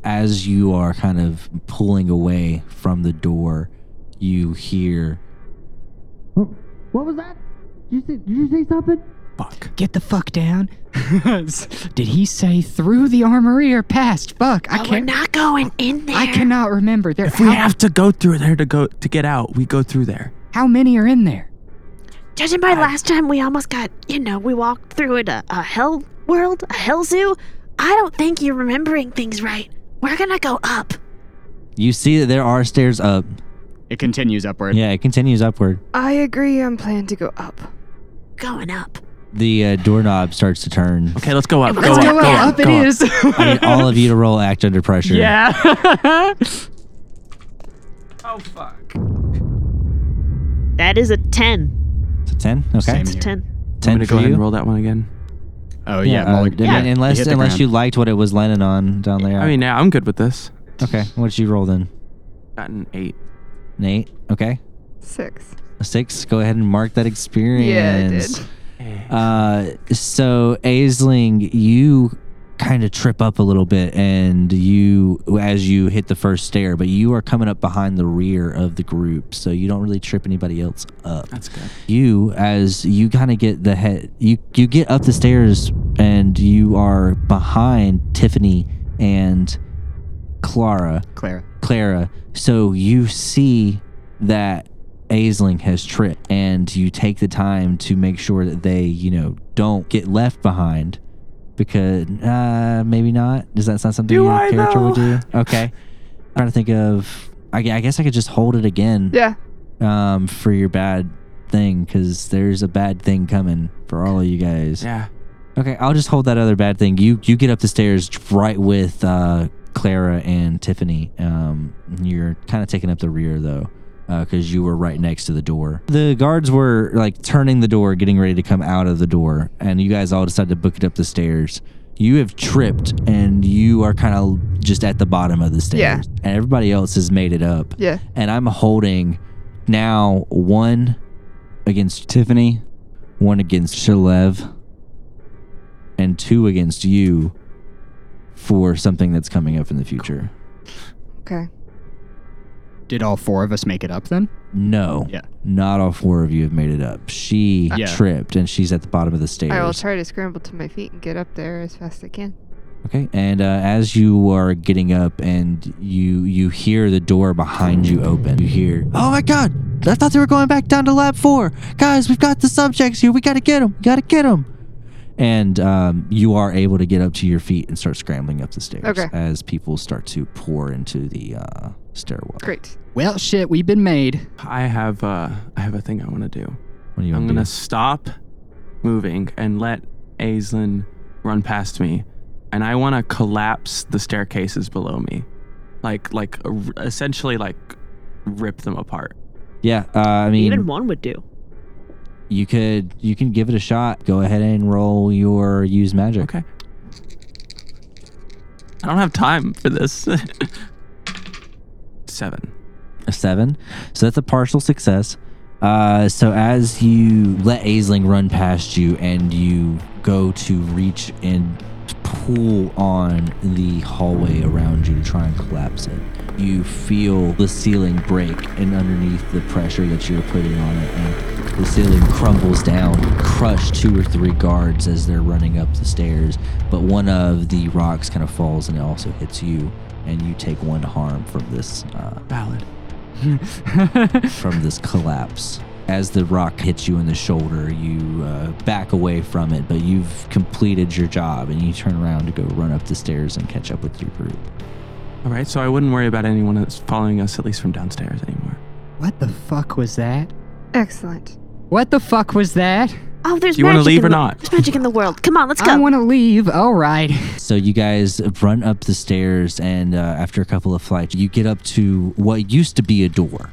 D: As you are kind of pulling away from the door, you hear
K: What was that? Did you say, did you say something?
G: Fuck.
K: Get the fuck down. [LAUGHS] did he say through the armory or past? Fuck. I
H: But
K: can't.
H: Oh, we're not going in there.
K: I cannot remember. There.
G: If we
K: how,
G: have to go through there to go to get out, we go through there.
K: how many are in there?
H: Judging by last time, we almost got, you know, we walked through it a, a hell world, a hell zoo. I don't think you're remembering things right. We're gonna go up.
D: you see that there are stairs up.
E: It continues upward.
D: Yeah, it continues upward.
F: I agree. I'm planning to go up.
H: Going up.
D: The uh, doorknob starts to turn.
G: Okay, let's go up. Go
K: Let's
G: up.
K: go
G: go
K: up. Up it is.
D: [LAUGHS] I need all of you to roll act under pressure.
K: yeah.
G: Oh fuck.
H: That is a 10.
D: It's a 10? Okay.
H: It's a 10.
G: I'm
D: 10
G: gonna
D: for
G: go ahead
D: you?
G: and roll that one again.
E: Oh yeah,
D: uh,
E: Mulligan-
D: I mean,
E: yeah,
D: unless
E: hit the
D: unless
E: ground.
D: you liked what it was landing on down there.
G: I mean, yeah, I'm good with this.
D: okay. What'd you roll then?
G: Got an eight.
D: An eight. Okay.
F: Six.
D: A six. Go ahead and mark that experience.
F: Yeah, I did.
G: Eh, Oh,
D: Uh, so Aisling, you kind of trip up a little bit, and you as you hit the first stair, but you are coming up behind the rear of the group, so you don't really trip anybody else up.
G: That's good.
D: You as you kind of get the head, you you get up the stairs, and you are behind Tiffany and Clara.
E: Clara.
D: Clara. So you see that Aisling has tripped, and you take the time to make sure that they, you know, don't get left behind. Because uh, maybe not. Is that not something
G: Do
D: your
G: I,
D: character would do?
G: though?
D: Okay. I'm trying to think of. I, gue- I guess I could just hold it again
F: Yeah.
D: um, for your bad thing, because there's a bad thing coming for all of you guys.
G: Yeah.
D: Okay, I'll just hold that other bad thing. You you get up the stairs right with uh, Clara and Tiffany. Um, you're kind of taking up the rear though, because you were right next to the door. The guards were like turning the door, getting ready to come out of the door, and you guys all decided to book it up the stairs. You have tripped, and you are kind of just at the bottom of the stairs,
F: Yeah.
D: and everybody else has made it up.
F: Yeah.
D: And I'm holding now one against Tiffany, one against Shalev, and two against you for something that's coming up in the future.
F: Okay.
E: Did all four of us make it up then?
D: No.
E: Yeah.
D: Not all four of you have made it up. She
E: Yeah.
D: tripped and she's at the bottom of the stairs.
F: I will try to scramble to my feet and get up there as fast as I can.
D: Okay, and uh, as you are getting up, and you you hear the door behind you open. You hear, "Oh my God! I thought they were going back down to lab four, guys. We've got the subjects here. We gotta get them. Gotta get them." And um, you are able to get up to your feet and start scrambling up the stairs
F: Okay.
D: as people start to pour into the uh, stairwell.
F: Great.
K: Well, shit. We've been made.
G: I have uh, I have a thing I want to do.
D: What do you
G: I'm
D: want to
G: gonna
D: do?
G: stop moving and let Aislinn run past me, and I want to collapse the staircases below me, like like uh, r- essentially like rip them apart.
D: Yeah, uh, I mean,
H: Even one would do.
D: you could you can give it a shot. Go ahead and roll your use magic.
G: Okay. I don't have time for this. [LAUGHS] Seven.
D: A seven. So that's a partial success. Uh, so as you let Aisling run past you and you go to reach and pull on the hallway around you to try and collapse it, you feel the ceiling break and underneath the pressure that you're putting on it, and the ceiling crumbles down, crush two or three guards as they're running up the stairs. But one of the rocks kind of falls and it also hits you, and you take one harm from this uh,
G: ballad
D: from this collapse. As the rock hits you in the shoulder, you uh, back away from it, but you've completed your job and you turn around to go run up the stairs and catch up with your group.
G: All right, so I wouldn't worry about anyone that's following us, at least from downstairs anymore.
E: What the fuck was that?
F: Excellent.
E: What the fuck was that?
H: Oh, there's
G: Do you wanna
H: magic
G: leave
H: in
G: or
H: the-
G: not?
H: There's magic in the world. Come on, let's go.
E: I want to leave. All right. [LAUGHS]
D: So you guys run up the stairs, and uh, after a couple of flights, you get up to what used to be a door.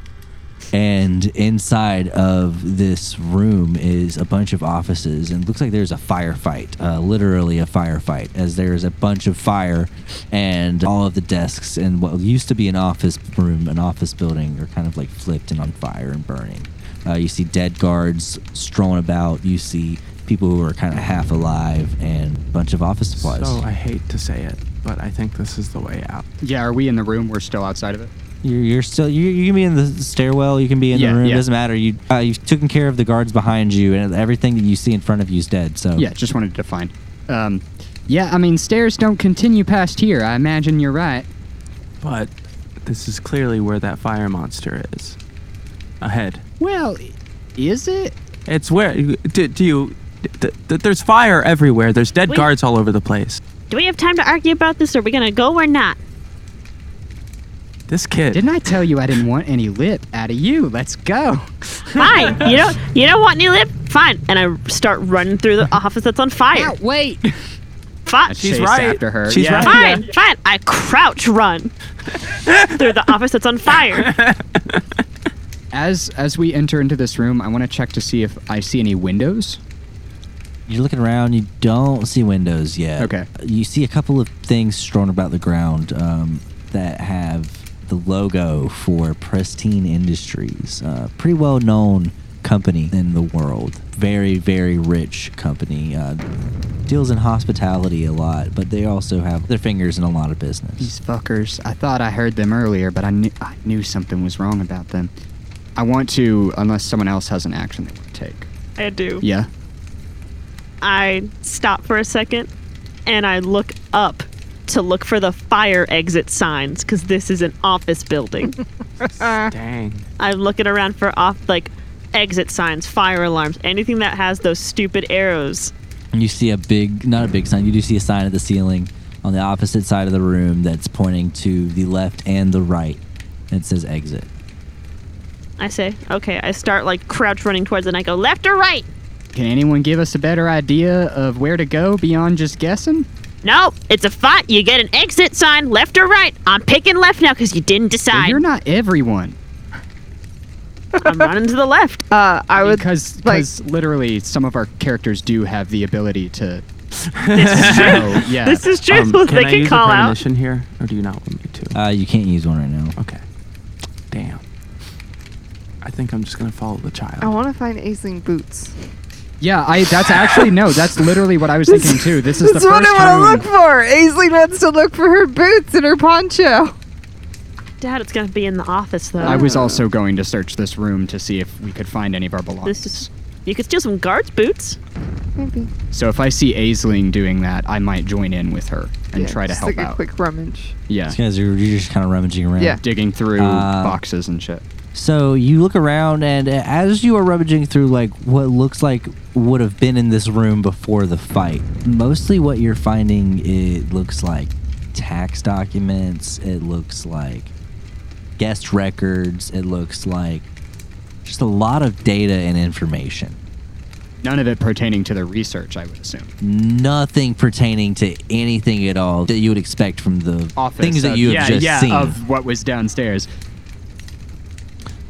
D: And inside of this room is a bunch of offices, and it looks like there's a firefight, uh, literally a firefight, as there is a bunch of fire, and all of the desks and what used to be an office room, an office building, are kind of like flipped and on fire and burning. Uh, you see dead guards strewn about. You see people who are kind of half alive, and a bunch of office supplies.
G: So I hate to say it, but I think this is the way out.
O: Yeah, are we in the room? We're still outside of it.
D: You're, you're still you, you can be in the stairwell. You can be in
O: Yeah,
D: the room.
O: yeah.
D: It doesn't matter. You uh, you've taken care of the guards behind you, and everything that you see in front of you is dead. So
E: Yeah, just wanted to define. Um, yeah, I mean, stairs don't continue past here. I imagine you're right.
G: But this is clearly where that fire monster is. Ahead.
E: Well, is it?
G: It's where. Do, do you. D- d- there's fire everywhere. There's dead
H: Wait.
G: guards all over the place.
H: Do we have time to argue about this? Are we gonna go or not?
G: This kid.
E: Didn't I tell you I didn't want any lip out of you? Let's go.
H: Fine. you don't. You don't want any lip? Fine. And I start running through the office that's on fire.
E: Now, wait.
H: Fine.
E: I Uh, She's chase right. after her.
H: She's
E: She's Yeah. right.
H: Fine. Fine. I crouch run [LAUGHS] through the office that's on fire.
E: As as we enter into this room, I want to check to see if I see any windows.
D: you're looking around. You don't see windows yet.
E: Okay.
D: You see a couple of things strewn about the ground um, that have the logo for Pristine Industries, a pretty well known company in the world. Very very rich company. Uh, deals in hospitality a lot, but they also have their fingers in a lot of business.
E: These fuckers. I thought I heard them earlier, but I knew I knew something was wrong about them. I want to, unless someone else has an action they want to take.
H: I do.
E: Yeah.
H: I stop for a second and I look up to look for the fire exit signs because this is an office building. Uh.
G: Dang.
H: I'm looking around for off like exit signs, fire alarms, anything that has those stupid arrows.
D: And you see a big, not a big sign, you do see a sign at the ceiling on the opposite side of the room that's pointing to the left and the right. And it says exit.
H: I say, okay, I start like crouch running towards it and I go left or right.
E: Can anyone give us a better idea of where to go beyond just guessing?
H: No, it's a fight. You get an exit sign, left or right. I'm picking left now because you didn't
E: Well,
H: decide.
E: you're not everyone.
H: I'm running to the left.
F: Uh, I would
E: Because
F: like.
E: because literally some of our characters do have the ability
F: [LAUGHS]
E: to.
G: [LAUGHS]
H: This is true. [LAUGHS]
E: Oh, yeah.
H: This is true.
G: Um,
H: they
G: I
H: can
G: use
H: call
G: a
H: out.
G: premonition here, or do you not want me to?
D: Uh, you can't use one right now.
G: Okay. Damn. I think I'm just gonna follow the child.
F: I want to find Aisling boots.
E: Yeah, I. That's actually no. That's literally what I was thinking too. This is the
F: That's
E: first
F: what I
E: room.
F: want to look for. Aisling wants to look for her boots and her poncho.
H: Dad, it's gonna be in the office though.
E: I was also going to search this room to see if we could find any of our belongings.
H: This is. You could steal some guards' boots.
F: Maybe.
E: So if I see Aisling doing that, I might join in with her and
F: Yeah,
E: try to
F: just
E: help
F: like
E: out.
F: a quick rummage.
E: yeah,
D: These guys are you're just kind of rummaging around.
F: Yeah.
E: digging through
D: Uh,
E: boxes and shit.
D: So you look around, and as you are rummaging through, like what looks like would have been in this room before the fight, mostly what you're finding, it looks like tax documents. It looks like guest records. It looks like Just a lot of data and information.
E: None of it pertaining to the research, I would assume.
D: Nothing pertaining to anything at all that you would expect from the
E: Office
D: things that
E: of-
D: you have
E: yeah,
D: just
E: yeah,
D: seen
E: of what was downstairs.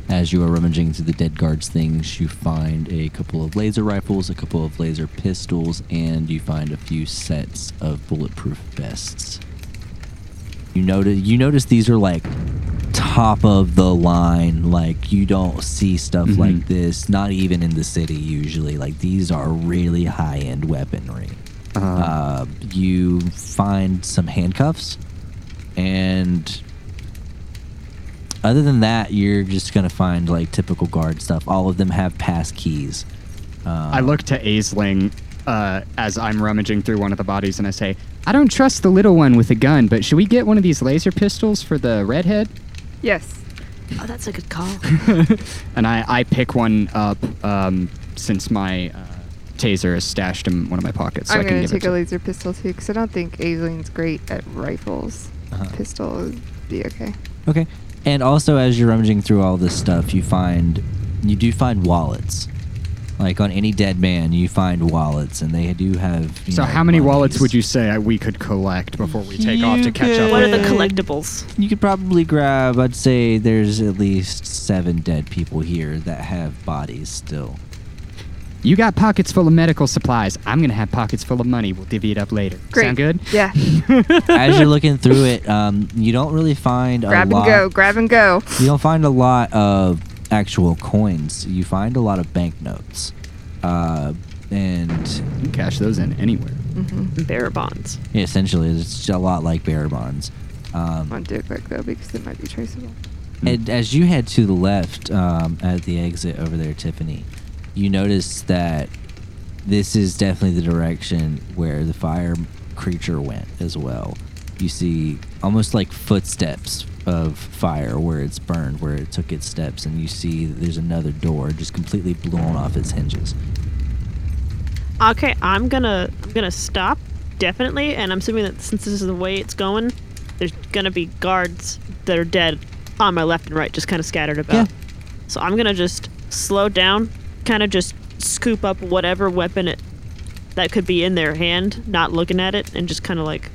D: As you are rummaging through the dead guards' things, you find a couple of laser rifles, a couple of laser pistols, and you find a few sets of bulletproof vests. You notice you notice these are like top of the line. Like you don't see stuff like this, not even in the city usually. Like these are really high end weaponry. Uh, you find some handcuffs, and other than that, you're just gonna find like typical guard stuff. All of them have pass keys. Um,
E: I
D: Uh.
E: look to Aisling uh, as I'm rummaging through one of the bodies and I say,
K: I don't trust the little one with the gun, but should we get one of these laser pistols for the redhead?
F: Yes.
N: Oh, that's a good call.
E: [LAUGHS] and I, I pick one up um, since my uh, taser is stashed in one of my pockets. So
F: I'm
E: I can
F: gonna
E: give
F: take
E: it
F: a
E: to
F: laser pistol too, because I don't think Aileen's great at rifles.
E: Uh-huh.
F: Pistol would be okay.
D: Okay. And also, as you're rummaging through all this stuff, you find you do find wallets. Like on any dead man, you find wallets, and they do have. You
E: So
D: know,
E: how many
D: money.
E: wallets would you say I- we could collect before we take off
D: You
E: to catch up?
H: What are
E: with
H: the
E: them?
H: collectibles?
D: You could probably grab. I'd say there's at least seven dead people here that have bodies
E: [LAUGHS]
D: still.
K: You got pockets full of medical supplies. I'm gonna have pockets full of money. We'll divvy it up later.
F: Great.
K: Sound good?
E: [LAUGHS]
F: Yeah.
D: as you're looking through it, um, you don't really find
F: grab
D: a lot.
F: and go. Grab and go.
D: You don't find a lot of actual coins. You find a lot of banknotes, uh, and
E: you cash those in anywhere.
F: Mm-hmm.
H: Bearer bonds.
D: Yeah, essentially, it's a lot like bearer bonds. Um,
F: I want to do it quick though, because it might be traceable.
D: and as you head to the left um, at the exit over there, Tiffany, you notice that this is definitely the direction where the fire creature went as well. You see almost like footsteps of fire where it's burned, where it took its steps, and you see that there's another door just completely blown off its hinges.
H: Okay, I'm gonna I'm gonna stop definitely, and I'm assuming that since this is the way it's going, there's gonna be guards that are dead on my left and right, just kind of scattered about. So I'm gonna just slow down, kind of just scoop up whatever weapon it that could be in their hand, not looking at it, and just kind of like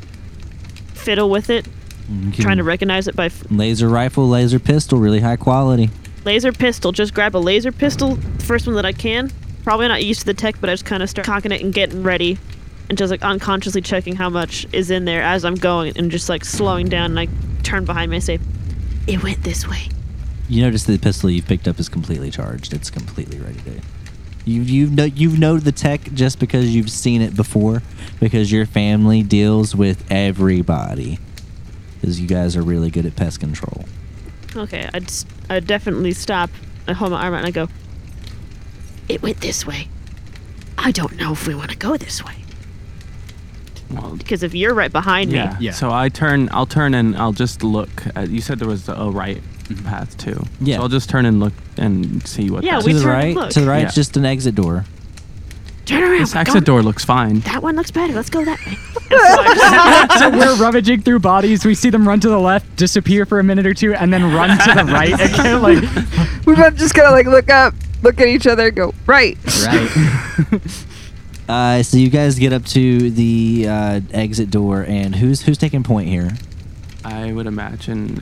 H: fiddle with it,
D: You
H: trying
D: can-
H: to recognize it by f-
D: laser rifle, laser pistol, really high quality.
H: Laser pistol. Just grab a laser pistol, first one that I can. Probably not used to the tech, but I just kind of start cocking it and getting ready, and just like unconsciously checking how much is in there as I'm going, and just like slowing down. And I turn behind me and say, "It went this way."
D: You notice the pistol you've picked up is completely charged. It's completely ready to. You you know you know the tech just because you've seen it before, because your family deals with everybody, because you guys are really good at pest control.
H: Okay, I just I definitely stop. I hold my arm out and I go,
N: It went this way. I don't know if we want to go this way.
H: because if you're right behind
G: Yeah.
H: me,
G: So I turn. I'll turn and I'll just look. At, you said there was a right path too.
D: Mm-hmm. Yeah.
G: So I'll just turn and look and see what.
H: Yeah,
G: that
H: we
G: is.
D: to the
H: turn and
D: right,
H: look.
D: to the right,
G: Yeah.
D: just an exit door.
H: turn around.
G: This
H: we're
G: exit
H: going-
G: door looks fine.
H: That one looks better. Let's go that
G: [LAUGHS]
H: way.
K: so we're rummaging through bodies. We see them run to the left, disappear for a minute or two, and then run to the right again. Like,
F: We both just gotta like look up, look at each other, go right.
D: Uh, so you guys get up to the uh, exit door, and who's who's taking point here?
G: I would imagine.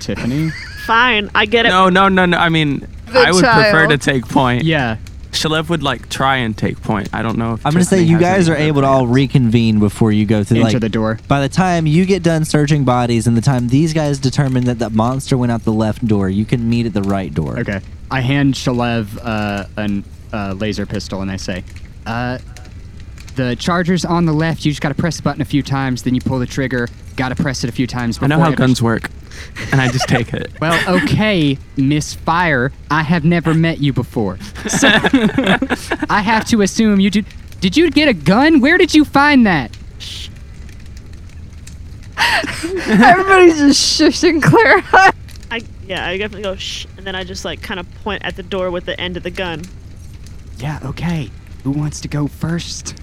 E: Tiffany.
H: [LAUGHS] Fine, I get it.
G: No, no, no, no. I mean,
H: The
G: I would prefer
H: child.
G: to take point.
E: Yeah.
G: Shalev would like try and take point. I don't know if
D: I'm gonna say
G: Tiffany
D: you guys
G: has any
D: are
G: other
D: able to all reconvene before you go through
G: Into
D: like,
G: the
E: door.
D: By the time you get done searching bodies and the time these guys determine that that monster went out the left door, you can meet at the right door.
E: Okay. I hand Shalev uh, an uh, laser pistol and I say,
K: uh, the charger's on the left. You just gotta press the button a few times, then you pull the trigger. Gotta press it a few times.
G: I know
K: before
G: how
K: it-
G: guns work,
D: [LAUGHS]
G: and I just take it.
K: Well, okay, Miss Fire. I have never met you
G: [LAUGHS]
K: before, so I have to assume you did. Did you get a gun? Where did you find that?
F: [LAUGHS] Everybody's just shushing
E: [LAUGHS]
F: Claire.
H: I yeah, I definitely go shh, and then I just like kind of point at the door with the end of the gun.
K: Yeah. Okay. Who wants to go first?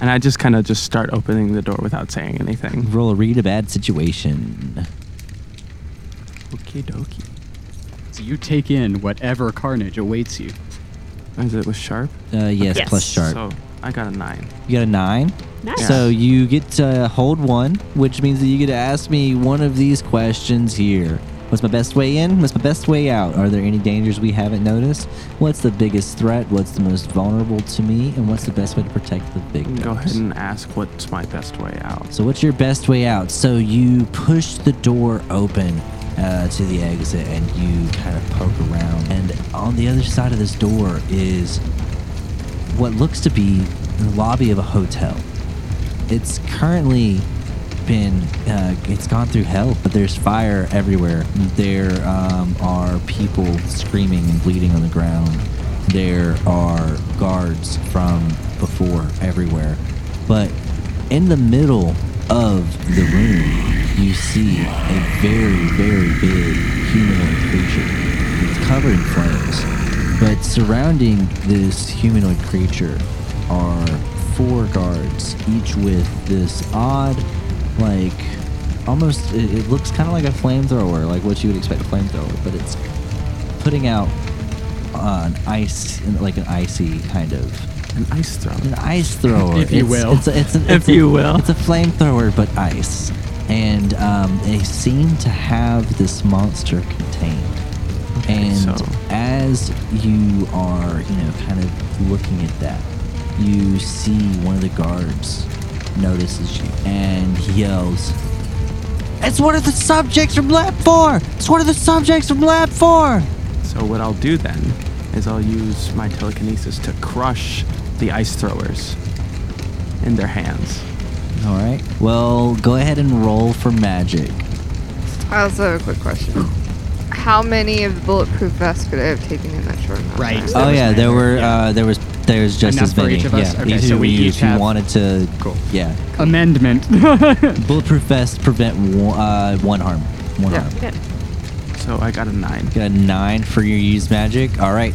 G: and I just kind of just start opening the door without saying anything.
D: Roll a read a bad situation.
G: Okie dokie.
E: So you take in whatever carnage awaits you.
G: Is it with sharp?
D: Uh, yes, Yes. plus sharp.
G: So I got a nine.
D: You got a nine.
G: Nice.
D: So you get to hold one, which means that you get to ask me one of these questions here. What's my best way in? What's my best way out? Are there any dangers we haven't noticed? What's the biggest threat? What's the most vulnerable to me? And what's the best way to protect the victims?
G: Go ahead and ask what's my best way out.
D: So, what's your best way out? So, you push the door open uh, to the exit and you kind of poke around. And on the other side of this door is what looks to be the lobby of a hotel. It's currently been, uh, it's gone through hell, but there's fire everywhere. There um, are people screaming and bleeding on the ground. There are guards from before everywhere. But in the middle of the room, you see a very, very big humanoid creature. It's covered in flames. But surrounding this humanoid creature are four guards, each with this odd, like, almost, it, it looks kind of like a flamethrower, like what you would expect a flamethrower, but it's putting out uh, an ice, like an icy kind of.
G: An ice thrower.
D: An ice thrower,
G: If you
D: It's-
G: will.
D: It's a, it's an,
G: If
D: it's a-
G: you will.
D: It's a flamethrower, but ice. And um, they seem to have this monster contained. and
G: so-
D: as you are, you know, kind of looking at that, you see one of the guards notices you and he yells, It's one of the subjects from Lab 4! It's one of the subjects from Lab 4!
G: So what I'll do then is I'll use my telekinesis to crush the ice throwers in their hands.
D: All right. Well, go ahead and roll for magic.
F: I also have a quick question. How many of the bulletproof vests could I have taken in that short amount? of
E: Right.
F: time?
D: oh yeah, there were uh, there was there's just
E: Enough
D: as
E: for
D: many.
E: each of us?
D: Yeah,
E: Okay,
D: each
E: so
D: of
E: we
D: you,
E: each
D: if you
E: have-
D: wanted to. Cool. Yeah.
E: Amendment.
D: Bulletproof vests prevent one, uh, one harm. One harm.
G: So I got a nine.
D: Got a nine for your use magic. All right.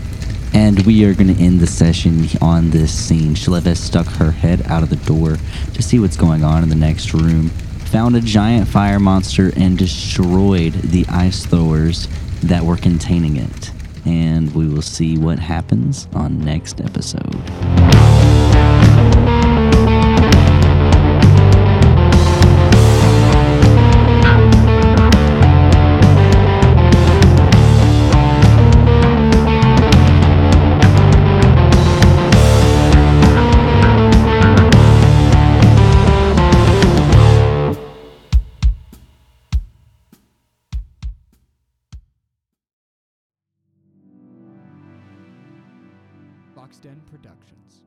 D: And we are going to end the session on this scene. Shalev stuck her head out of the door to see what's going on in the next room, found a giant fire monster, and destroyed the ice throwers that were containing it. And we will see what happens on next episode.
K: Fox Den Productions.